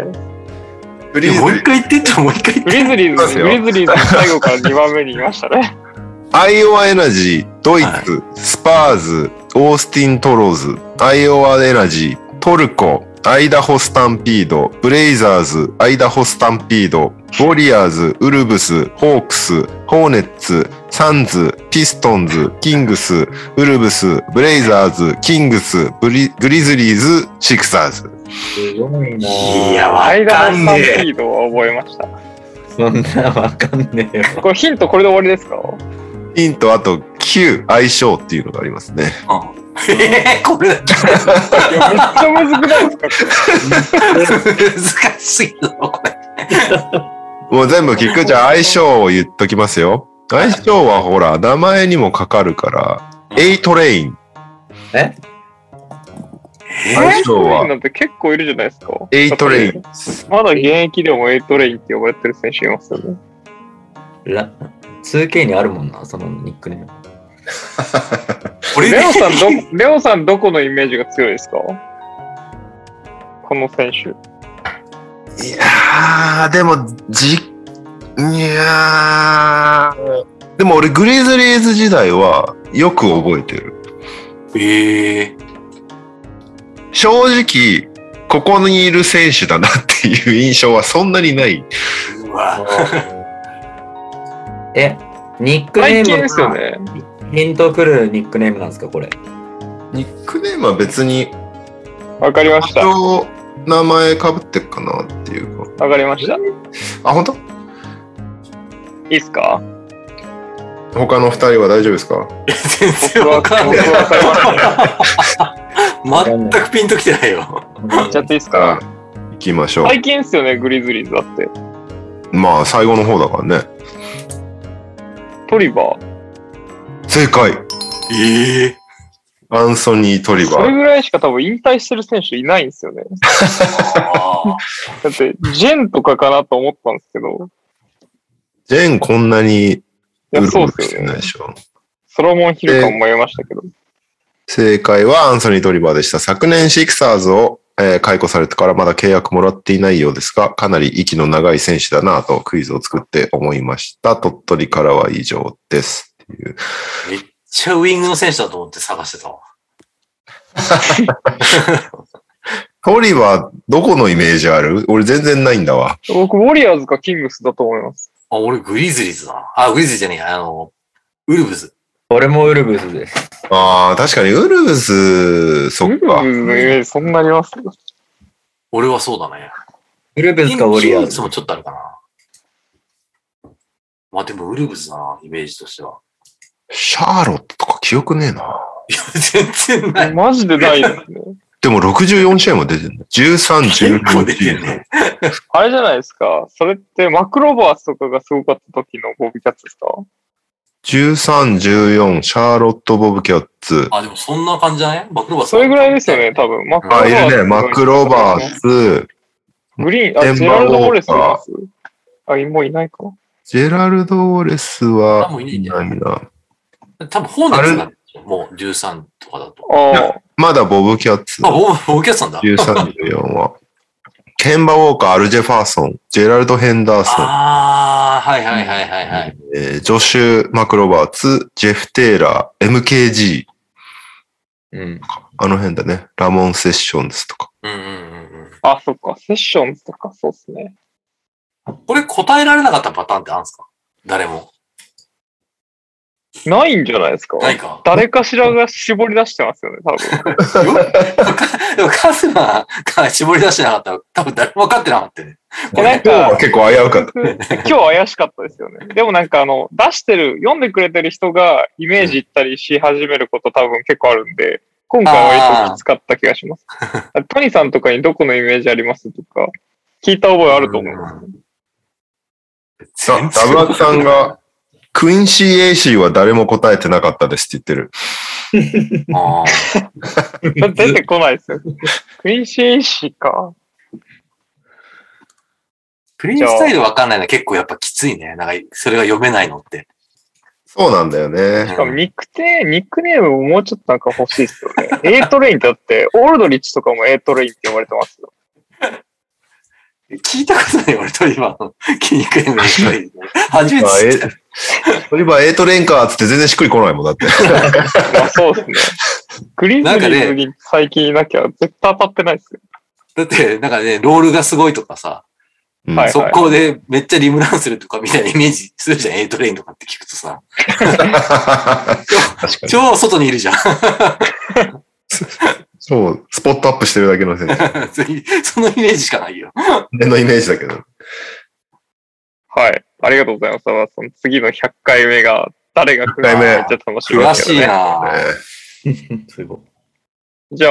S3: グ
S4: いやもう一回言ってって、もう一回言っ
S2: グ
S4: て。
S2: リズリーズ、
S3: そうですよ
S2: グリズリーズの最後から2番目にいましたね。
S3: アイオワエナジー、ドイツ、スパーズ、オースティントローズ、アイオワエナジー、トルコ、アイダホスタンピード、ブレイザーズ、アイダホスタンピード、ウォリアーズ、ウルブス、ホークス、ホーネッツ、サンズ、ピストンズ、キングス、ウルブス、ブレイザーズ、キングス、ブリグリズリーズ、シクサーズ。
S1: すごいな。
S4: いや、わ
S2: アイダ
S4: か
S2: の
S4: ん
S2: スタンピ
S4: ね
S2: ードは覚えました。
S1: そんなわかんねえよ。
S2: これヒントこれで終わりですか
S3: ヒントあと9、相性っていうのがありますね。
S4: え。ええこれ、
S2: いや、めっちゃむずくないですか
S4: 難しいぞ、これ。
S3: もう全部聞く。じゃあ相性を言っときますよ。相性はほら、名前にもかかるから、A トレイン。
S1: え
S3: 相性
S2: トレイン
S3: は
S2: なんて結構いるじゃないですか。
S3: A トレイン。
S2: まだ現役でも A トレインって呼ばれてる選手いますよね。
S1: ラ 2K にあるもんな、そのニックネーム。
S4: 俺
S2: レ
S4: ね
S2: オさんど、レオさんどこのイメージが強いですかこの選手。
S3: いやー、でも、じ、いやー。でも俺、グリズリーズ時代はよく覚えてる。
S4: ええ
S3: 正直、ここにいる選手だなっていう印象はそんなにない。
S4: うわ。
S1: え、ニックネ
S2: 最
S1: ーム
S2: 近
S1: は
S2: ですよね。
S1: ヒントくるニックネームなんですか、これ。
S3: ニックネームは別に、
S2: わかりました。
S3: 人名前かぶってっかなっていうか。
S2: わかりました。い
S3: あ、本当？
S2: いっすか
S3: 他の二人は大丈夫ですか
S4: 全然わかんない
S2: 僕。は僕はわかりま
S4: 全くピンときてないよ。
S2: せんちゃっていいっすか
S3: 行きましょう。
S2: 最近っすよね、グリズリーズだって。
S3: まあ、最後の方だからね。
S2: トリバー。
S3: 正解
S4: ええ
S3: アンソニー・トリ
S2: そ
S3: バ
S2: れ
S3: ー。
S2: ぐらいしか多分引退してる選手いないんですよね。
S4: あ
S2: だって、ジェンとかかなと思ったんですけど、
S3: ジェーンこんなに
S2: いうや、
S3: るう
S2: そう
S3: る
S2: っ
S3: し
S2: す
S3: て
S2: よ
S3: ない
S2: ね
S3: で。しょ。
S2: ソロモンヒルかも迷いましたけど。
S3: 正解はアンソニー・トリバーでした。昨年シクサーズを、えー解雇されてからまだ契約もらっていないようですが、かなり息の長い選手だなぁとクイズを作って思いました。鳥取からは以上です。っていう。
S4: ーめっちゃウィングの選手だと思って探してたわ。
S3: トリバー、どこのイメージある俺全然ないんだわ。
S2: 僕、ウォリアーズかキングスだと思います。
S4: あ、俺グリズリーズだな。あ、グリズリーズじゃねえや、あの、ウルブズ。
S1: 俺もウルブズです。
S3: ああ、確かにウルブス、そっか
S2: ウ。ルブズのイメージそんなにあります
S4: 俺はそうだね。
S1: ウルブズかウォリ
S4: キ
S1: アー
S4: ング
S1: ズ
S4: ス。もちょっとあるかな。まあでもウルブズだな、イメージとしては。
S3: シャーロットとか記憶ねえな。
S4: 全然ない。
S2: マジでないです ね。
S3: でも64試合も出てるの。13、
S4: 結構
S3: 14
S4: 出てるね。
S2: あれじゃないですか。それって、マクロバースとかがすごかった時のボビキャッツですか
S3: 13、14、シャーロット・ボブ・キャッツ。
S4: あ、でもそんな感じじゃないマクロバス。
S2: それぐらいですよね、。多分。マク
S3: あ、いる
S2: ロバ
S3: ね。
S2: ース
S3: マクロバース、
S2: グリーン、あ、ジェラルド・ウォレスもいます。あ、もういないか。
S3: ジェラルド・ウォレスは
S4: あ、もういない
S3: い
S4: んだよ
S3: ないな。
S4: 多分ホーネッツなんですよもう13とかだと。
S2: あ
S3: まだボブ・キャッツ
S4: あ、。ボーボーキャストなんだ。
S3: 13、14は。ケンバ・ウォーカー、アルジェ・ファーソン、ジェラルド・ヘンダーソン、
S4: ああ、はいはいはいはいはい。
S3: えージョシュ・マクロバーツ、ジェフ・テイラー、MKG、
S1: うん。
S3: あの辺だね。ラモン・セッションズとか。
S4: うんうんうん
S2: あ、あ、そっか。セッションズとか、そうっすね。
S4: うん。これ答えられなかったパターンってあるんですか誰も。
S2: ないんじゃないですか。
S4: ないか。
S2: 誰かしらが絞り出してますよね、多 分。
S4: でもカズマが絞り出してなかったら多分誰も分かってなかったよね。
S2: いやなんか、
S3: 結構危うかっ
S2: 今日怪しかったですよね。でもなんかあの、出してる、読んでくれてる人がイメージいったりし始めること多分結構あるんで、今回は割ときつかった気がします。 トニーさんとかにどこのイメージありますとか、聞いた覚えあると思います。
S3: た。
S4: 全然
S3: ダブアツさんが、クインシー・エイシーは誰も答えてなかったですって言ってる。
S4: あー
S2: だ って出てこないですよ。クインシー・エイシーか。
S4: プリンスタイル分かんないの結構やっぱきついね。なんかそれが読めないのって。
S3: そうなんだよね。
S2: しかもニックテニックネームももうちょっとなんか欲しいですよね。エイトレインってだって、オールドリッチとかもエイトレインって呼ばれてますよ。
S4: 聞いたことない俺トリバーの 筋肉炎の一人。初めて
S3: まあ、
S4: 知
S3: え
S4: った。
S3: トリバーエイトレンカーっつって全然しっくりこないもんだって。
S2: まあそうですね。グリズリーズに最近いなきゃ絶対当たってないですよ。
S4: だって、なんかね、ロールがすごいとかさ、
S3: うん
S2: はい
S4: 速攻でめっちゃリムランするとかみたいなイメージする じゃん、エイトレインとかって聞くとさ。超外にいるじゃん。
S3: そう、スポットアップしてるだけの選手。
S4: そのイメージしかないよ。
S3: 俺のイメージだけど。
S2: はい。ありがとうございます。その次の100回目が、誰が来るか
S3: 100
S2: め
S3: 回目
S2: っちゃ楽しみ
S4: 詳
S2: です
S4: しい
S2: よね。
S4: な
S3: ね
S1: すごい。
S2: じゃあ、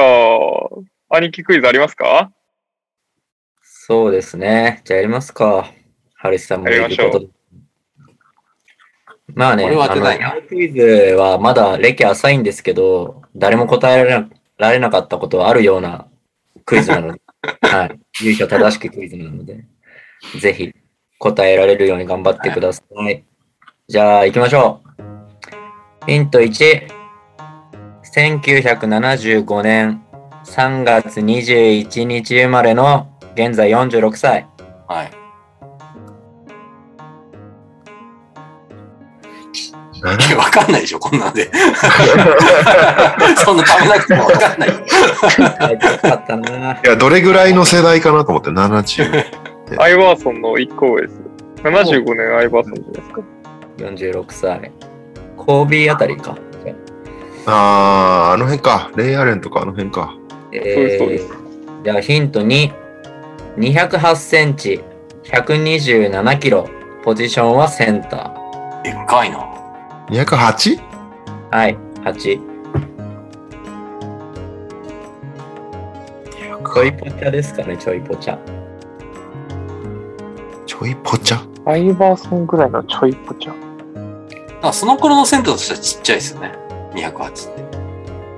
S2: 兄貴クイズありますか
S1: そうですね。じゃあやりますか。ハリスさんも
S2: やりましょう
S1: とでまあね、
S4: 俺は当てないな
S1: あのクイズはまだ歴浅いんですけど、誰も答えられなられなかったことはあるようなクイズ なので、はい。優勝正しくクイズなので、ぜひ答えられるように頑張ってください。じゃあ行きましょう。ヒント1。1975年3月21日生まれの現在46歳。
S4: はい。いやわかんないでしょ、こん なんで。そんな食べなくてもわかんない。
S1: はい、よかったな。
S3: いや、どれぐらいの世代かなと思って、70。
S2: アイバーソンの1個上ですよ。75年アイバーソンじゃないですか。
S1: 46歳。コービーあたりか。
S3: あー、あの辺か。レイアレンとかあの辺か。
S1: え
S2: そうです
S1: ー、じゃあヒント2、208センチ、127キロ、ポジションはセンタ
S4: でっかいな。
S3: 208?
S1: ー。はい、8。ちょいぽちゃですかね、ちょいぽちゃ。
S3: ちょいぽちゃ。
S2: アイバーソンぐらいのちょいぽちゃ。
S4: あその頃の銭湯としてはちっちゃいですよね。208って。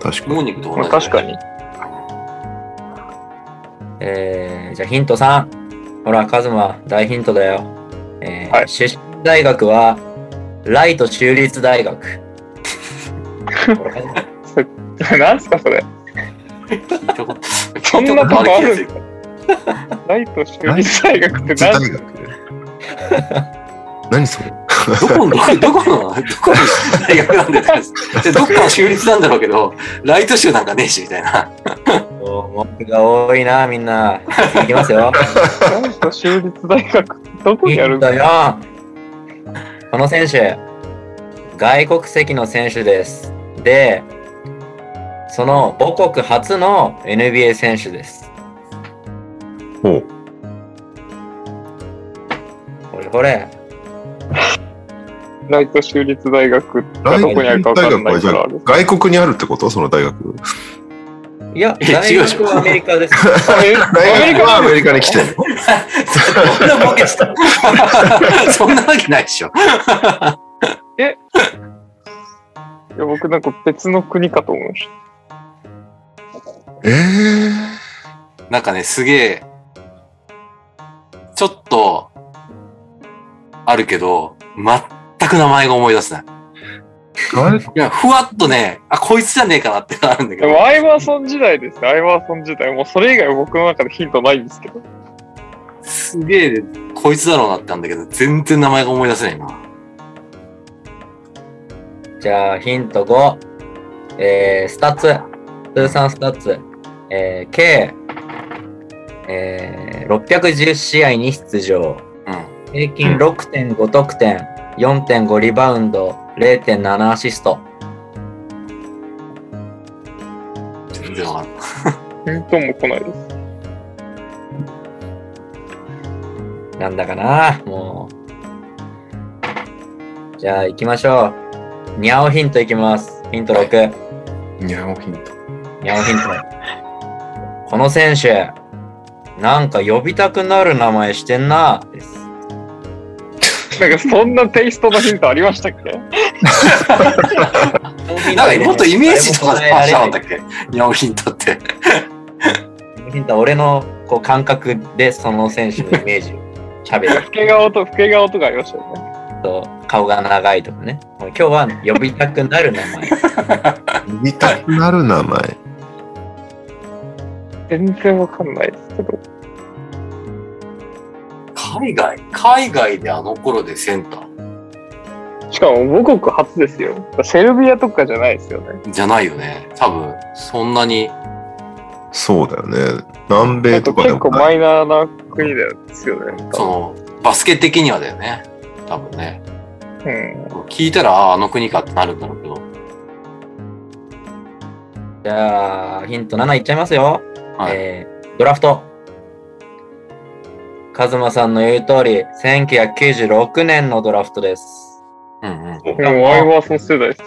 S3: 確か
S4: モーニングと同じ
S2: ま
S4: ぐら
S2: あ
S4: い。
S2: 確かに。
S1: えー、じゃあヒント3。ほら、カズマ、大ヒントだよ。えー
S2: はい
S1: 出身大学は、ライト州立 大学。ほらカズマ
S2: 何すかそれ。
S4: 聞いたこと
S2: そんなとこある
S4: 聞い
S2: ん
S4: た
S2: だ。ライト州立大学って
S3: に。大
S2: 何
S3: 学。 何それ
S4: どこの、どこの、どこの大学なんだよって話でどっかの州立なんだろうけど、ライト州なんかねえし、みたいな。
S1: お文句が多いな、みんな。いきますよ。
S2: ライト州立大学ってどこ
S1: ヒ
S2: にある
S1: ン
S2: んだ
S1: トよ。この選手、外国籍の選手です。で、その母国初の NBA 選手です。
S3: ほう。
S1: これこれ。
S2: ライト州立大学が
S3: 大
S2: どこにあるか分かん
S3: 学
S2: な
S3: はいじ
S2: か
S3: ゃ
S2: ら
S3: あ。外国にあるってことその大学。
S1: いや、
S4: え
S1: 大
S4: 違うでし
S1: 学
S4: ょ
S1: はアメリカです。
S2: あえアメリカ
S3: は
S2: な
S3: ア
S2: んです
S3: メリカに来てるの
S4: そんなボケした。そんなわけないでしょ。
S2: いや僕なんか別の国かと思いまし
S3: え
S4: なんかね、すげえ、ちょっと、あるけど、全く名前が思い出せない。
S3: ー、
S4: い
S3: 外
S4: や、ふわっとね、あ、こいつじゃねえかなってのがあるんだけ
S2: た。で
S4: ど。
S2: もアイバーソン時代ですね。アイバーソン時代。もうそれ以外は僕の中でヒントないんですけど。
S4: すげえ、こいつだろうなってなんだけど、全然名前が思い出せないな。
S1: じゃあ、ヒント5。えー、スタッツ。通算スタッツ。えー、計、えー、610試合に出場。
S4: うん。
S1: 平均6.5得点、4.5リバウンド、0.7アシスト。
S4: 全然わかんない。
S2: ヒントも来ないです。
S1: なんだかなもう。じゃあ、行きましょう。にゃおヒントいきます。ヒント6。
S3: にゃおヒント。
S1: にゃおヒント。この選手、なんか呼びたくなる名前してんな。です。
S2: なんかそんなテイストのヒントありましたっけ
S4: なんかもっとイメージとかでパンしなかった
S1: け
S4: っけニャオヒントって。
S1: ヒントは俺のこう感覚でその選手のイメージを喋る
S2: 老け顔と、老け顔とかありましたよね。
S1: と顔が長いとかね。もう今日は呼びたくなる名 前。
S3: 呼びたくなる名前。
S2: 全然わかんないですけど。
S4: 海外海外であの頃でセンター
S2: しかも母国初ですよ。セルビアとかじゃないですよね。
S4: じゃないよね。多分、そんなに。
S3: そうだよね。南米とかで
S2: 結
S3: も
S2: 構
S3: ない。
S2: マイナーな国だよですよね。
S4: その、バスケ的にはだよね。多分ね。
S2: うん。
S4: 聞いたら、ああ、あの国かってなるんだろうけど。
S1: じゃあ、ヒント7いっちゃいますよ。
S4: はい。
S1: えードラフト。カズマさんの言う通り、1996年のドラフトです。
S4: うんうん。
S2: でもアイバーソン世代です。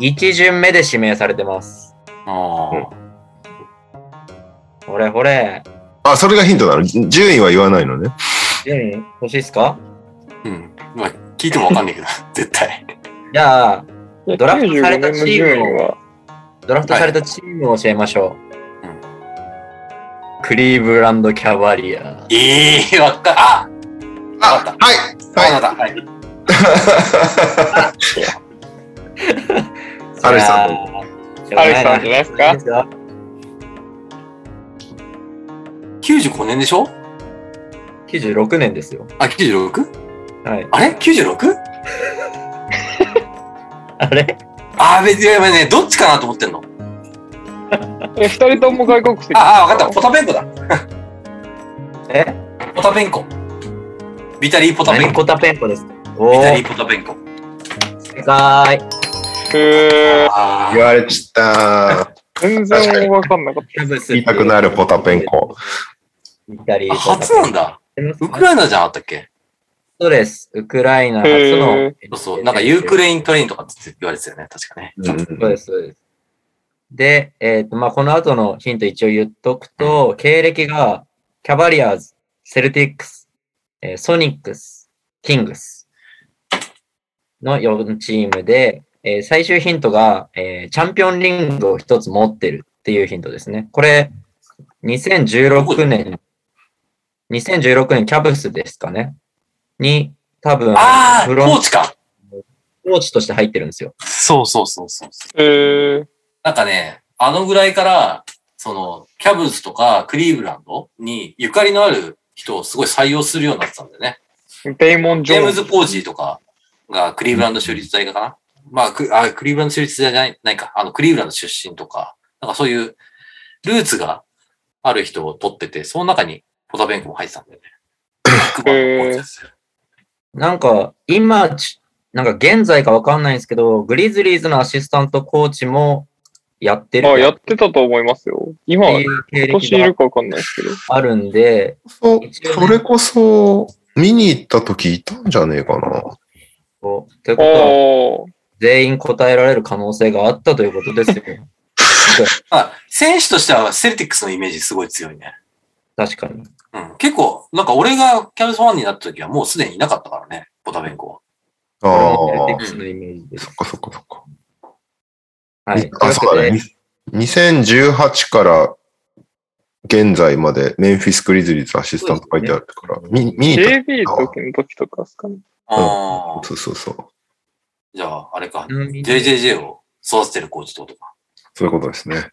S1: 1巡目で指名されてます。
S4: ああ。
S1: ほれほれ。
S3: あ、それがヒントなの順位は言わないのね。
S1: 順位欲しいっすか
S4: うん。まあ、聞いてもわかんないけど、 絶対。
S1: じゃあ、
S2: いや
S1: ドラフトされたチー
S2: 95
S1: ム
S2: 年の順位は、
S1: ドラフトされたチームを教えましょ
S4: う
S1: う。
S4: ん
S1: クリーブランドキャバリアー。
S4: ええわかあわか
S3: あ
S4: っ、
S3: はい
S4: た。
S3: はい
S4: わかった。はい。
S3: アレさん
S1: ん
S2: アレさんじゃないですか
S1: ですか
S4: 95年でしょ
S1: ?96 年ですよ。
S4: あ、96?
S1: はい。
S4: あれ ?96?
S1: あれ
S4: あー、別に、やばいね、どっちかなと思ってんの。
S2: え、二人とも外国籍。
S4: ああ、わかった。ポタペンコだ。
S1: え
S4: ポタペンコ。ビタリー・ポタペン
S1: 何
S4: コ。
S1: コタペンコですか
S4: ビ
S1: お
S4: タ
S1: ー
S4: リー・ポタペンコ。
S1: 正解。
S2: へー
S4: あ
S3: 言われちゃった。
S2: 全然わかんなかっ
S1: キャブス
S3: 痛くなるポタペンコ。
S1: イタリ
S4: あ
S1: ア。
S4: 初なんだ。ウクライナじゃんあったっけ
S1: そうです。ウクライナ
S2: た。へ
S1: 初
S2: え
S1: の。。
S4: そうそう。なんかユーク
S1: レ
S4: レイントレインとかって言われてたよね、確かね。
S1: そうです、そうです。で、えっ、と、まあ、この後のヒント一応言っとくと、経歴が、キャバリアーズ、セルティックス、えーソニックス、キングスの4チームで、えー最終ヒントが、えーチャンピオンリングを一つ持ってるっていうヒントですね。これ、2016年、2016年キャブスですかねに、多分、
S4: ああ、
S1: フロ
S4: コ
S1: ン
S4: ーチか。
S1: コーチとして入ってるんですよ。
S4: そうそうそうそう。
S2: へえ。
S4: なんかね、あのぐらいから、その、キャブズとかクリーブランドにゆかりのある人をすごい採用するようになってたんだよね。
S2: デイモン・ジ
S4: ジェー
S2: ョー
S4: ム
S2: ンズ。
S4: ズ・ポージーとかがクリーブランド州立大かな、まあクあ、クリーブランド州立大じゃないないか。あの、クリーブランド出身とか、なんかそういうルーツがある人を取ってて、その中にポタベンコも入ってたんだ よね。バックバンのコーチですよ
S1: なんか、今、ちなんか現在かわかんないんですけど、グリズリーズのアシスタントコーチもやってる
S2: あ、や
S1: っ
S2: ってたと思いますよ。今
S1: て
S2: は、
S1: いう経
S2: 今年い
S1: 歴
S2: る
S1: が
S2: かわかんないですけど。
S1: あるんで、
S3: そうそれこそ、見に行った時いたんじゃねえかな。
S1: こうということは、
S2: あ
S1: 全員答えられる可能性があったということですよ。
S4: まあ、選手としてはセルティックスのイメージすごい強いね。
S1: 確かに。
S4: うん。結構、なんか俺がキャブズファンになった時はもうすでにいなかったからね、ポタベンコは。
S3: あ
S1: これ
S3: あ
S1: も。セルティックスのイメージです
S3: そ。っかそっかそっか。
S1: はい。
S3: あ、そうだ
S1: とい
S3: ね。2018から現在までメンフィス・グリズリーズアシスタント書いてあるから、見見
S2: あ、
S3: に行った
S2: JB の時の時とかですかね。
S4: ああ、
S3: そうそうそう。
S4: じゃあ、あれか。
S1: うことで
S4: JJJ を育ててるコーチってことか。
S3: そういうことですね。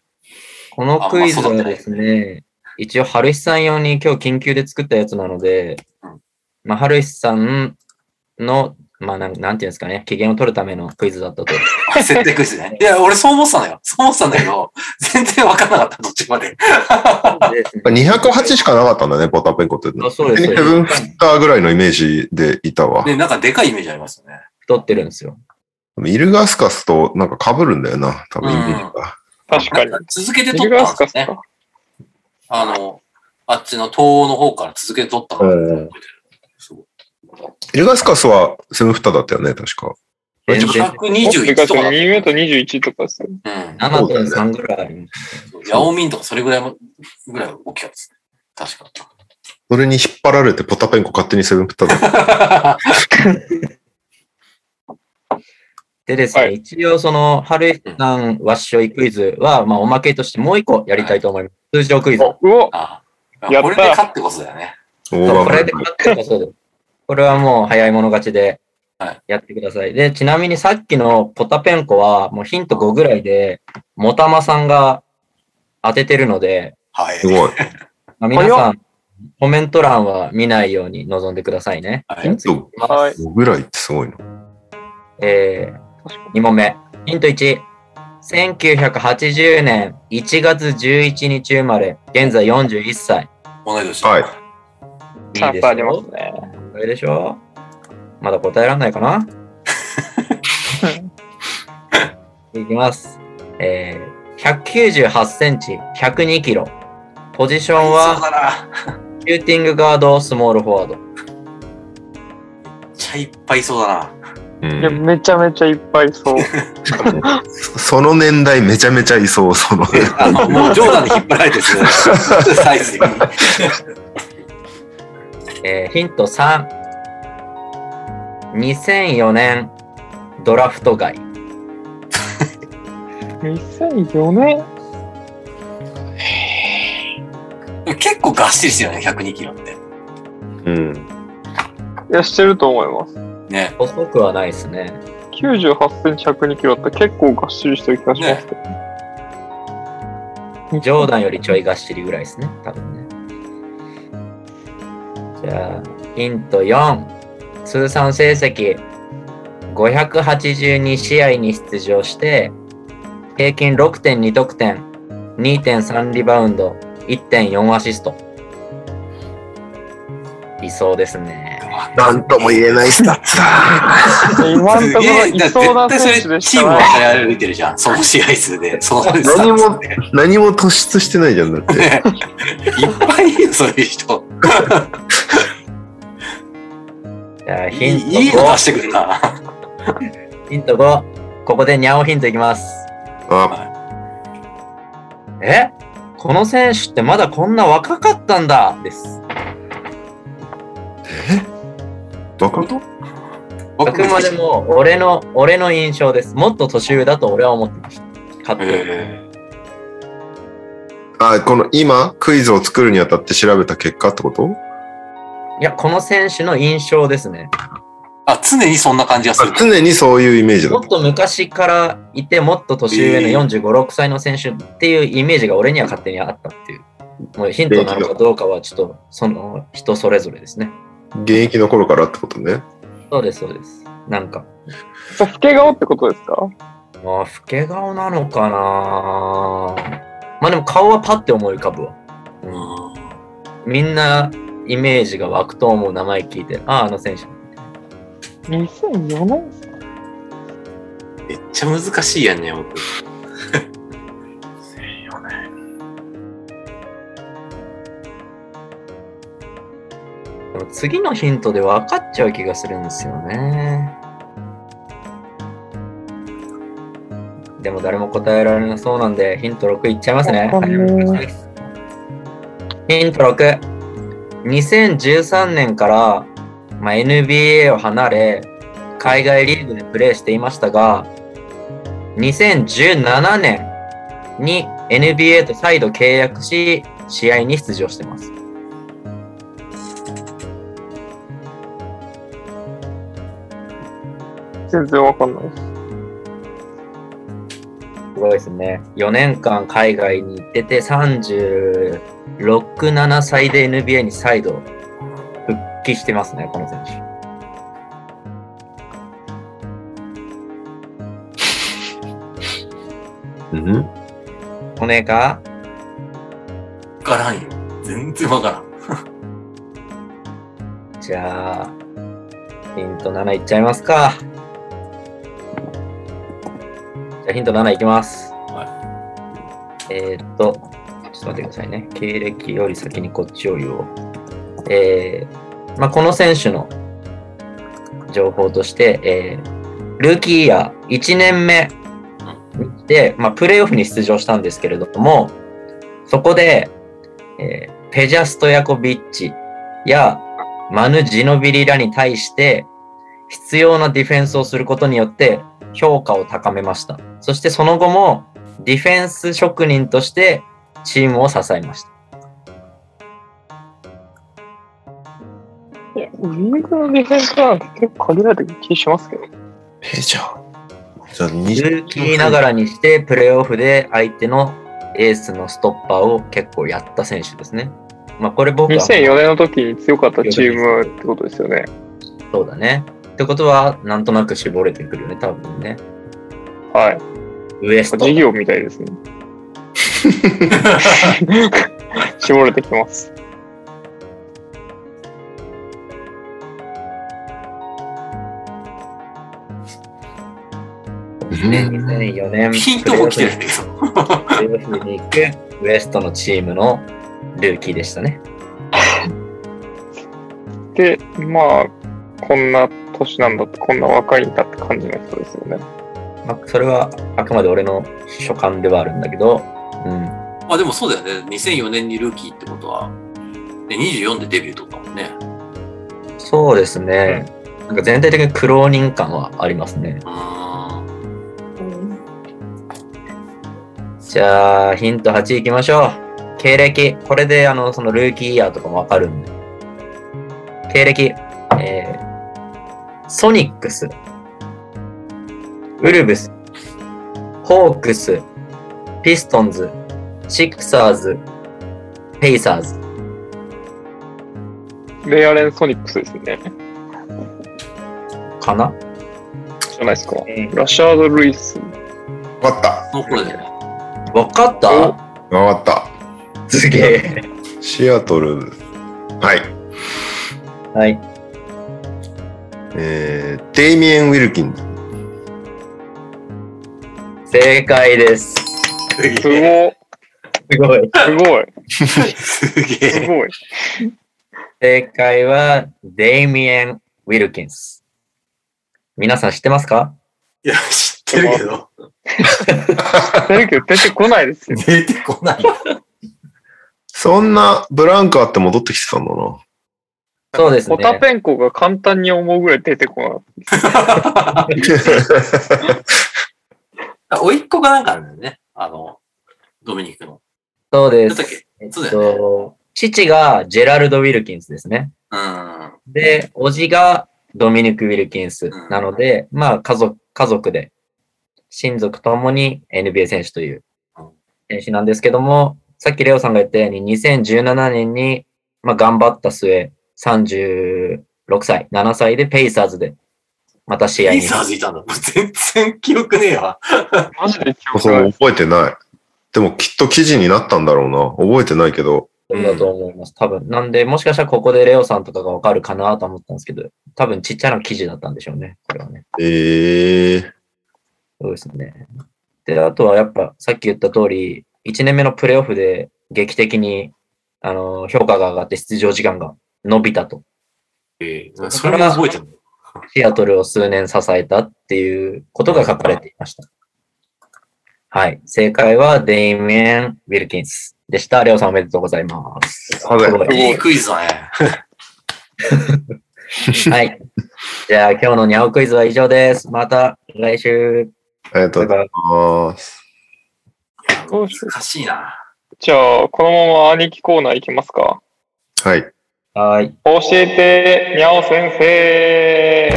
S1: このクイズはですね、一応、春石さん用に今日緊急で作ったやつなので
S4: うん、
S1: まあ、春石さんの、まあなん、なんていうんですかね、機嫌を取るためのクイズだったと。
S4: あ設定クイズね。いや、俺そう思ってたのよ。そう思ってたんだけど、 全然わかんなかった、どっちまで。
S3: 208しかなかったんだね、ポタペンコって。
S1: あそうです
S3: ヘブンフッターぐらいのイメージでいたわ。
S4: ね、なんかでかいイメージありますよね。
S1: 太ってるんですよ。
S3: イルガスカスとなんか被るんだよな、多分イメージが。
S2: 確かに
S4: な。ん続けて
S2: ジ
S4: 撮っ
S2: ルガ
S4: た
S2: ース
S4: んで
S2: カス
S4: すね。
S2: か。
S4: あの、あっちの東欧の方から続けて撮ったから
S3: うんうん
S4: すごい
S3: イルガスカスはセブンフッターだったよね、確か。
S1: 全然
S2: ジル
S4: 121
S2: ガ
S4: と
S2: ー
S4: か
S2: ス
S4: だ
S2: 2
S4: った。
S2: メートル21とかですよ。
S4: うん。
S1: 7.3ぐらいあります。
S4: ヤオミンとかそれぐらいも、ぐらい大きかったですね。確 か。
S3: それに引っ張られてポタペンコ勝手にセブンフッターだった。
S1: でですね、
S2: はい
S1: 一応その、春江さんわっしょいクイズは、まあおまけとしてもう一個やりたいと思います。通常クイズ。
S2: あうわ、
S4: ああ
S2: やった
S4: これで勝ってこそだよね。
S1: そ
S3: 大
S1: うこ
S3: 盤振
S1: れで
S3: る舞い
S1: 勝ってこそです。これはもう早い者勝ちで
S4: はい
S1: やってください。で、ちなみにさっきのポタペンコは、もうヒント5ぐらいで、もたまさんが当ててるので、
S4: はい。
S3: すごい。
S1: まあ、皆さん、コメント欄は見ないように臨んでくださいね。
S4: はい
S1: じゃあ次行きます
S2: はい。
S3: 5ぐらいってすごいな。
S1: えー、2問目。ヒント1。1980年1月11日生まれ、現在41歳。
S4: 同い年。
S3: はい
S2: チャンスありますね。
S1: これでしょまだ答えられないかないきます。えー、198センチ、102キロ。ポジション
S4: そう
S1: は、
S4: だな。
S1: シューティングガード、スモールフォワード。
S4: めっちゃいっぱいいそうだな。
S3: う
S2: いや、
S3: ん、
S2: めちゃめちゃいっぱいそう。
S3: その年代めちゃめちゃいそう、その。
S4: あの、もう冗談で引っ張られて るサイズに。
S1: えーヒント3。2004年ドラフト外。
S2: 2004年
S4: 結構がっしりしてるよね、102キロって。
S3: うん。
S2: いや、してると思います。
S4: ね。
S1: 細くはないですね。
S2: 98センチ102キロって結構がっしりしてる気がしますけど。
S1: ジョーダンよりちょいがっしりぐらいですね。多分ね。じゃあ、ヒント4。通算成績582試合に出場して、平均6.2得点、2.3リバウンド、1.4アシスト。いそうですね。
S3: なんとも言えないスタッツだ。
S2: 今のと
S4: す
S2: ころい
S4: げえだ
S2: そうな
S4: 絶対
S2: 選手
S4: そ
S2: で
S4: れ
S2: し
S4: チー
S2: た
S4: ムは
S2: な。
S4: 離れ歩いてるじゃん。その試合数で。その
S3: 何も
S4: スタッツで
S3: 何も突出してないじゃん、だって。
S4: ねいっぱいいるよ、そういう人。
S1: じゃあ
S4: い
S1: ヒン
S4: いいい
S1: ト
S4: の
S1: 5
S4: 出してくるな。
S1: ヒント5ここでニャオヒントいきます
S3: あ、
S1: えこの選手ってまだこんな若かったんだです
S3: バカと
S1: あくまでも俺の俺の印象ですもっと年上だと俺は思ってました勝手に
S4: え
S3: あ、この今、クイズを作るにあたって調べた結果ってこと
S1: いやこの選手の印象ですね
S4: ーあ、常にそんな感じがす
S3: あ
S4: る。
S3: 常にそういうイメージだ
S1: もっ。と昔からいてもっと年上の
S4: えー
S1: 4 5 6歳の選手っていうイメージが俺には勝手にあったっていうもうヒントなのかどうかはちょっとその人それぞれですね
S3: 現役の頃からってことね。
S1: そうですそうですなんか
S2: そ老け顔ってことですか
S1: まあ、老け顔なのかなまあでも顔はパッて思い浮かぶわ。
S4: うん
S1: みんなイメージが湧くと思う名前聞いて、ああ、あの選手。
S2: ?2004 年
S4: めっちゃ難しいやんね、僕。
S1: でも次のヒントで分かっちゃう気がするんですよね。でも誰も答えられなそうなんで、ヒント6いっちゃいますね
S2: わかんな。
S1: ヒント6。2013年から、まあ、NBA を離れ、海外リーグでプレーしていましたが、2017年に NBA と再度契約し、試合に出場してます。
S2: 全然わかんないです。
S1: すごいですね。4年間海外に行ってて、36、7歳で NBA に再度復帰してますね、この選手。
S3: うん
S1: これが、
S4: わからんよ。全然わからん。
S1: じゃあ、ヒント7いっちゃいますか。じゃあヒント7いきます。えーっと、ちょっと待ってくださいね。経歴より先にこっちを言おう。えー、まあ、この選手の情報として、えー、ルーキーイヤー1年目で、まあ、プレーオフに出場したんですけれども、そこで、えーペジャストヤコビッチやマヌ・ジノビリらに対して、必要なディフェンスをすることによって評価を高めました。そしてその後もディフェンス職人としてチームを支えました。
S2: いや、リーグのディフェンスなんて結構限られてる気しますけど。
S3: え、じゃあ。じゃあ、
S1: ルーキー
S3: 20
S1: ながらにしてプレーオフで相手のエースのストッパーを結構やった選手ですね。まあこれ僕は
S2: 2004年の時に強かったチームってことですよね。
S1: そうだね。ってことはなんとなく絞れてくるよね、多分ね。
S2: はい。
S1: ウエスト
S2: 事。業みたい ですね。絞れてきます。
S1: ね2004年
S4: ピンとも来てるんだけど。
S1: プレーオフに行くウエストのチームのルーキーでしたね。
S2: で、まあ、こんな年なんだって、こんな若いんだって感じの人ですよね。
S1: まあ、それはあくまで俺の所感ではあるんだけど、うん、
S4: まあでもそうだよね。2004年にルーキーってことは、で24でデビューとかもんね。
S1: そうですね、なんか全体的に苦労人感はありますね。
S4: うーん。
S1: じゃあ、ヒント8いきましょう。経歴。これで、あの、そのルーキーイヤーとかもわかるんで。経歴。えー、ソニックス。ウルブス。ホークス。ピストンズ。シクサーズ。ペイサーズ。
S2: レイアレン・ソニックスですね。
S1: かな
S2: じゃないですか。ラシャード・ルイス。
S3: わかった。
S4: その頃だよね。
S1: わかった
S3: わかった。
S1: すげえ。
S3: シアトル。はい。
S1: はい。
S3: えー、デイミエン・ウィルキンズ。
S1: 正解です。
S4: す
S2: すごい。
S1: すごい。
S2: すごい。
S4: すげ
S2: す
S4: え。
S2: ごい。
S1: 正解は、デイミエン・ウィルキンス。皆さん知ってますか
S4: いや、知ってるけど、
S2: だけど出てこないですよ。
S4: 出てこない。
S3: そんなブランクあって戻ってきてたんだ な。
S1: そうですね
S2: オ。タペンコが簡単に思うぐらい出てこない。
S4: あ、おいっ子がなんかあるんだよね。あの、ドミニクの。
S1: そうで
S4: だったっ
S1: す。
S4: け
S1: えっ
S4: そうだよね
S1: と、父がジェラルド・ウィルキンスですね。
S4: うん。
S1: で、叔父がドミニク・ウィルキンス
S4: うん
S1: なので、まあ家族、家族で、親族ともに NBA 選手という
S4: うん
S1: 選手なんですけども、さっきレオさんが言ったように2017年に、まあ、頑張った末、36歳、7歳でペイサーズで、また試合
S4: ペ
S1: に
S4: イ。サーズいたんだ。全然記憶ねえわ。
S2: マジで記憶な
S3: そう
S2: い。
S3: 覚えてない。でもきっと記事になったんだろうな。覚えてないけど。
S1: そうだと思います。多分。なんで、もしかしたらここでレオさんとかがわかるかなと思ったんですけど、多分ちっちゃな記事だったんでしょうね。これはね。
S3: ええ
S1: そうですね。で、あとはやっぱさっき言った通り、1年目のプレーオフで劇的にあの評価が上がって出場時間が伸びたと。
S4: ええそれも覚えてる
S1: シアトルを数年支えたっていうことが書かれていました。はい。正解はデイミエン・ウィルキンスでした。レオさんおめでとうございます。
S3: ありがとうご
S2: ざい
S4: いいクイズだね。
S1: はい。じゃあ今日のニャオクイズは以上です。また来週。
S3: ありがとうございます。
S2: どうしよう
S4: 難しいな。
S2: じゃあ、このまま兄貴コーナー行きますか。
S3: はい。
S1: はい。
S2: 教えて、にゃお先生。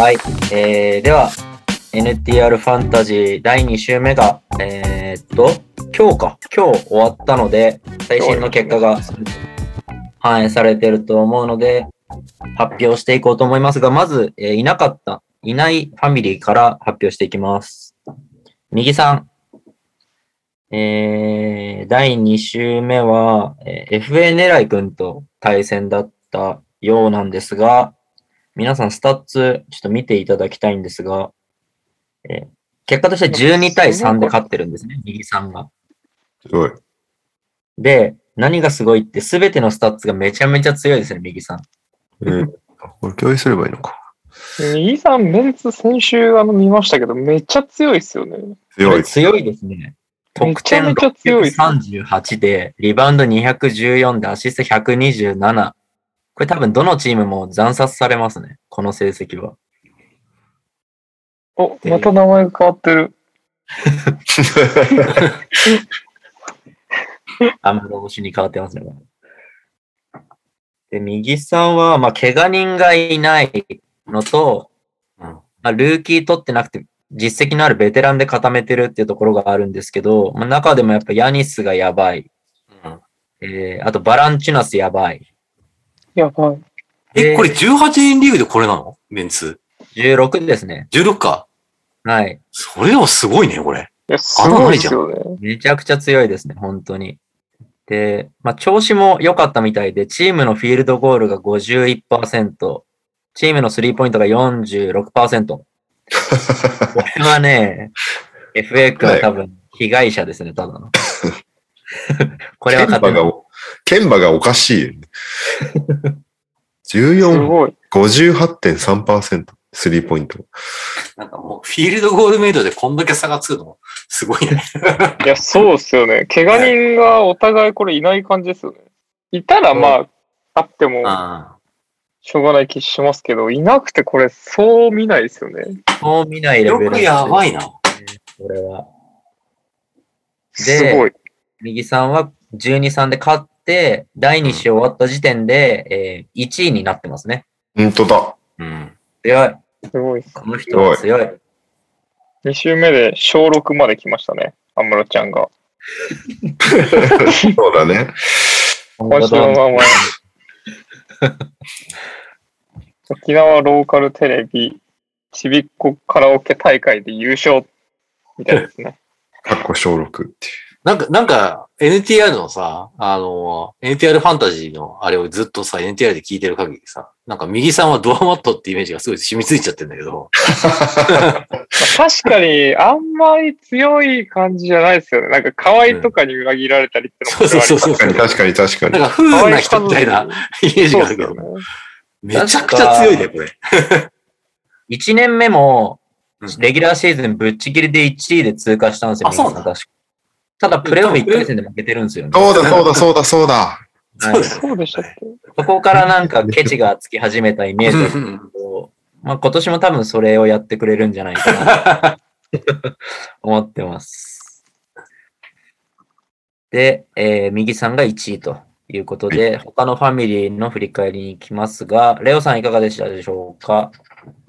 S1: はい、えー、では NTR ファンタジー第2週目がえー、っと今日か今日終わったので最新の結果が反映されていると思うので発表していこうと思いますがまず、えーいなかったいないファミリーから発表していきます右さんえー、第2週目は、えー FA 狙い君と対戦だったようなんですが、皆さんスタッツちょっと見ていただきたいんですが、えー結果として12対3で勝ってるんですね、右さんが。
S3: すごい。
S1: で、何がすごいって全てのスタッツがめちゃめちゃ強いですね、右さん。
S3: うん。これ共有すればいいのか。
S2: 右さん、メンツ先週あの見ましたけど、めっちゃ強いっすよね。
S3: 強い。
S1: 強いですね。
S2: め
S1: 得
S2: ちゃ
S1: 点
S2: めちゃ強いっす。
S1: 38で、リバウンド214でアシスト127。これ多分どのチームも惨殺されますね、この成績は。
S2: お、また名前が変わってる。
S1: アムロ推しに変わってますね。で、右さんは、まあ、怪我人がいないのと、
S4: うん
S1: まあ、ルーキー取ってなくて、実績のあるベテランで固めてるっていうところがあるんですけど、まあ、中でもやっぱヤニスがやばい。
S4: うん
S1: えー、あとバランチュナスやばい。
S2: やばい。
S4: え、
S1: で
S4: これ18人リーグでこれなのメンツ。
S1: 16ですね。
S4: 16か。
S1: はい。
S4: それはすごいね、これ。
S2: いや、すごいですよね。
S1: めちゃくちゃ強いですね、本当に。で、まあ、調子も良かったみたいで、チームのフィールドゴールが51%、チームのスリーポイントが46%。これはね、FA 君は多分被害者ですね、ただの。これは
S3: ケン
S1: 勝
S3: バ
S1: てない
S3: が、ケンバがおかしいよね。
S2: す
S3: 14、
S2: ごい。
S3: 58.3%。スリーポイント。
S4: なんかもう、フィールドゴールメイドでこんだけ差がつくの、すごいね。
S2: いや、そうっすよね。怪我人がお互いこれいない感じですよね。いたらまあ、あっても
S4: あ
S2: しょうがない気しますけど、いなくてこれそう見ないですよね。
S1: もう見ないレベル
S4: よ
S1: で
S4: く
S1: す
S4: やばいな。
S1: これは。
S2: すごい。
S1: 右さんは12、3で勝って、第2週終わった時点で、えー1位になってますね。
S3: 本当 だ。
S4: うん。
S1: 強い。
S2: すごいっす。
S1: この人は強い。
S2: 2週目で小6まで来ましたね。安室ちゃんが。
S3: そうだね。
S2: 今週のまま。沖縄ローカルテレビ、ちびっこカラオケ大会で優勝みたいですね。
S3: かっこ小6っていう。
S4: なんか、なんか、NTR のさ、あの、NTR ファンタジーのあれをずっとさ、NTR で聞いてる限りさ、なんか右さんはドアマットってイメージがすごい染みついちゃってんだけど、
S2: 確かに、あんまり強い感じじゃないですよね。なんか、河合とかに裏切られたりってのも
S4: そうそうそうそう。
S3: 確かに確かに確か
S4: な
S3: に
S4: ん。か、不
S2: あ
S4: 運
S2: る
S4: な人みたいなイメージ
S2: そう
S4: が
S2: で
S4: ある
S2: す
S4: け
S2: よ
S4: ど、
S2: ね。
S4: めちゃくちゃ強いね、これ。
S1: 1年目も
S4: うん、
S1: レギュラーシーズンぶっちぎりで1位で通過したんですよ、
S4: あそうなんだ
S1: 確か。ただ、プレオフ1回戦で負けてるんですよね。
S3: そうだそうだそうだそうだ。
S1: はい
S2: そうでしたっけ
S1: そこからなんかケチがつき始めたイメージだけど、まあ今年も多分それをやってくれるんじゃないかなと 思ってます。で、えー右さんが1位ということで、他のファミリーの振り返りに行きますが、レオさんいかがでしたでしょうか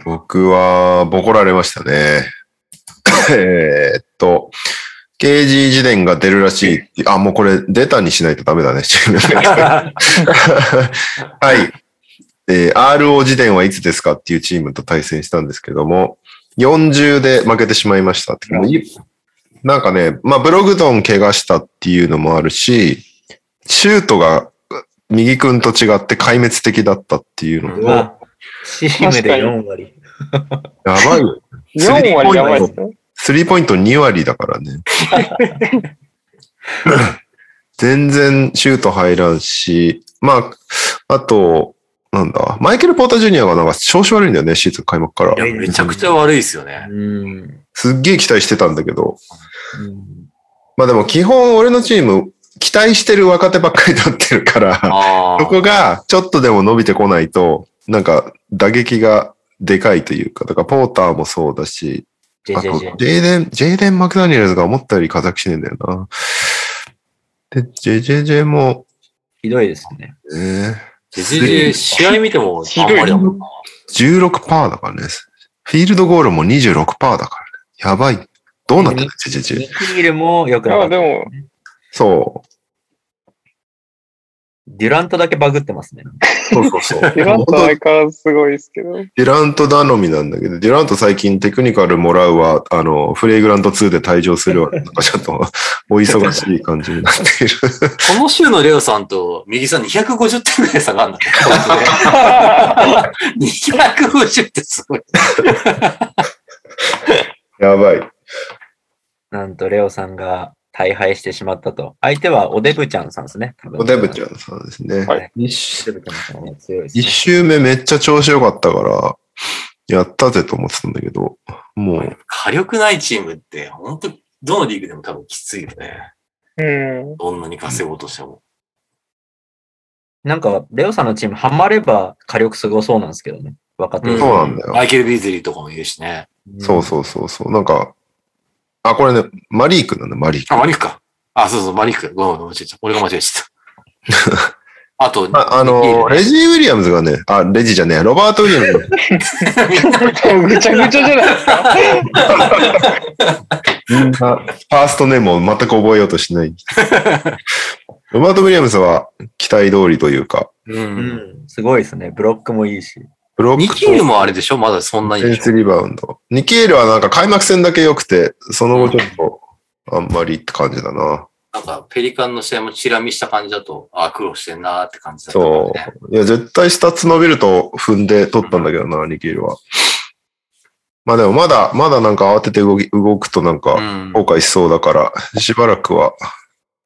S3: 僕は、ボコられましたね。 えーっと、KG 自伝が出るらしいって。あ、もうこれ、データにしないとダメだね。 はい。えー RO 自伝はいつですかっていうチームと対戦したんですけども、40で負けてしまいましたって。なんかね、まあ、ブログドン怪我したっていうのもあるし、シュートが右くんと違って壊滅的だったっていうのと、や
S1: あチームで4割。
S3: ばいよ。
S2: ?4 割やばいですね。
S3: スリーポイント2割だからね。全然シュート入らんし、まあ、あと、なんだ、マイケル・ポーター・ジュニアがなんか調子悪いんだよね、シーズン開幕から
S4: い。や、めちゃくちゃ悪いですよね。
S1: うん。
S3: すっげえ期待してたんだけど、
S1: うん
S3: まあでも基本俺のチーム、期待してる若手ばっかりだってるから、
S4: ああ
S3: そ。こがちょっとでも伸びてこないと、なんか打撃がでかいというか、だからポーターもそうだし、あと
S1: JJJ、。
S3: ジェイデン、ジェイデン・マクダニエルズが思ったより活躍しねえんだよな。で、JJJ も、
S1: ひどいですね。
S3: えー、
S4: JJJ 試合見てもあんまりだもんな。
S3: 16%だからね。フィールドゴールも26%だからね。やばい。どうなってんだ、JJJ。
S1: ニキールもよく
S2: い
S1: なか
S2: や、
S1: っ
S2: で
S1: た。
S2: も、
S3: そう。
S1: デュラントだけバグってますね。
S3: そうそうそう。
S2: デュラン
S3: 本
S2: ト
S3: 当
S2: 相変わらずすごいですけど。
S3: デュラント頼みなんだけど、デュラント最近テクニカルもらうは、あの、フレイグラント2で退場するわ。なんかち ょっと、お忙しい感じになっている。
S4: この週のレオさんと右さん250点ぐらい差があるんだね。250ってすごい。
S3: やば い。
S1: なんと、レオさんが大敗してしまったと。相手はおデブちゃんさんですね。
S3: おデブち
S1: ゃん。
S3: ゃんさんですね。
S2: はい
S1: おデブちゃんさんは強いです、
S3: 一
S1: ね。
S3: 周目めっちゃ調子良かったから、やったぜと思ってたんだけど、もう、
S4: 火力ないチームって、本当どのリーグでも多分きついよね。
S2: うん。
S4: どんなに稼ごうとしても。
S1: なんか、レオさんのチーム、ハマれば火力すごそうなんですけどね。若手。
S4: うん
S3: そうなんだよ。
S4: マイケル・ビーズリーとかもいるしね。
S3: そうそうそうそう。なんか、あ、これね、マリークなんだ、マリーク。
S4: あ、マニフか。あ、そうそう、マニフか。ごめんごめん、間違えちゃった。俺が間違えちゃ った。あと、みんな
S3: ああ
S4: いい
S3: の、
S4: ね
S3: レジー・ウィリアムズがね、あ、レジじゃねえ、ロバート・ウィリアムズ。
S2: ぐちゃぐちゃじゃないですか。
S3: みんな、ファーストネームを全く覚えようと しない。ロバート・ウィリアムズは期待通りというか、
S4: う。
S1: うんん。すごいですね。ブロックもいいし。
S3: ブロッ
S4: ニ
S3: ク
S4: キール
S3: と
S4: もあれでしょまだそんなに
S3: フェ
S4: で
S3: ン
S4: しょ
S3: スリバウンド。ニケールはなんか開幕戦だけ良くて、その後ちょっと、あんまりって感じだな。
S4: なんか、ペリカンの試合もチラ見した感じだと、あ苦労してんなーって感じだったもん
S3: そ
S4: ね。
S3: う。いや、絶対スタッツ伸びると踏んで取ったんだけどな、ニキールは。まあでもまだ、まだなんか慌てて動き動くとなん
S4: う
S3: か
S4: ん。
S3: 後悔しそうだから、しばらくは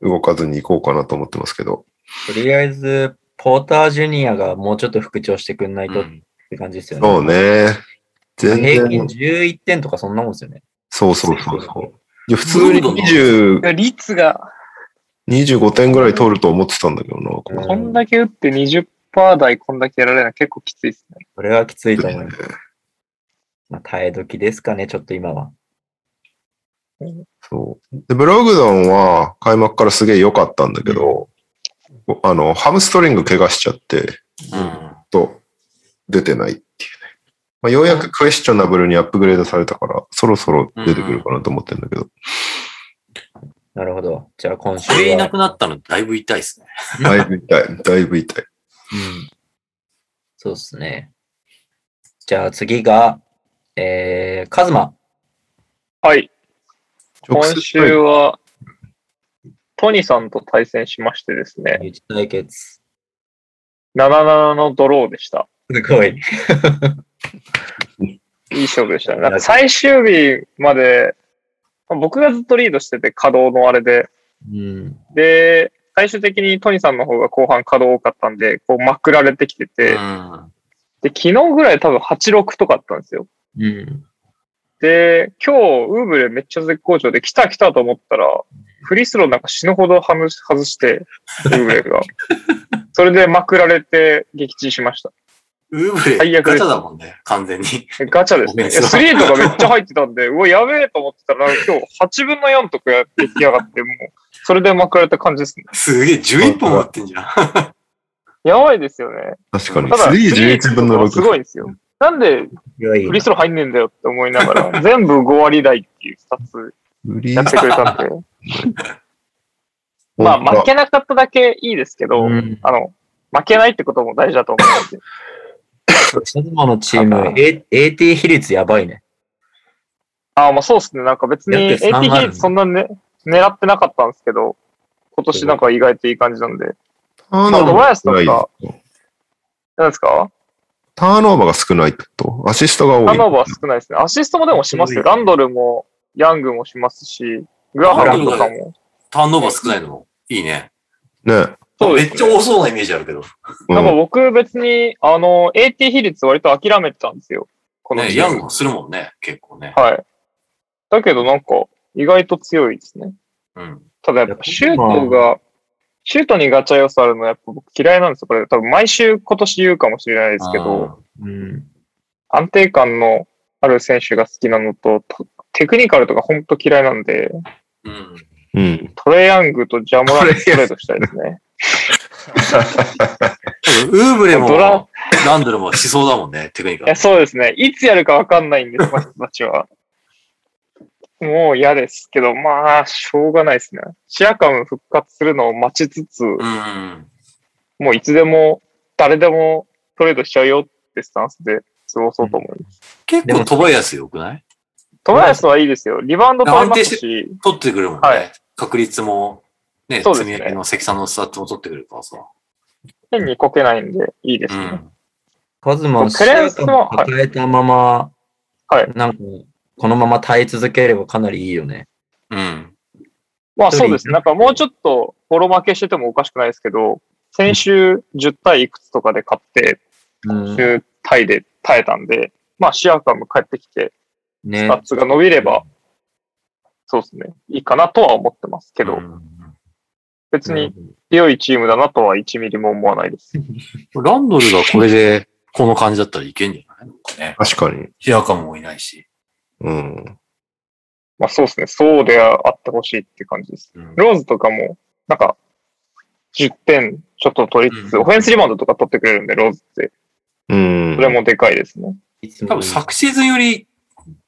S3: 動かずに行こうかなと思ってますけど。
S1: とりあえず、ポータージュニアがもうちょっと復調してくんないとって感じですよね。
S3: そうね。全
S1: 平均
S3: 然。
S1: 11点とかそんなもんですよね。
S3: そうそうそうそう。いや普通に
S4: どういうこ
S3: 20
S2: いや率が、
S3: 25点ぐらい取ると思ってたんだけどな。この
S2: こんだけ打って20%台、こんだけやられるのは結構きついですね。
S1: これはきついと思います。まあ、耐え時ですかね、ちょっと今は。
S3: そう。で、ブログドンは開幕からすげえ良かったんだけど、あの、ハムストリング怪我しちゃって、
S4: うん。
S3: ちょっと出てないっていうね。まあ、ようやくクエスチョナブルにアップグレードされたから、そろそろ出てくるかなと思ってるんだけど。
S1: なるほど。じゃあ今週
S4: これい
S1: は
S4: なくなったのだいぶ痛いですね。
S3: だいぶ痛い。だいぶ痛い。
S1: うんそうですね。じゃあ次が、えー、カズマ。
S2: はい。
S3: 直
S2: 今
S3: 接
S2: 週は、トニーさんと対戦しましてですね、
S1: 身内対決。
S2: 7-7のドローでした。
S1: すごい。
S2: いい勝負でしたね。なんか最終日まで、まあ僕がずっとリードしてて、稼働のあれで、
S1: うん。
S2: で、最終的にトニーさんの方が後半稼働多かったんで、こうまくられてきてて、
S4: うん
S2: で、昨日ぐらい多分8-6とかあったんですよ。
S1: うん。
S2: で、今日、ウーブレめっちゃ絶好調で、来た来たと思ったら、フリースローなんか死ぬほど外し外して、ウーブレ が。それでまくられて撃沈しました。
S4: ウーブレ、
S2: 最悪
S4: ガ
S2: です
S4: チャだもんね、完全に。
S2: ガチャですね。いやスリーとかめっちゃ入ってたんで、うわ、やべえと思ってたら、なんか今日8分の4とかやってきやがって、もう、それでまくられた感じですね。
S4: すげえ、11本打ってんじ ゃん。
S2: やばいですよね。
S3: 確か
S2: た
S3: に。
S2: だ、
S3: 3、11分の
S2: スリーとかすごい
S3: 6。
S2: んですよ。なんで
S1: 強い
S2: フリースロー入んねえんだよって思いながら、全部5割台っていうスタッツ
S3: フリ
S2: や
S3: ー
S2: って
S3: ス
S2: くれたんで、
S3: ロ
S2: ま
S3: ー
S2: あ、負けなかっただけいいですけど、
S1: うん
S2: あの、負けないってことも大事だと思うんですよ。
S1: ズマのチーム、A- AT 比率やばいね。
S2: ああ、まあそうですね。なんか別に
S1: だって3
S2: AT
S1: ある
S2: 比率そんなね、狙ってなかったんですけど、今年なんか意外といい感じなんで。
S3: ターン
S2: まあ、
S3: オー
S2: ドバ
S3: バ
S2: ヤスと
S3: ーが
S2: か、なんですか
S3: ターンオーバーが少ないってことアシスト
S2: タ
S3: が多
S2: ー
S3: い
S2: ン。オーバー少ないですね。アシストもでもしますよ。
S1: 多い
S2: ランドルも、ヤングもしますし、グラハムとかも。
S4: ターンオーバー少ないのもいいね。
S3: ね。
S2: そう
S4: め
S2: で
S4: っ
S2: す
S4: ちゃ
S2: ね。
S4: 多そうなイメージあるけど。
S3: うん
S2: なんか僕別に、あの、AT 比率割と諦めてたんですよ。この
S4: ね、
S2: 試合
S4: ヤングもするもんね、結構ね。
S2: はい。だけどなんか、意外と強いですね。
S4: うん。
S2: ただやっぱシュートが、シュートにガチャ要素あるのはやっぱ僕嫌いなんですよ。これ多分毎週今年言うかもしれないですけど、
S1: うん。
S2: 安定感のある選手が好きなのと、とテクニカルとか本当嫌いなんで、
S4: あー。うん。
S3: うん。
S2: トレイヤングとジャモランストレートしたいで すね。
S4: ウーブレ
S2: ドラ
S4: も、ランドルもしそうだもんね、テクニカ
S2: いや、そうですね。いつやるかわかんないんです、この人たちは。もう嫌ですけど、まあ、しょうがないですね。シアカム復活するのを待ちつつ、
S4: うん。
S2: もういつでも、誰でもトレードしちゃうよってスタンスで過ごそうと思います。
S4: 結
S1: でも
S4: 構トバイアスよくない
S2: トライアスはいいですよ。リバウンド取れますし、
S4: 取ってくるもんね。
S2: はい
S4: 確率も、ね、
S2: そうです
S4: 積
S2: ね
S4: み上げの関さんのスタッツも取ってくるからさ。
S2: 変にこけないんでいいです
S4: う
S2: ね。
S4: ん。
S1: カズマ、
S2: クレンスもはい
S1: 抱えたまま、
S2: はい
S1: なんか、このまま耐え続ければかなりいいよね。
S4: うん。
S2: まあそうですね。なんかもうちょっとボロ負けしててもおかしくないですけど、先週10対いくつとかで勝って、
S1: うん。
S2: 9対で耐えたんで、まあシアカム帰ってきて、
S1: ね
S2: スタ。ッツが伸びれば、そうですね、いいかなとは思ってますけ
S4: う
S2: ど、
S4: ん
S2: 別に強いチームだなとは1ミリも思わないです。
S4: ランドルがこれで、この感じだったらいけんじゃないのかね。
S3: 確かに。
S4: シアカムもいないし。
S3: うん。
S2: まあそうですね、そうであってほしいって感じです。
S4: うん
S2: ローズとかも、なんか、10点ちょっと取りつつ、
S4: うん
S2: オフェンスリバウンドとか取ってくれるんで、ローズって。
S3: うん。
S2: それもでかいですね。
S1: いつ
S4: 多
S1: も
S4: 分昨シーズンより、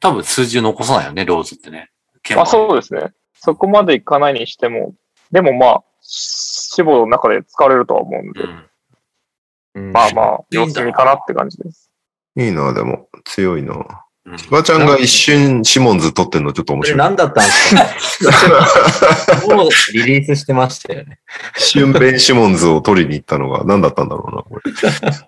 S4: 多分数字を残さないよね、ローズってね。
S2: まあそう
S4: う。
S2: ですね。そこまでいかないにしても、でもまあ、志望の中で使われるとは思うんで、
S4: うん。
S1: うん
S2: まあまあ、様子見かなって感じです。
S3: いいな、でも。強いな。
S4: うん
S3: ばあちゃんが一瞬シモンズ取ってんのちょっと面
S1: これ
S3: 白い。
S1: 何だったんです かもうリリースしてましたよね。
S3: 一瞬ベン・シモンズを取りに行ったのが何だったんだろうな、これ。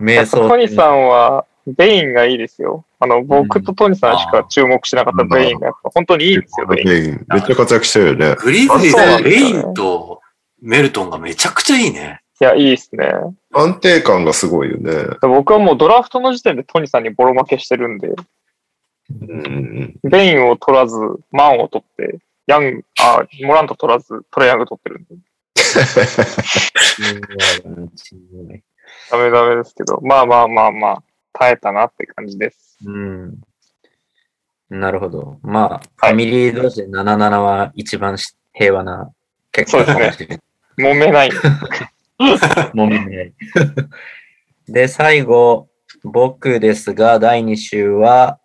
S1: 瞑想。
S2: トニーさんは、ベインがいいですよ。あの、僕とトニーさんしか注目しなかったベインが、本当にいいんですよ、ベイン。
S3: ベインめっちゃ活躍してるよね。
S4: グリズリ
S2: そうな
S4: ー
S2: ん
S4: で
S2: です
S4: レイ
S2: よね
S4: ンとメルトンがめちゃくちゃいいね。
S2: いや、いいですね。
S3: 安定感がすごいよね。
S2: 僕はもうドラフトの時点でトニーさんにボロ負けしてるんで、
S3: うん。
S2: ベインを取らず、マンを取って、ヤング、あ、モラント取らず、トレイヤング取ってるんで、
S1: うん
S2: ダメダメですけど、まあまあまあまあ、耐えたなって感じです。
S1: うん。なるほど。まあ、ファミリー同士で77は一番し平和な結果かもしれない。
S2: 揉めない。
S1: もみね。で、最後、僕ですが、第2週は、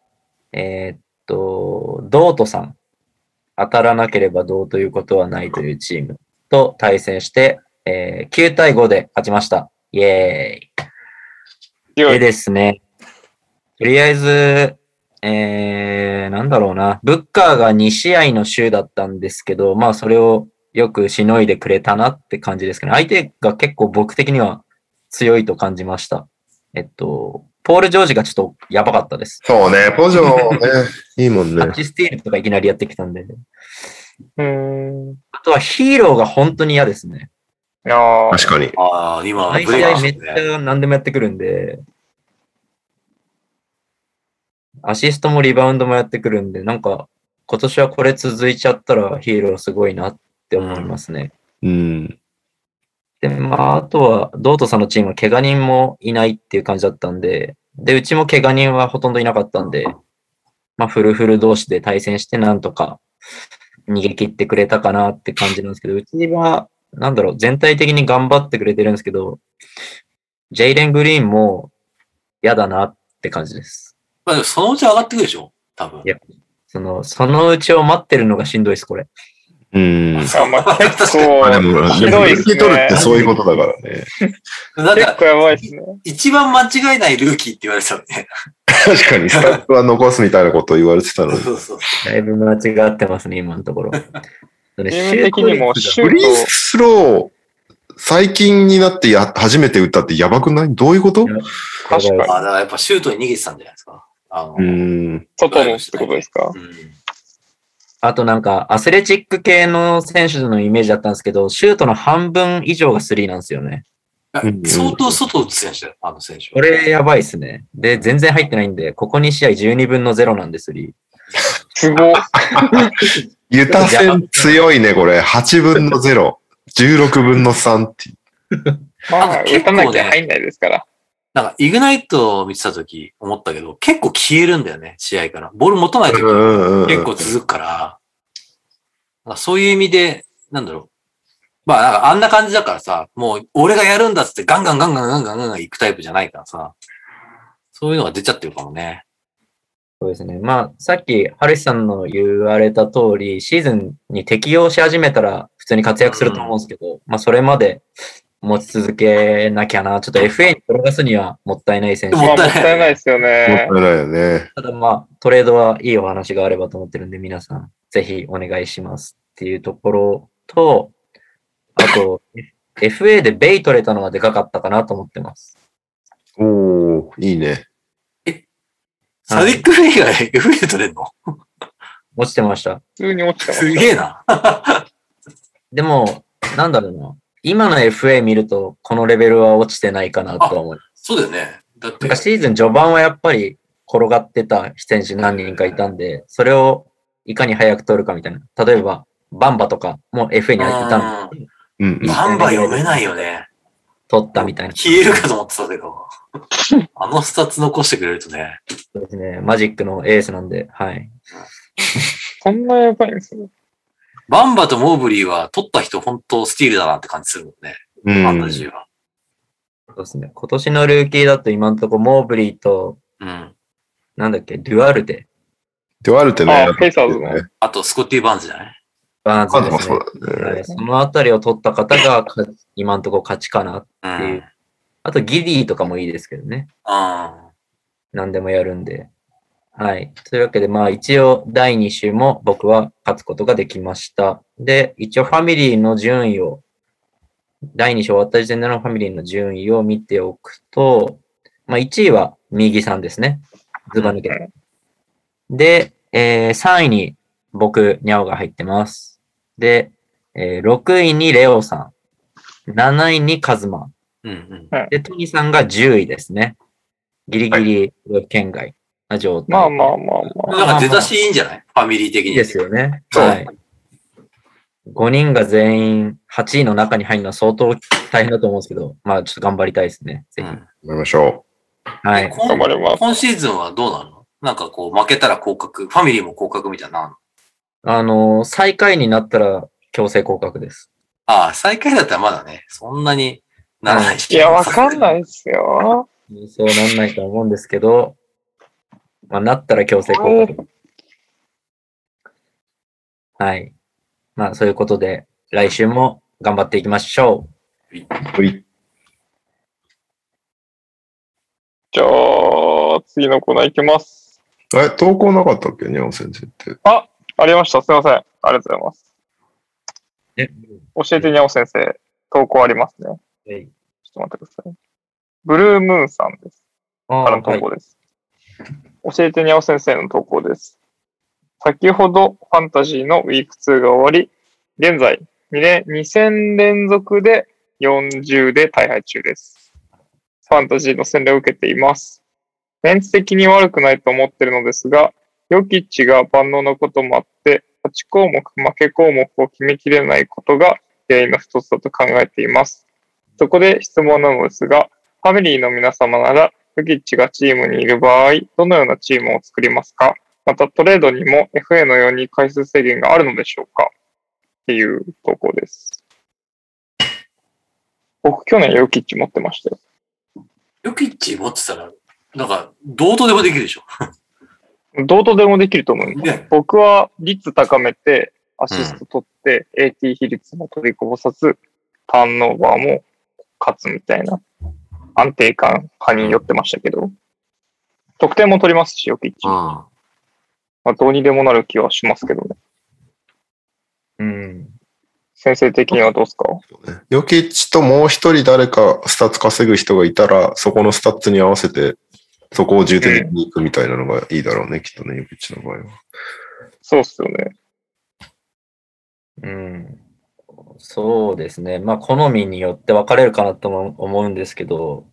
S1: えーっと、道とさん。当たらなければどうということはないというチームと対戦して、えー9対5で勝ちました。イエーイ。
S2: 強
S1: で
S2: い。
S1: ですね、とりあえず、えー、なんだろうな、ブッカーが2試合の週だったんですけど、まあそれをよくしのいでくれたなって感じですかね。相手が結構僕的には強いと感じました。えっと、ポール・ジョージがちょっとやばかったです。
S3: そうね、ポジョね、 いいもんね
S1: タッ。チスティールとかいきなりやってきたんで。
S2: うん。
S1: あとはヒーローが本当に嫌ですね。
S2: ああ、
S3: 確かに。
S4: ああ、今、
S1: 毎
S4: ブレイク
S1: 試合め
S4: し
S1: ってち
S4: ね。
S1: ゃ何でもやってくるんで、アシストもリバウンドもやってくるんで、なんか今年はこれ続いちゃったらヒーローすごいなって思いますね。
S3: うん。
S1: で、まあ、あとは、ドートさんのチームは怪我人もいないっていう感じだったんで、で、うちも怪我人はほとんどいなかったんで、まあ、フルフル同士で対戦してなんとか逃げ切ってくれたかなって感じなんですけど、うちは、なんだろう、全体的に頑張ってくれてるんですけど、ジェイレン・グリーンも嫌だなって感じです。
S4: まあでもそのうち上がってくるでしょ多分
S1: い。やその、そのうちを待ってるのがしんどいです、これ。
S3: うん。
S2: あまあ、結構
S3: まあ、でも、
S2: ひどいっすね
S3: でもルーキー取るってそういうことだからね。
S4: なん
S2: 結
S4: か、
S2: 構やばいですね。
S4: 一番間違いないルーキーって言われてたもんね。
S3: 確かに、スタッフは残すみたいなことを言われてたのに。
S4: そうそう。
S1: だいぶ間違ってますね、今のと ころ。それ
S2: チーム的にもシュ
S3: フ
S2: ー
S3: リー
S2: ト、
S3: スロー、最近になってや初めて打ったってやばくないどういうこと
S2: 確かに
S4: まあ、だからやっぱシュートに逃げてたんじゃないですか。あの、うん。
S3: ん。
S2: 外のってことですか
S1: あとなんか、アスレチック系の選手のイメージだったんですけど、シュートの半分以上がスリーなんですよね。
S3: うん
S4: 相当外打つ選手だよ、あの選手は。
S1: これやばいっすね。で、全然入ってないんで、ここ2試合12分の0なんでスリー。
S2: すごっ。
S3: ユタ戦強いね、これ。8分の0。16分の3って。
S2: まあ、
S4: 結構
S2: 打た
S4: ね
S2: なきゃ入んないですから。
S4: なんか、イグナイトを見てた時思ったけど、結構消えるんだよね、試合から。ボール持たない時
S3: うんうんうん。
S4: 結構続くから、なんかそういう意味で、なんだろう。まあ、なんかあんな感じだからさ、もう俺がやるんだっつってガンガンガンガンガンガンガンガン行くタイプじゃないからさ、そういうのが出ちゃってるかもね。
S1: そうですね。まあ、さっき、ハルシさんの言われた通り、シーズンに適用し始めたら普通に活躍すると思うんですけど、まあ、それまで持ち続けなきゃな。ちょっと FA に転がすにはもったいない選手
S4: で
S2: まあ、
S4: もっ
S2: もった
S4: いない
S2: たいないですよ
S3: もった
S2: ね。
S3: いないよね。
S1: ただまあ、トレードはいいお話があればと思ってるんで、皆さん、ぜひお願いしますっていうところと、あと、FA でベイ取れたのはでかかったかなと思ってます。
S3: おー、いいね。
S1: は
S4: サ
S1: い
S4: ディック・レイが FA で取れんの
S1: 落ちてました。
S2: 普通に落ちてます
S4: す
S2: ね。
S4: げえな。
S1: でも、なんだろうな。今の FA 見ると、このレベルは落ちてないかなとは思う。
S4: そうだよね。だって
S1: なんか、シーズン序盤はやっぱり転がってた選手何人かいたんで、それをいかに早く取るかみたいな。例えば、バンバとかも FA に入ってたんで、
S3: うんうん。
S4: バンバ読めないよね。
S1: 取ったみたいな。
S4: 消えるかと思ってたけど。あのスタッツ残してくれるとね。
S1: そうですね。マジックのエースなんで、はい。
S2: そんなやばいんですね。
S4: バンバとモーブリーは取った人本当スティールだなって感じするもんね。
S3: う
S4: ファ
S3: ん
S4: ンタジーは。
S1: そうですね。今年のルーキーだと今のところモーブリーと、
S4: うん。
S1: なんだっけ、デュアルテ、
S3: デュアルテね
S2: あ。フェイサーズの
S3: ね。
S4: あと、スコッティ・バーンズじゃない
S1: バ
S3: カ
S1: ー
S3: ン
S1: ンズ
S3: ズ
S1: で
S3: も
S1: す
S3: そ
S1: ね
S3: う。だね。
S1: はい、そのあたりを取った方が勝ち今のところ勝ちかなっ
S4: う
S1: て
S4: ん
S1: い。う。あとギディとかもいいですけどね。
S4: うん。
S1: 何でもやるんで。はい。というわけで、まあ一応第2週も僕は勝つことができました。で、一応ファミリーの順位を、第2週終わった時点でのファミリーの順位を見ておくと、まあ1位は右さんですね。ズバ抜けて。で、えー3位に僕、ニャオが入ってます。で、えー6位にレオさん。7位にカズマ。
S4: うんうん。
S1: で、トニさんが10位ですね。ギリギリ圏外な状態。
S2: まあまあまあまあ。
S4: なんか出だしいいんじゃないファミリー的
S1: い
S4: に。
S1: いですよね。
S3: そう
S1: はい。5人が全員8位の中に入るのは相当大変だと思うんですけど、まあちょっと頑張りたいですね。
S4: う
S1: ぜひ。
S4: ん。
S3: 思いましょ
S1: は
S4: え
S1: い。
S4: 今
S2: 頑張ります。
S4: 今シーズンはどうなのなんかこう、負けたら降格、ファミリーも降格みたいなのあんの。
S1: あのー最下位になったら強制降格です。
S4: ああ、最下位だったらまだね、そんなにならないし。。
S2: いや、わかんないいっすよ。
S1: そうなんないとは思うんですけど、まあなったら強制降格。はい。まあそういうことで、来週も頑張っていきましょう。
S3: う。はい
S2: じゃあ、次のコーナーいきます。
S3: え、投稿なかったっけニャオ先生って。
S2: ありました。すいません。ありがとうございます。
S1: え
S2: 教えてにゃお先生、投稿ありますね。
S1: はい
S2: ちょっと待ってください。ブルームーンさんです。
S1: あ
S2: からの
S1: ーは
S2: 投
S1: い
S2: 稿です。教えてにゃお先生の投稿です。先ほどファンタジーのウィーク2が終わり、現在2連2000連続で40で大敗中です。ファンタジーの洗礼を受けています。メンツ的に悪くないと思ってるのですが、ヨキッチが万能なこともあって、8項目負け項目を決めきれないことが原因の一つだと考えています。そこで質問なのですが、ファミリーの皆様なら、フギッチがチームにいる場合、どのようなチームを作りますかまたトレードにも FA のように回数制限があるのでしょうかっていう投稿です。僕、去年ヨキッチ持ってましたよ。
S4: ヨキッチ持ってたら、なんか、どうとでもできるでしょ。
S2: どうとでもできると思います。
S4: ね。
S2: 僕は率高めて、アシスト取って、AT 比率も取りこぼさず、ターンオーバーも勝つみたいな安定感派に寄ってましたけど、得点も取りますし、ヨキッチ。
S4: うん。
S2: まあ、どうにでもなる気はしますけどね。
S1: うん。
S2: 先生的にはどうですか
S3: ヨキッチともう一人誰かスタッツ稼ぐ人がいたら、そこのスタッツに合わせて、そこを重点的に行くみたいなのがいいだろうね、きっとね、ヨキッチの場合は。
S2: そうっすよね。
S1: うん。そうですね。まあ、好みによって分かれるかなとも思うんですけど、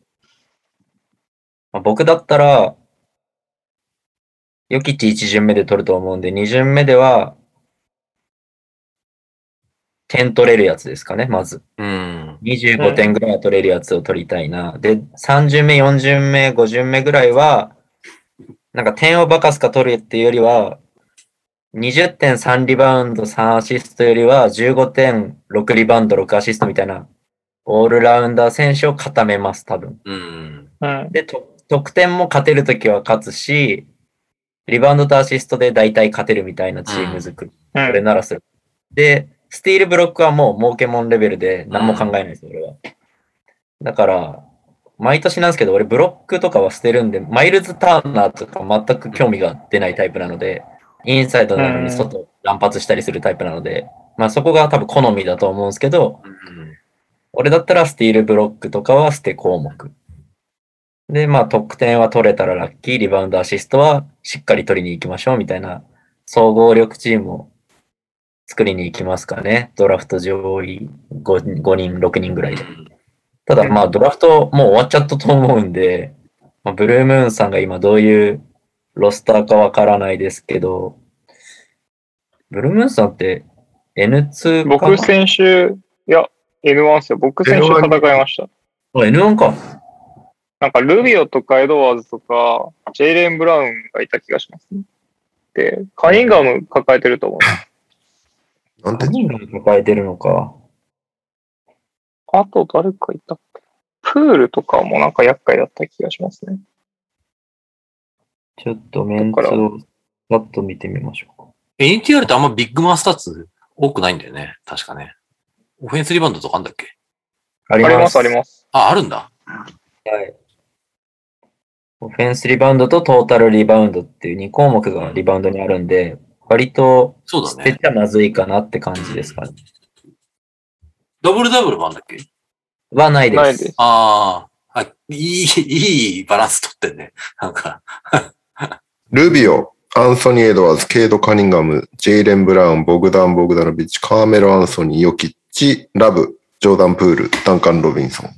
S1: まあ、僕だったら、ヨキッチ1巡目で取ると思うんで、2巡目では、点取れるやつですかね、まず。
S4: うん。
S1: 25点ぐらいは取れるやつを取りたいな。で、3巡目、4巡目、5巡目ぐらいは、なんか点をバカすか取るっていうよりは、20点3リバウンド3アシストよりは、15点6リバウンド6アシストみたいな、オールラウンダー選手を固めます、多分。
S4: うん。
S2: うん。
S1: で、と得点も勝てるときは勝つし、リバウンドとアシストで大体勝てるみたいなチーム作り。
S2: う
S1: それ
S2: ん。
S1: ならする。で、スティールブロックはもう儲けもんレベルで何も考えないです、俺は。だから、毎年なんですけど、俺ブロックとかは捨てるんで、マイルズ・ターナーとか全く興味が出ないタイプなので、インサイドなのに外乱発したりするタイプなので、まあそこが多分好みだと思うんですけど、
S4: うん
S1: 俺だったらスティールブロックとかは捨て項目。で、まあ得点は取れたらラッキー、リバウンドアシストはしっかり取りに行きましょうみたいな総合力チームを作りに行きますかね。ドラフト上位 5, 5人、6人ぐらいで。ただまあドラフトもう終わっちゃったと思うんで、まあ、ブルームーンさんが今どういうロスターかわからないですけど、ブルームーンさんって N2 か
S2: 僕先週、いや、N1 っすよ。僕先週戦いました。
S1: あ N1 か。
S2: なんか、ルビオとかエドワーズとか、ジェイレン・ブラウンがいた気がしますね。で、カニンガム抱えてると思う。
S3: なんて
S1: 何、人が抱えてるのか。
S2: あと誰かいたっけプールとかもなんか厄介だった気がしますね。
S1: ちょっとメンツ
S2: だから
S1: をパッと見てみましょうか。
S4: NTR ってあんまビッグマンスタッツ多くないんだよね。確かね。オフェンスリバウンドとかあんだっけ
S1: あ
S2: あります、あります。
S4: あ、あるんだ。
S1: はい。オフェンスリバウンドとトータルリバウンドっていう2項目がリバウンドにあるんで、割と
S4: そう
S1: 捨
S4: だ
S1: て
S4: ね。
S1: ちゃまずいかなって感じですかね。
S4: ダブルダブルもあんだっけ
S1: はないです。
S2: ないです。
S4: ああ。あ、いい、いいバランス取ってんね。なんか。
S3: ルビオ、アンソニー・エドワーズ、ケイド・カニンガム、ジェイレン・ブラウン、ボグダン・ボグダノビッチ、カーメロ・アンソニー、ヨキッチ、ラブ、ジョーダン・プール、ダンカン・ロビンソン。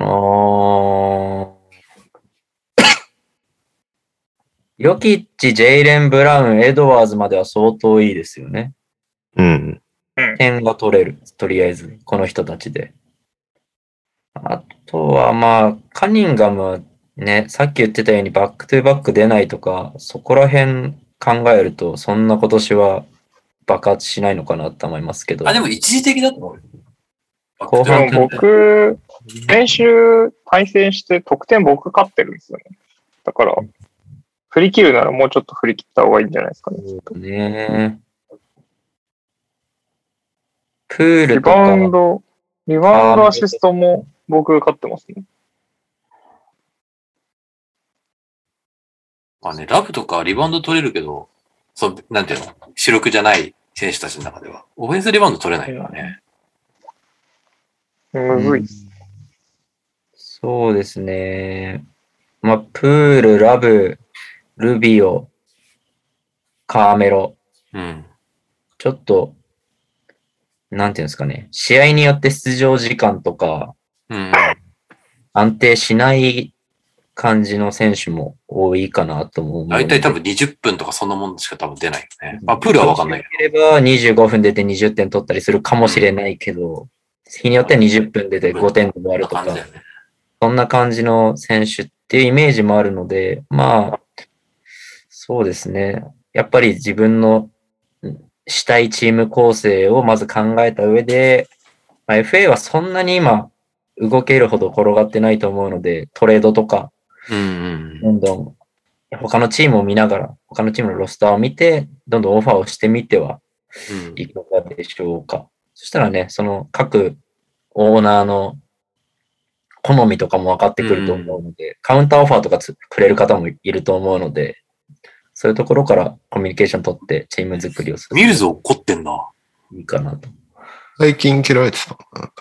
S1: あーヨキッチ、ジェイレン・ブラウン、エドワーズまでは相当いいですよね。
S3: うん。
S1: 点が取れる。とりあえず、この人たちで。あとは、まあ、カニンガムはね、さっき言ってたようにバックトゥバック出ないとか、そこら辺考えると、そんな今年は爆発しないのかなと思いますけど。
S4: あ、でも一時的だと思うよ。
S1: 後
S2: で
S1: 半
S2: も僕、先週対戦して得点僕勝ってるんですよね。だから、振り切るならもうちょっと振り切った方がいいんじゃないですかね。
S1: ね。プー
S2: リ
S1: ルと
S2: バウン
S1: か、
S2: ド、リバウンドアシストも僕が勝ってますね。
S4: まあね、ラブとかリバウンド取れるけど、そう、なんていうの主力じゃない選手たちの中では。オフェンスリバウンド取れないからね。
S2: むずいっす。
S1: そうですね。まあ、プール、ラブ、ルビオ、カーメロ。
S4: うん。
S1: ちょっと、なんていうんですかね。試合によって出場時間とか
S4: うん。
S1: 安定しない感じの選手も多いかなとも思うので。
S4: 大体多分20分とかそんなもんしか多分出ないよね。まあ、プールはわかんないけ
S1: ければ25分出て20点取ったりするかもしれないけど、日によっては20分出て5点で終わる
S4: ど。
S1: と
S4: 感
S1: か
S4: じだ、よね。
S1: そんな感じの選手っていうイメージもあるので、まあ、そうですね。やっぱり自分のうんしたいチーム構成をまず考えた上で、まあ、FA はそんなに今動けるほど転がってないと思うので、トレードとか
S4: うんうん
S1: どんどん他のチームを見ながら、他のチームのロスターを見て、どんどんオファーをしてみては
S4: うん。
S1: いかがでしょうか。そしたらね、その各オーナーの好みとかも分かってくると思うので、カウンターオファーとかつくれる方もいると思うので、そういうところからコミュニケーション取ってチーム作りをする。
S4: ミルズ怒ってんな。
S1: いいかなと。
S3: 最近切られてたのかな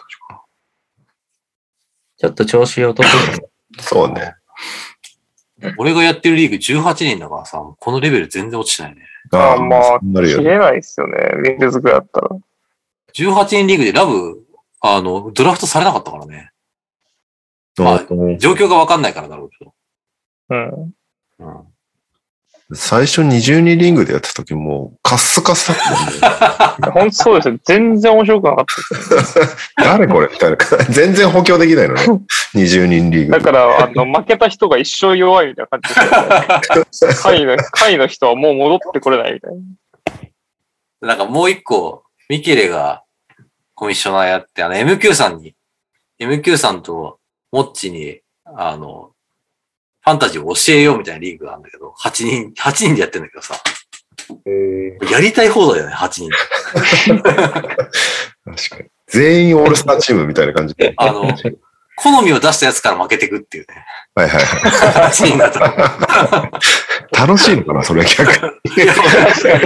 S1: ちょっと調子をとっても、
S3: そうね。
S4: 俺がやってるリーグ18人だからさ、このレベル全然落ちてないね。
S2: あーまあ
S3: そうなるよ
S2: 切
S3: ね。
S2: れないっすよね、ミルズクだったら。
S4: 18人リーグでラブ、あの、ドラフトされなかったからね。まあ
S3: うん
S4: 状況がわかんないからだろうけど。
S2: うん。
S4: うん。
S3: 最初22リングでやった時も、カッスカスだったもんね。
S2: ほんとそうですよ。全然面白くなかったです。
S3: 誰これみたいな。全然補強できないのね。20人リー
S2: だ
S3: グ。
S2: から、あの、 負けた人が一生弱いみたいな感じですよね。 下位の、下位の人はもう戻ってこれないみたいな。
S4: なんかもう一個、ミケレがコミッショナーやって、あの、MQ さんに、MQ さんとモッチに、あの、ファンタジーを教えようみたいなリーグがあるんだけど、8人、8人でやってんだけどさ、やりたい放題だよね、8人。
S3: 確かに。全員オールスターチームみたいな感じ で。
S4: あの、好みを出したやつから負けてくっていうね。
S3: はいはいは
S4: 8人だと。
S3: い。楽しいのかなそれ逆に。
S4: いや
S2: 確か
S4: な
S2: に。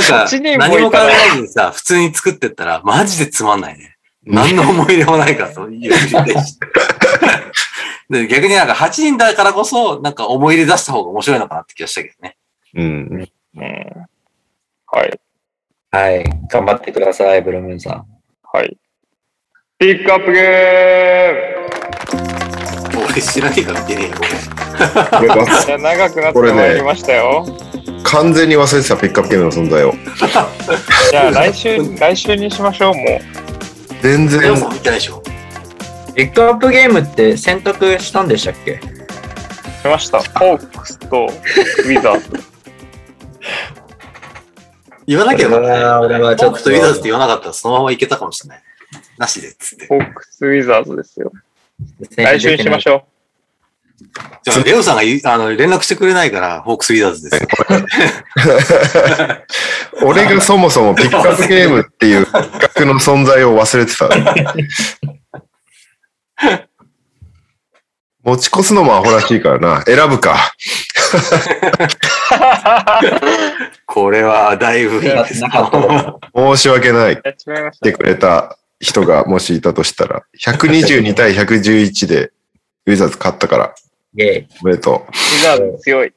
S4: んか
S2: 8、人も
S4: 何も
S2: い
S4: 考
S2: たら
S4: えずにさ、普通に作ってったら、マジでつまんないね。何の思い入れもないから、そういう人に対してで逆になんか8人だからこそ、なんか思い入れ出した方が面白いのかなって気がしたけどね。
S3: うん。
S2: うん。はい。
S1: はい、頑張ってください、ブルームーンさん。
S2: はい。ピックアップゲーム
S4: 俺知らねえから見てねえよ、
S3: これは
S2: じゃあ長くなってまいりましたよ。
S3: 完全に忘れてたピックアップゲームの存在を。
S2: じゃあ来週、来週にしましょう、もう。
S3: 全
S4: 俺。レオ
S3: 然
S4: さん見てないでしょ。
S1: ピックアップゲームって選択したんでしたっけ
S2: しました。ホークスとウィザーズ。
S4: 言わなきゃよかったね。
S1: あー俺はちょっと
S4: 僕とウィザーズって言わなかったら、そのままいけたかもしれない。なしでっつって。
S2: ホークス、ウィザーズですよ。来週にしましょ
S4: じゃあ、レオさんがいあの連絡してくれないから、ホークスウィザーズです。
S3: 俺がそもそもピックアップゲームっていう企画の存在を忘れてた。持ち越すのもアホらしいからな。選ぶか。
S4: これはだいぶいいです。
S1: なかった
S4: は
S3: 申し訳ない。来
S2: う。いや違いました
S3: て。くれた人がもしいたとしたら、122対111でウィザーズ勝ったから、
S1: イェイ、
S3: おめでと
S2: ウ
S3: う。
S2: ィザーズ強い。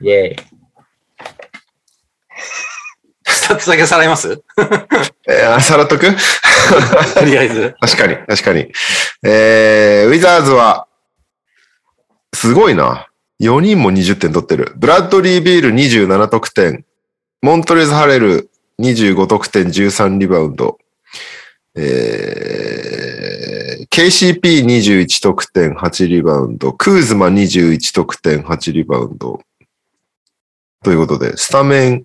S1: イェイ。
S4: スタッツだけさらいます
S3: えー、さらっとく
S4: とりあえず。
S3: 確かに、確かに。えー、ウィザーズは、すごいな。4人も20点取ってる。ブラッドリー・ビール27得点。モントレーズ・ハレル25得点13リバウンド。えー、KCP21 得点8リバウンド。クーズマ21得点8リバウンド。ということで、スタメン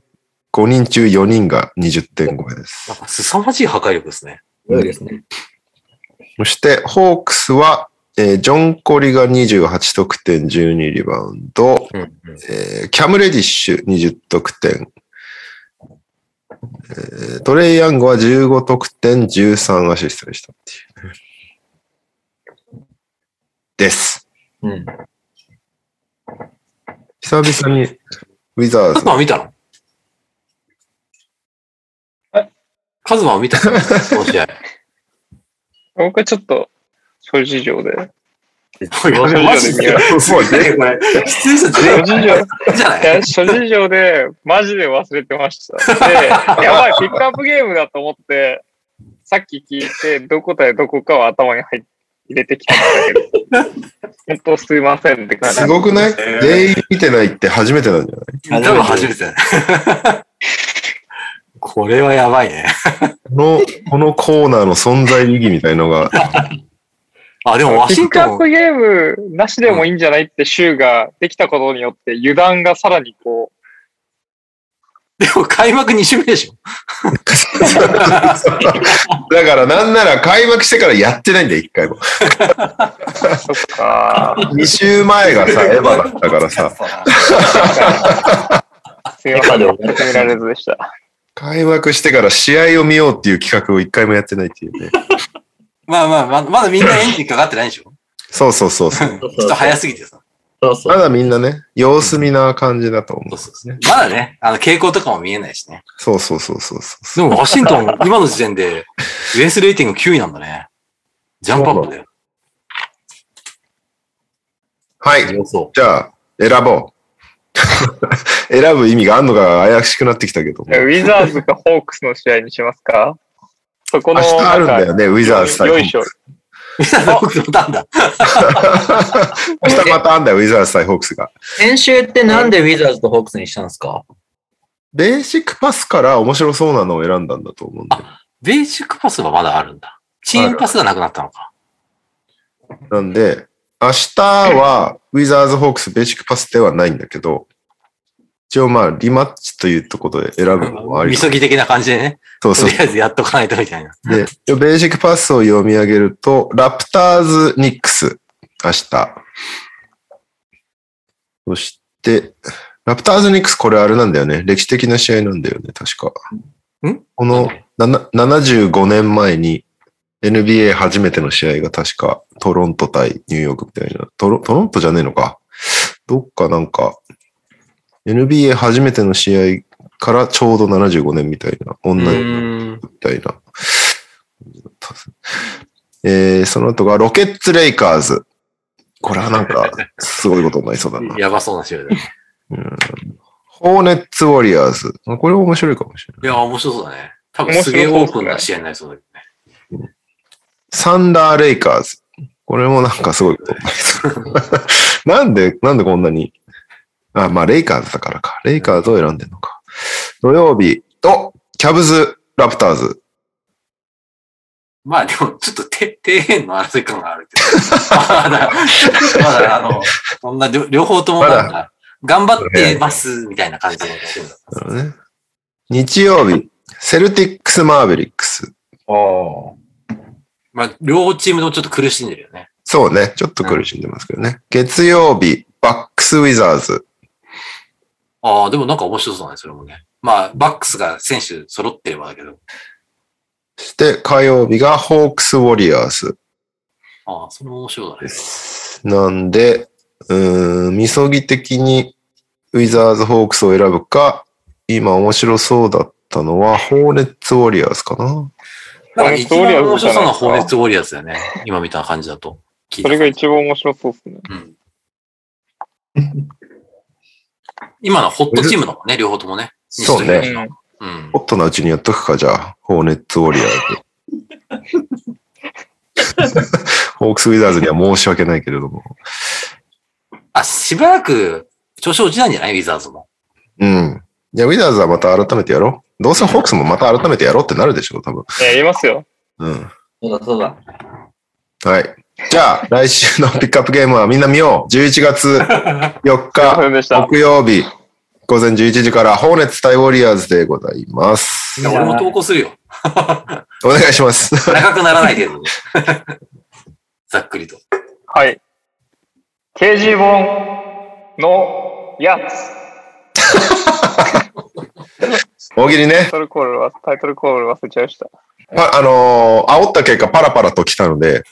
S3: 5人中4人が20点超えです
S4: なん。か凄まじい破壊力ですね。
S1: そうですね。
S3: そして、ホークスは、えージョン・コリが28得点、12リバウンド、
S1: うんうん
S3: えーキャム・レディッシュ20得点、えートレイ・ヤングは15得点、13アシストでしたっていう。です。
S1: うん。
S3: 久々に、ウィザ
S4: ちょ
S3: ー
S4: っ
S3: ズ、
S4: と見たの
S1: え
S4: カズマを見た この試合。
S2: 僕はちょっと、諸事情で。
S4: これ、マジ
S2: 事情で
S4: で
S2: 見。られ
S3: そう
S4: これ、出演者全
S2: 諸
S4: 員
S2: 事情、
S4: じゃない
S2: いや、諸事情で、マジで忘れてました。で、やばい、ピックアップゲームだと思って、さっき聞いて、どこ対どこかは頭に入入れてきたんだけど、本当すいませんって感じ
S3: す。ごくない
S4: えー
S3: 全員見てないって初めてなんじゃない
S4: 多分初めてだね。 これはやばいね。
S3: この、このコーナーの存在意義みたいのが、
S4: あ、でもワ
S2: ピ
S4: シ
S2: ッ
S4: ン
S2: クア
S4: ト
S2: ッ
S4: ン
S2: プ、ゲームなしでもいいんじゃないって州ができたことによって、油断がさらにこう、
S4: でも開幕2週目でしょ。
S3: だからなんなら開幕してからやってないんだよ、一回も。
S2: そっか、
S3: 2週前がさ、エヴァだったからさ、
S2: すいません、認められずでした。
S3: 開幕してから試合を見ようっていう企画を一回もやってないっていうね。
S4: まあまあ、まだまだみんなエンジンかかってないでしょ。
S3: そうそうそうそう。
S4: ちょっと早すぎてさ。
S1: そうそ
S3: ま
S1: う。
S3: だみんなね、様子見な感じだと思う。
S4: まだね、あの、傾向とかも見えないしね。
S3: そうそうそうそうそう。
S4: でも、ワシント ン、今の時点で、ウエスレーティング9位なんだね。ジャンプアップだよ。
S3: はい。
S4: そ
S3: じゃあ、選ぼう。 選ぶ意味があるのか怪しくなってきたけど。
S2: ウィザーズかホークスの試合にしますかそこ
S3: 明
S2: の、
S3: 日あるんだよね、ウィザーズ対
S2: よ
S3: ホ
S2: い
S3: ー
S2: しょ
S3: ク
S4: う。
S3: ス。。
S4: みん な僕乗ったんだ。
S3: 明日またあんだよ、ウィザーズ対ホークスが。
S1: 先週ってなんでウィザーズとホークスにしたんですか
S3: ベーシックパスから面白そうなのを選んだんだと思うんで。
S4: ベーシックパスはまだあるんだ。チームパスがなくなったのか。
S3: なんで、明日はウィザーズ・ホークスベーシックパスではないんだけど、一応まあリマッチというところで選ぶのもあり
S4: み
S3: そ
S4: そうぎ的な感じでね。
S3: そう
S4: とりあえずやっとかないとみたいな。
S3: で、ベーシックパスを読み上げると、ラプターズ・ニックス、明日。そして、ラプターズ・ニックス、これあれなんだよね。歴史的な試合なんだよね、確か。
S4: ん
S3: このな75年前に NBA 初めての試合が確かトロント対ニューヨークみたいな。トロトロントじゃねえのか。どっかなんか、NBA 初めての試合からちょうど75年みたいな、同
S1: う
S3: じ。
S1: ーん。
S3: みたいな。えー、その後がロケッツ・レイカーズ。これはなんか、すごいことになりそ うだな。
S4: やばそうな試合だね。
S3: ホーネッツ・ウォリアーズ。これ面白いかもしれな
S4: い
S3: い。
S4: や、面白そうだね。多分すげえオープンな試合になりそうだけどね。
S3: サンダー・レイカーズ。これもなんかすごいことになりそう。 なんで、なんでこんなに。あ、まあ、レイカーズだからか。レイカーズを選んでるのか。土曜日、おキャブズ・ラプターズ。
S4: まあでも、ちょっとて、底辺の争い感があるけど。まだ、まだ、あの、そんな両、両方ともなんか、頑張ってます、みたいな感じの。
S3: なるほどね。日曜日、セルティックス・マーベリックス。
S1: ああ。
S4: まあ、両チームともちょっと苦しんでるよね。
S3: そうね。ちょっと苦しんでますけどね。月曜日、バックスウィザーズ。
S4: ああ、でもなんか面白そうだね、それもね。まあ、バックスが選手揃ってればだけど。
S3: そして火曜日がホークスウォリアーズ
S4: ああ、それも面白いだ
S3: で
S4: ね。
S3: す。なんで、うーん、みそぎ的にウィザーズ、ホークスを選ぶか、今面白そうだったのは、ホーネッツウォリアーズかな。
S4: なんか一番面白そうなのはホーネッツ・ウォリアーズだよね。今見た感じだと。聞いた
S2: それが一番面白そうですね。
S4: うん。今のホットチームのもんね、両方ともね。
S3: そう
S4: 西と
S3: ね。
S4: 東
S2: うん
S4: うん
S3: ホ。ットなうちにやっとくか、じゃあ。ホーネッツウォリアーズ。ホークスウィザーズには申し訳ないけれども。
S4: あ、しばらく調子落ちないんじゃないウィザーズも。
S3: うん。いや、ウィザーズはまた改めてやろう。どうせホークスもまた改めてやろうってなるでしょ、多分。
S2: やりますよ。
S3: うん。
S1: そうだそうだ。
S3: はい。じゃあ、来週のピックアップゲームはみんな見よう。11月4
S2: すいませ
S3: 日、
S2: んでした。
S3: 木曜日、午前11時から、ホーネッツ対ウォリアーズでございます
S4: い。や俺も投稿するよ。
S3: お願いします。
S4: 長くならない程度に。ざっくりと。
S2: はい。KG 本のやつ。
S3: 大喜利
S2: タイ
S3: ね。
S2: トルコールは、タイトルコール忘れちゃいました。
S3: まあのー煽った結果パラパラと来たので、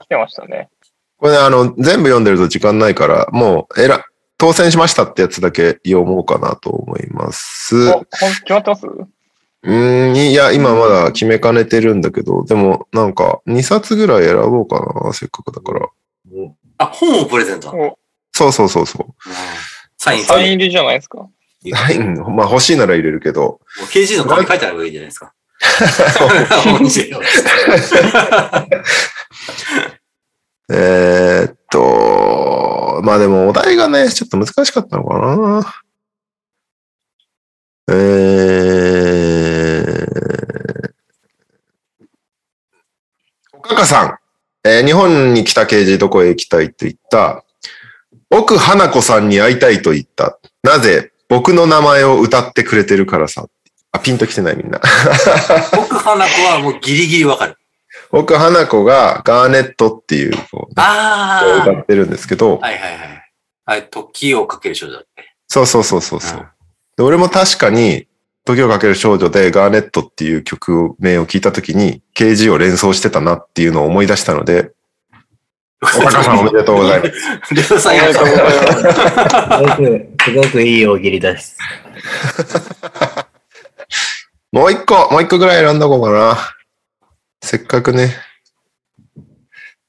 S2: 来てましたね。
S3: これね、あの、全部読んでると時間ないから、もう、えら、当選しましたってやつだけ読もうかなと思います。
S2: お、ほん決まってます
S3: うーん、いや、今まだ決めかねてるんだけど、でもなんか2冊ぐらい選ぼうかな、せっかくだから。
S4: あ、本をプレゼント。
S2: お
S3: そうそうそうそ
S4: サイン、
S2: サイン入りじゃないです か。
S3: う。はい、まあ欲しいなら入れるけど。
S4: もう KG の顔に書いてあればいいじゃないですか。
S3: えーっと、まあでもお題がね、ちょっと難しかったのかな。えー、おかかさん、えー日本に来た刑事どこへ行きたいと言った、奥花子さんに会いたいと言った。なぜ僕の名前を歌ってくれてるからさ。あ、ピンと来てないみんな。
S4: 僕、花子はもうギリギリわかる。
S3: 奥花子がガーネットっていうこう
S4: あ
S3: 歌ってるんですけど
S4: あ。、はいはいはい。あれ、時をかける少女だっけ。
S3: そうそうそうそうそう
S4: うん
S3: で。俺も確かに、時をかける少女でガーネットっていう曲名を聞いたときに、KG を連想してたなっていうのを思い出したので、お母さんおめでとうございます。
S4: レオさん
S2: あ
S4: や
S2: り
S4: る
S2: がとうございます。
S1: すごく、すごくいい大喜利です。
S3: もう一個、もう一個ぐらい選んどこうかな。せっかくね、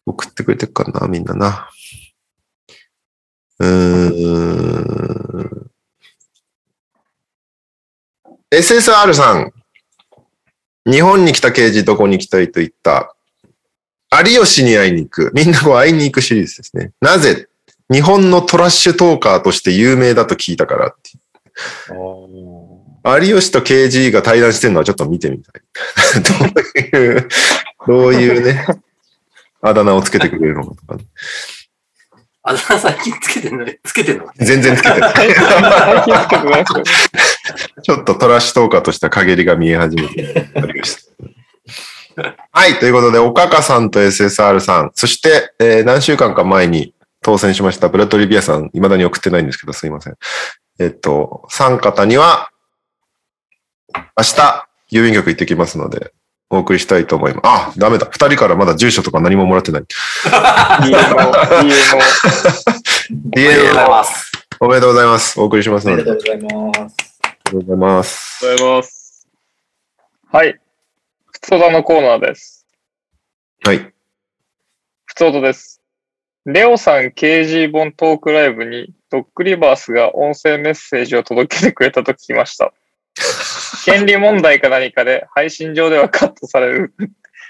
S3: 送ってくれてるからな、みんなな。うーん。SSR さん。日本に来た刑事どこに行きたいと言った。有吉に会いに行く。みんなこう会いに行くシリーズですね。なぜ日本のトラッシュトーカーとして有名だと聞いたからっていう有吉と KG が対談してるのはちょっと見てみたい。 どういう、どういうね、あだ名をつけてくれるのかとか。
S4: あだ名最近つけてんのつけてんの
S3: 全然つけてない。
S2: 最近つけてないですよ
S3: ちょっとトラッシュトーカーとした陰りが見え始めてありました。はい、ということで、おかかさんと SSR さん、そして、えー何週間か前に当選しましたブラッドリビアさん、未だに送ってないんですけど、すいません。えっと、三方には、明日、郵便局行ってきますので、お送りしたいと思います。あ、ダメだ。二人からまだ住所とか何ももらってない。
S2: DM を DM を
S3: DM を
S4: ます。
S3: おめでとうございます。お送りします
S1: あ
S3: の
S1: りが
S3: で。
S1: とうございます。
S3: おめでとうございます。
S2: ございます。はい。ふつおたのコーナーです。
S3: はい。
S2: ふつおたです。レオさん KG 本トークライブにドックリバースが音声メッセージを届けてくれたと聞きました。権利問題か何かで配信上ではカットされる、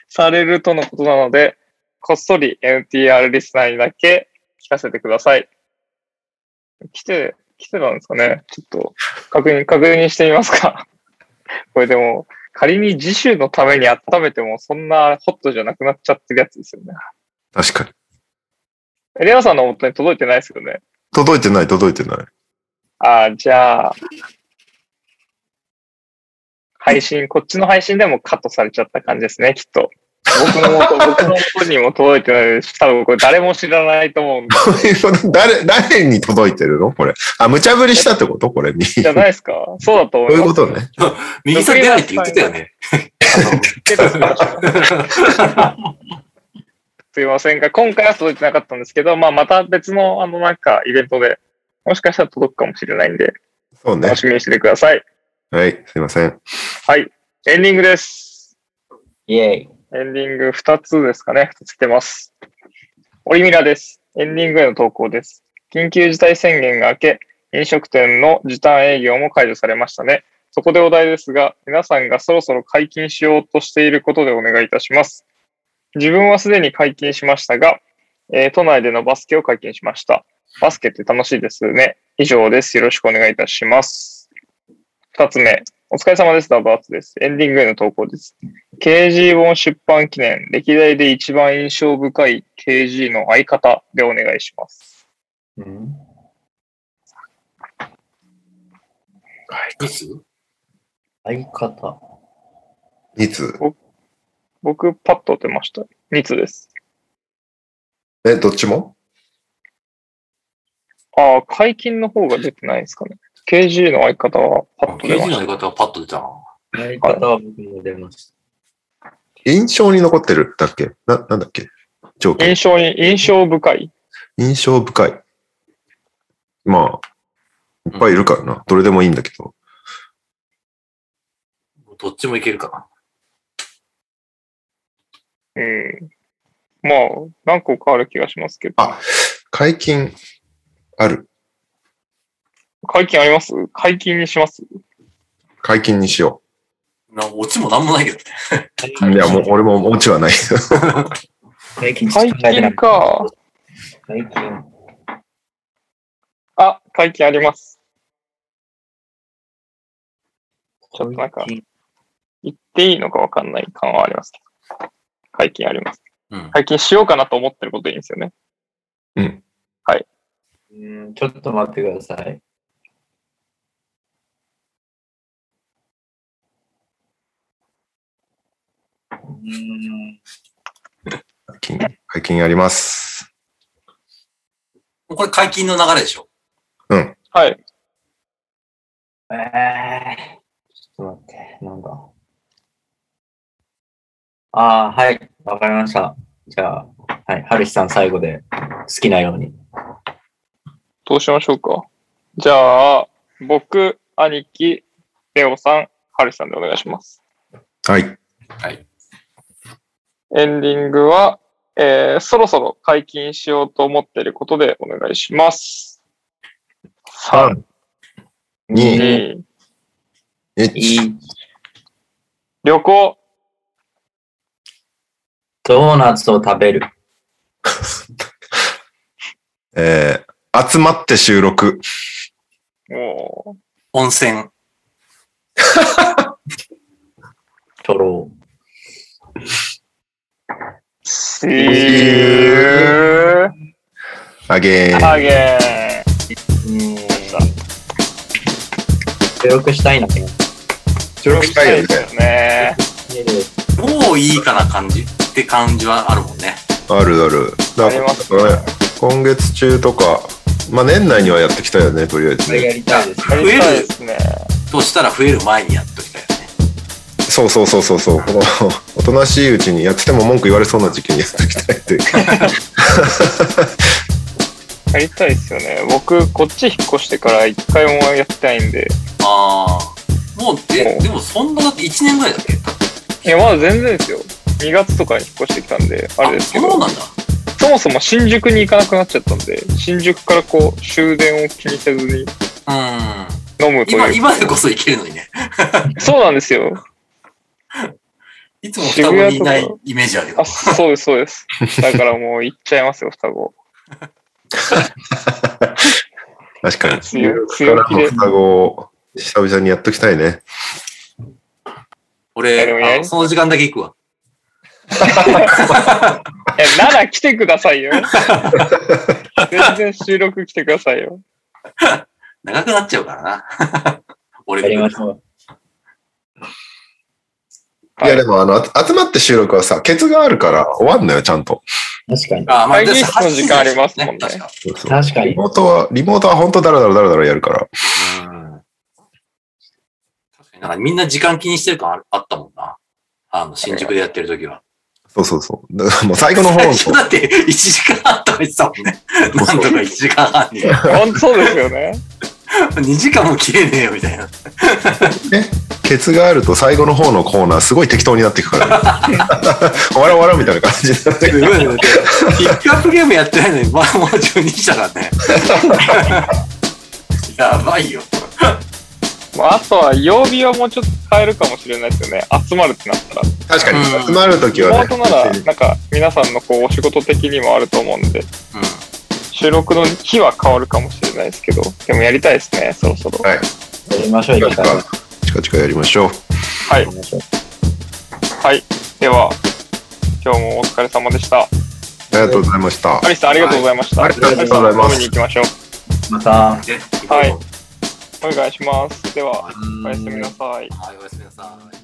S2: されるとのことなので、こっそり NTR リスナーにだけ聞かせてください。来て、来てたんですかねちょっと確認、確認してみますか。 これでも、仮に次週のために温めても、そんなホットじゃなくなっちゃってるやつですよね。
S3: 確かに。
S2: えレオさんの元に届いてないですよね。
S3: 届いてない、届いてない。
S2: ああ、じゃあ、配信、こっちの配信でもカットされちゃった感じですね、きっと。僕の 元、僕の元にも届いてないです。多分これ誰も知らないと思うんで。
S3: どういうこと 誰、誰に届いてるのこれ。あ、無茶ぶりしたってことこれに。
S2: じゃ
S3: そ
S2: ないですかそうだと思
S3: う
S2: い
S3: い
S2: ま
S3: う
S2: す。
S3: ことね。
S4: 右さん出ないって言ってたよね。
S2: 手ですね すいませんが、今回は届いてなかったんですけど、まあ、また別の、あの、なんか、イベントで、もしかしたら届くかもしれないんで、
S3: そうね
S2: 楽。しみにしててください。
S3: はい、すいません。
S2: エンディングです。
S1: イェイ。
S2: エンディング2つですかね。2つ来てます。オリミラです。エンディングへの投稿です。緊急事態宣言が明け、飲食店の時短営業も解除されましたね。そこでお題ですが、皆さんがそろそろ解禁しようとしていることでお願いいたします。自分はすでに解禁しましたが、えー都内でのバスケを解禁しました。バスケって楽しいですよね。以上です。よろしくお願いいたします。2つ目。お疲れ様です。ダブアツです。エンディングへの投稿です。KG 本出版記念、歴代で一番印象深い KG の相方でお願いします。
S4: ミス
S1: 相方。
S3: いつ
S2: 僕、パッと出ました。ニツです。
S3: え、どっちも
S2: ああ、解禁の方が出てないですかね。KG の相方はパッと出ま
S4: KG
S2: し
S4: の
S2: た。
S4: 相方はパッと出たな。
S1: 相方は僕も出まし
S3: 印象に残ってるだっけな、なんだっけ条件。
S2: 印象に、印象深い。
S3: 印象深い。まあ、いっぱいいるからな。どれでもいいんだけど。
S4: どっちもいけるかな。
S2: うん。まあ、何個かある気がしますけど。
S3: あ解禁ある。
S2: 解禁あります解禁にします
S3: 解禁にしよ
S4: なオチもなんもないけどね。
S3: う。いや、もう俺もオチはない。
S1: 最近ちょっ
S2: 解
S1: と考えて
S2: 禁
S1: なかった
S2: か。
S1: 最近。
S2: あ、解禁あります。ちょっとなんか、言っていいのかわかんない感はありますけど解禁あります。
S4: うん。
S2: 解禁しようかなと思ってることでいいんですよね。
S1: うんちょっと待ってください。うん
S3: 解禁、解禁あります。
S4: これ解禁の流れでしょ。
S2: はい。
S1: ええちょっと待って、なんだ。ああ、はい、わかりました。じゃあ、はい、はるしさん最後で好きなように。
S2: どうしましょうか。じゃあ、僕、兄貴、レオさん、ハルさんでお願いします。
S3: はい。
S2: エンディングは、えー、そろそろ解禁しようと思ってることでお願いします。3、
S3: 2、
S2: 2、
S1: い
S3: 1。
S1: い。
S2: 旅行。
S1: ドーナツを食べる。
S3: えー、集まって収録。
S2: も
S4: 温泉。
S1: とろう。
S2: う、See you
S3: あげー。
S2: again.
S1: うん。協力したいな、ね。
S3: 収録したいよね。
S2: よね。
S4: もういいかな感じって感じはあるもんね。
S3: あるある。だ
S2: あります
S3: からね、今月中とか、まあ年内にはやってきたよね、とりあえず
S1: これ
S3: ね。
S1: やりたいです
S2: や
S1: ね。
S2: りたいですね。
S4: としたら増える前にやっときたいよね。
S3: そうそうそうそうそう。このおとなしいうちにやってても文句言われそうな時期にやってきたいという か。
S2: やりたいですよね。僕、こっち引っ越してから一回もやってないんで。
S4: ああ。もう、え、
S2: お
S4: でもそんなだって1年ぐらいだっけ
S2: いや、まだ全然ですよ。2月とかに引っ越してきたんで、あれですけ
S4: そ
S2: ど
S4: う、なんだ。
S2: そもそも新宿に行かなくなっちゃったんで、新宿からこう、終電を気にせず
S4: う
S2: に
S4: ん。
S2: 飲むと
S4: 今、
S2: いう。
S4: 今でこそいけるのにね。
S2: そうなんですよ。
S4: いつも双子にいないイメージある
S2: あ、
S4: よ。
S2: そうです、そうです。だからもう行っちゃいますよ、双子。
S3: 確かに。
S2: 強気で
S3: からの双子を久々にやっときたいね。
S2: いやでもや
S4: 俺、
S2: り
S4: あその時間だけ行くわ。
S2: え、なら来てくださいよ。全然収録来てくださいよ。
S4: 長くなっちゃうからな。 俺
S1: やり
S4: 見
S1: ま
S4: る
S1: しょう。
S2: はい
S3: いやでもあの、あ集まって収録はさ、ケツがあるから終わんのよ、ちゃんと。
S1: 確かに。
S4: あ、まあ、
S2: 会議室
S4: 8
S2: の時間ありますも んね
S4: 確か。
S3: そうそう
S1: 確か
S3: リ
S1: に。
S3: モートは、リモートは本当だらだらだらだらやるから。
S4: うん確かになんかみんな時間気にしてる感あるあったもんな。あの、新宿でやってる時は。
S3: そうそうそう。だからもう最後の方
S4: 最
S3: の、
S4: 初だって1時間半とか言ってたもんね。なんとか1時間半に。
S2: 本当そうですよね。
S4: 2時間も切れねえよ、みたいな。
S3: ケツがあると最後の方のコーナーすごい適当になっていくか ら、ね、終わろう終わろうみたいな感じになって
S4: すごいね。ピックアップゲームやってないのに、まあもう12時だからね。 やばいよ。
S2: まあ、あとは曜日はもうちょっと変えるかもしれないですよね。集まるってなったら。
S3: 確か
S4: うん
S3: に集まるとき
S2: リモ
S3: は
S2: ートなら、
S3: ね
S2: なんか皆さんのこうお仕事的にもあると思うんで、
S4: うん。
S2: 収録の日は変わるかもしれないですけど、でもやりたいですね、そろそろ。
S3: はい
S1: やりましょう、
S3: 近
S1: 今から。や
S3: 々近々やりましょう
S2: はい
S1: り、ましょう。
S2: はい。では、今日もお疲れ様でした。
S3: ありがとうございました
S2: ハリスさん、ありがとうございました。
S3: はいありがとうございま
S2: ハリス
S3: す
S2: さん飲みに行きましょ
S1: また。
S4: で、
S2: はい。う。お願いします。では、おやすみなさい。
S4: はい、おやすみなさい。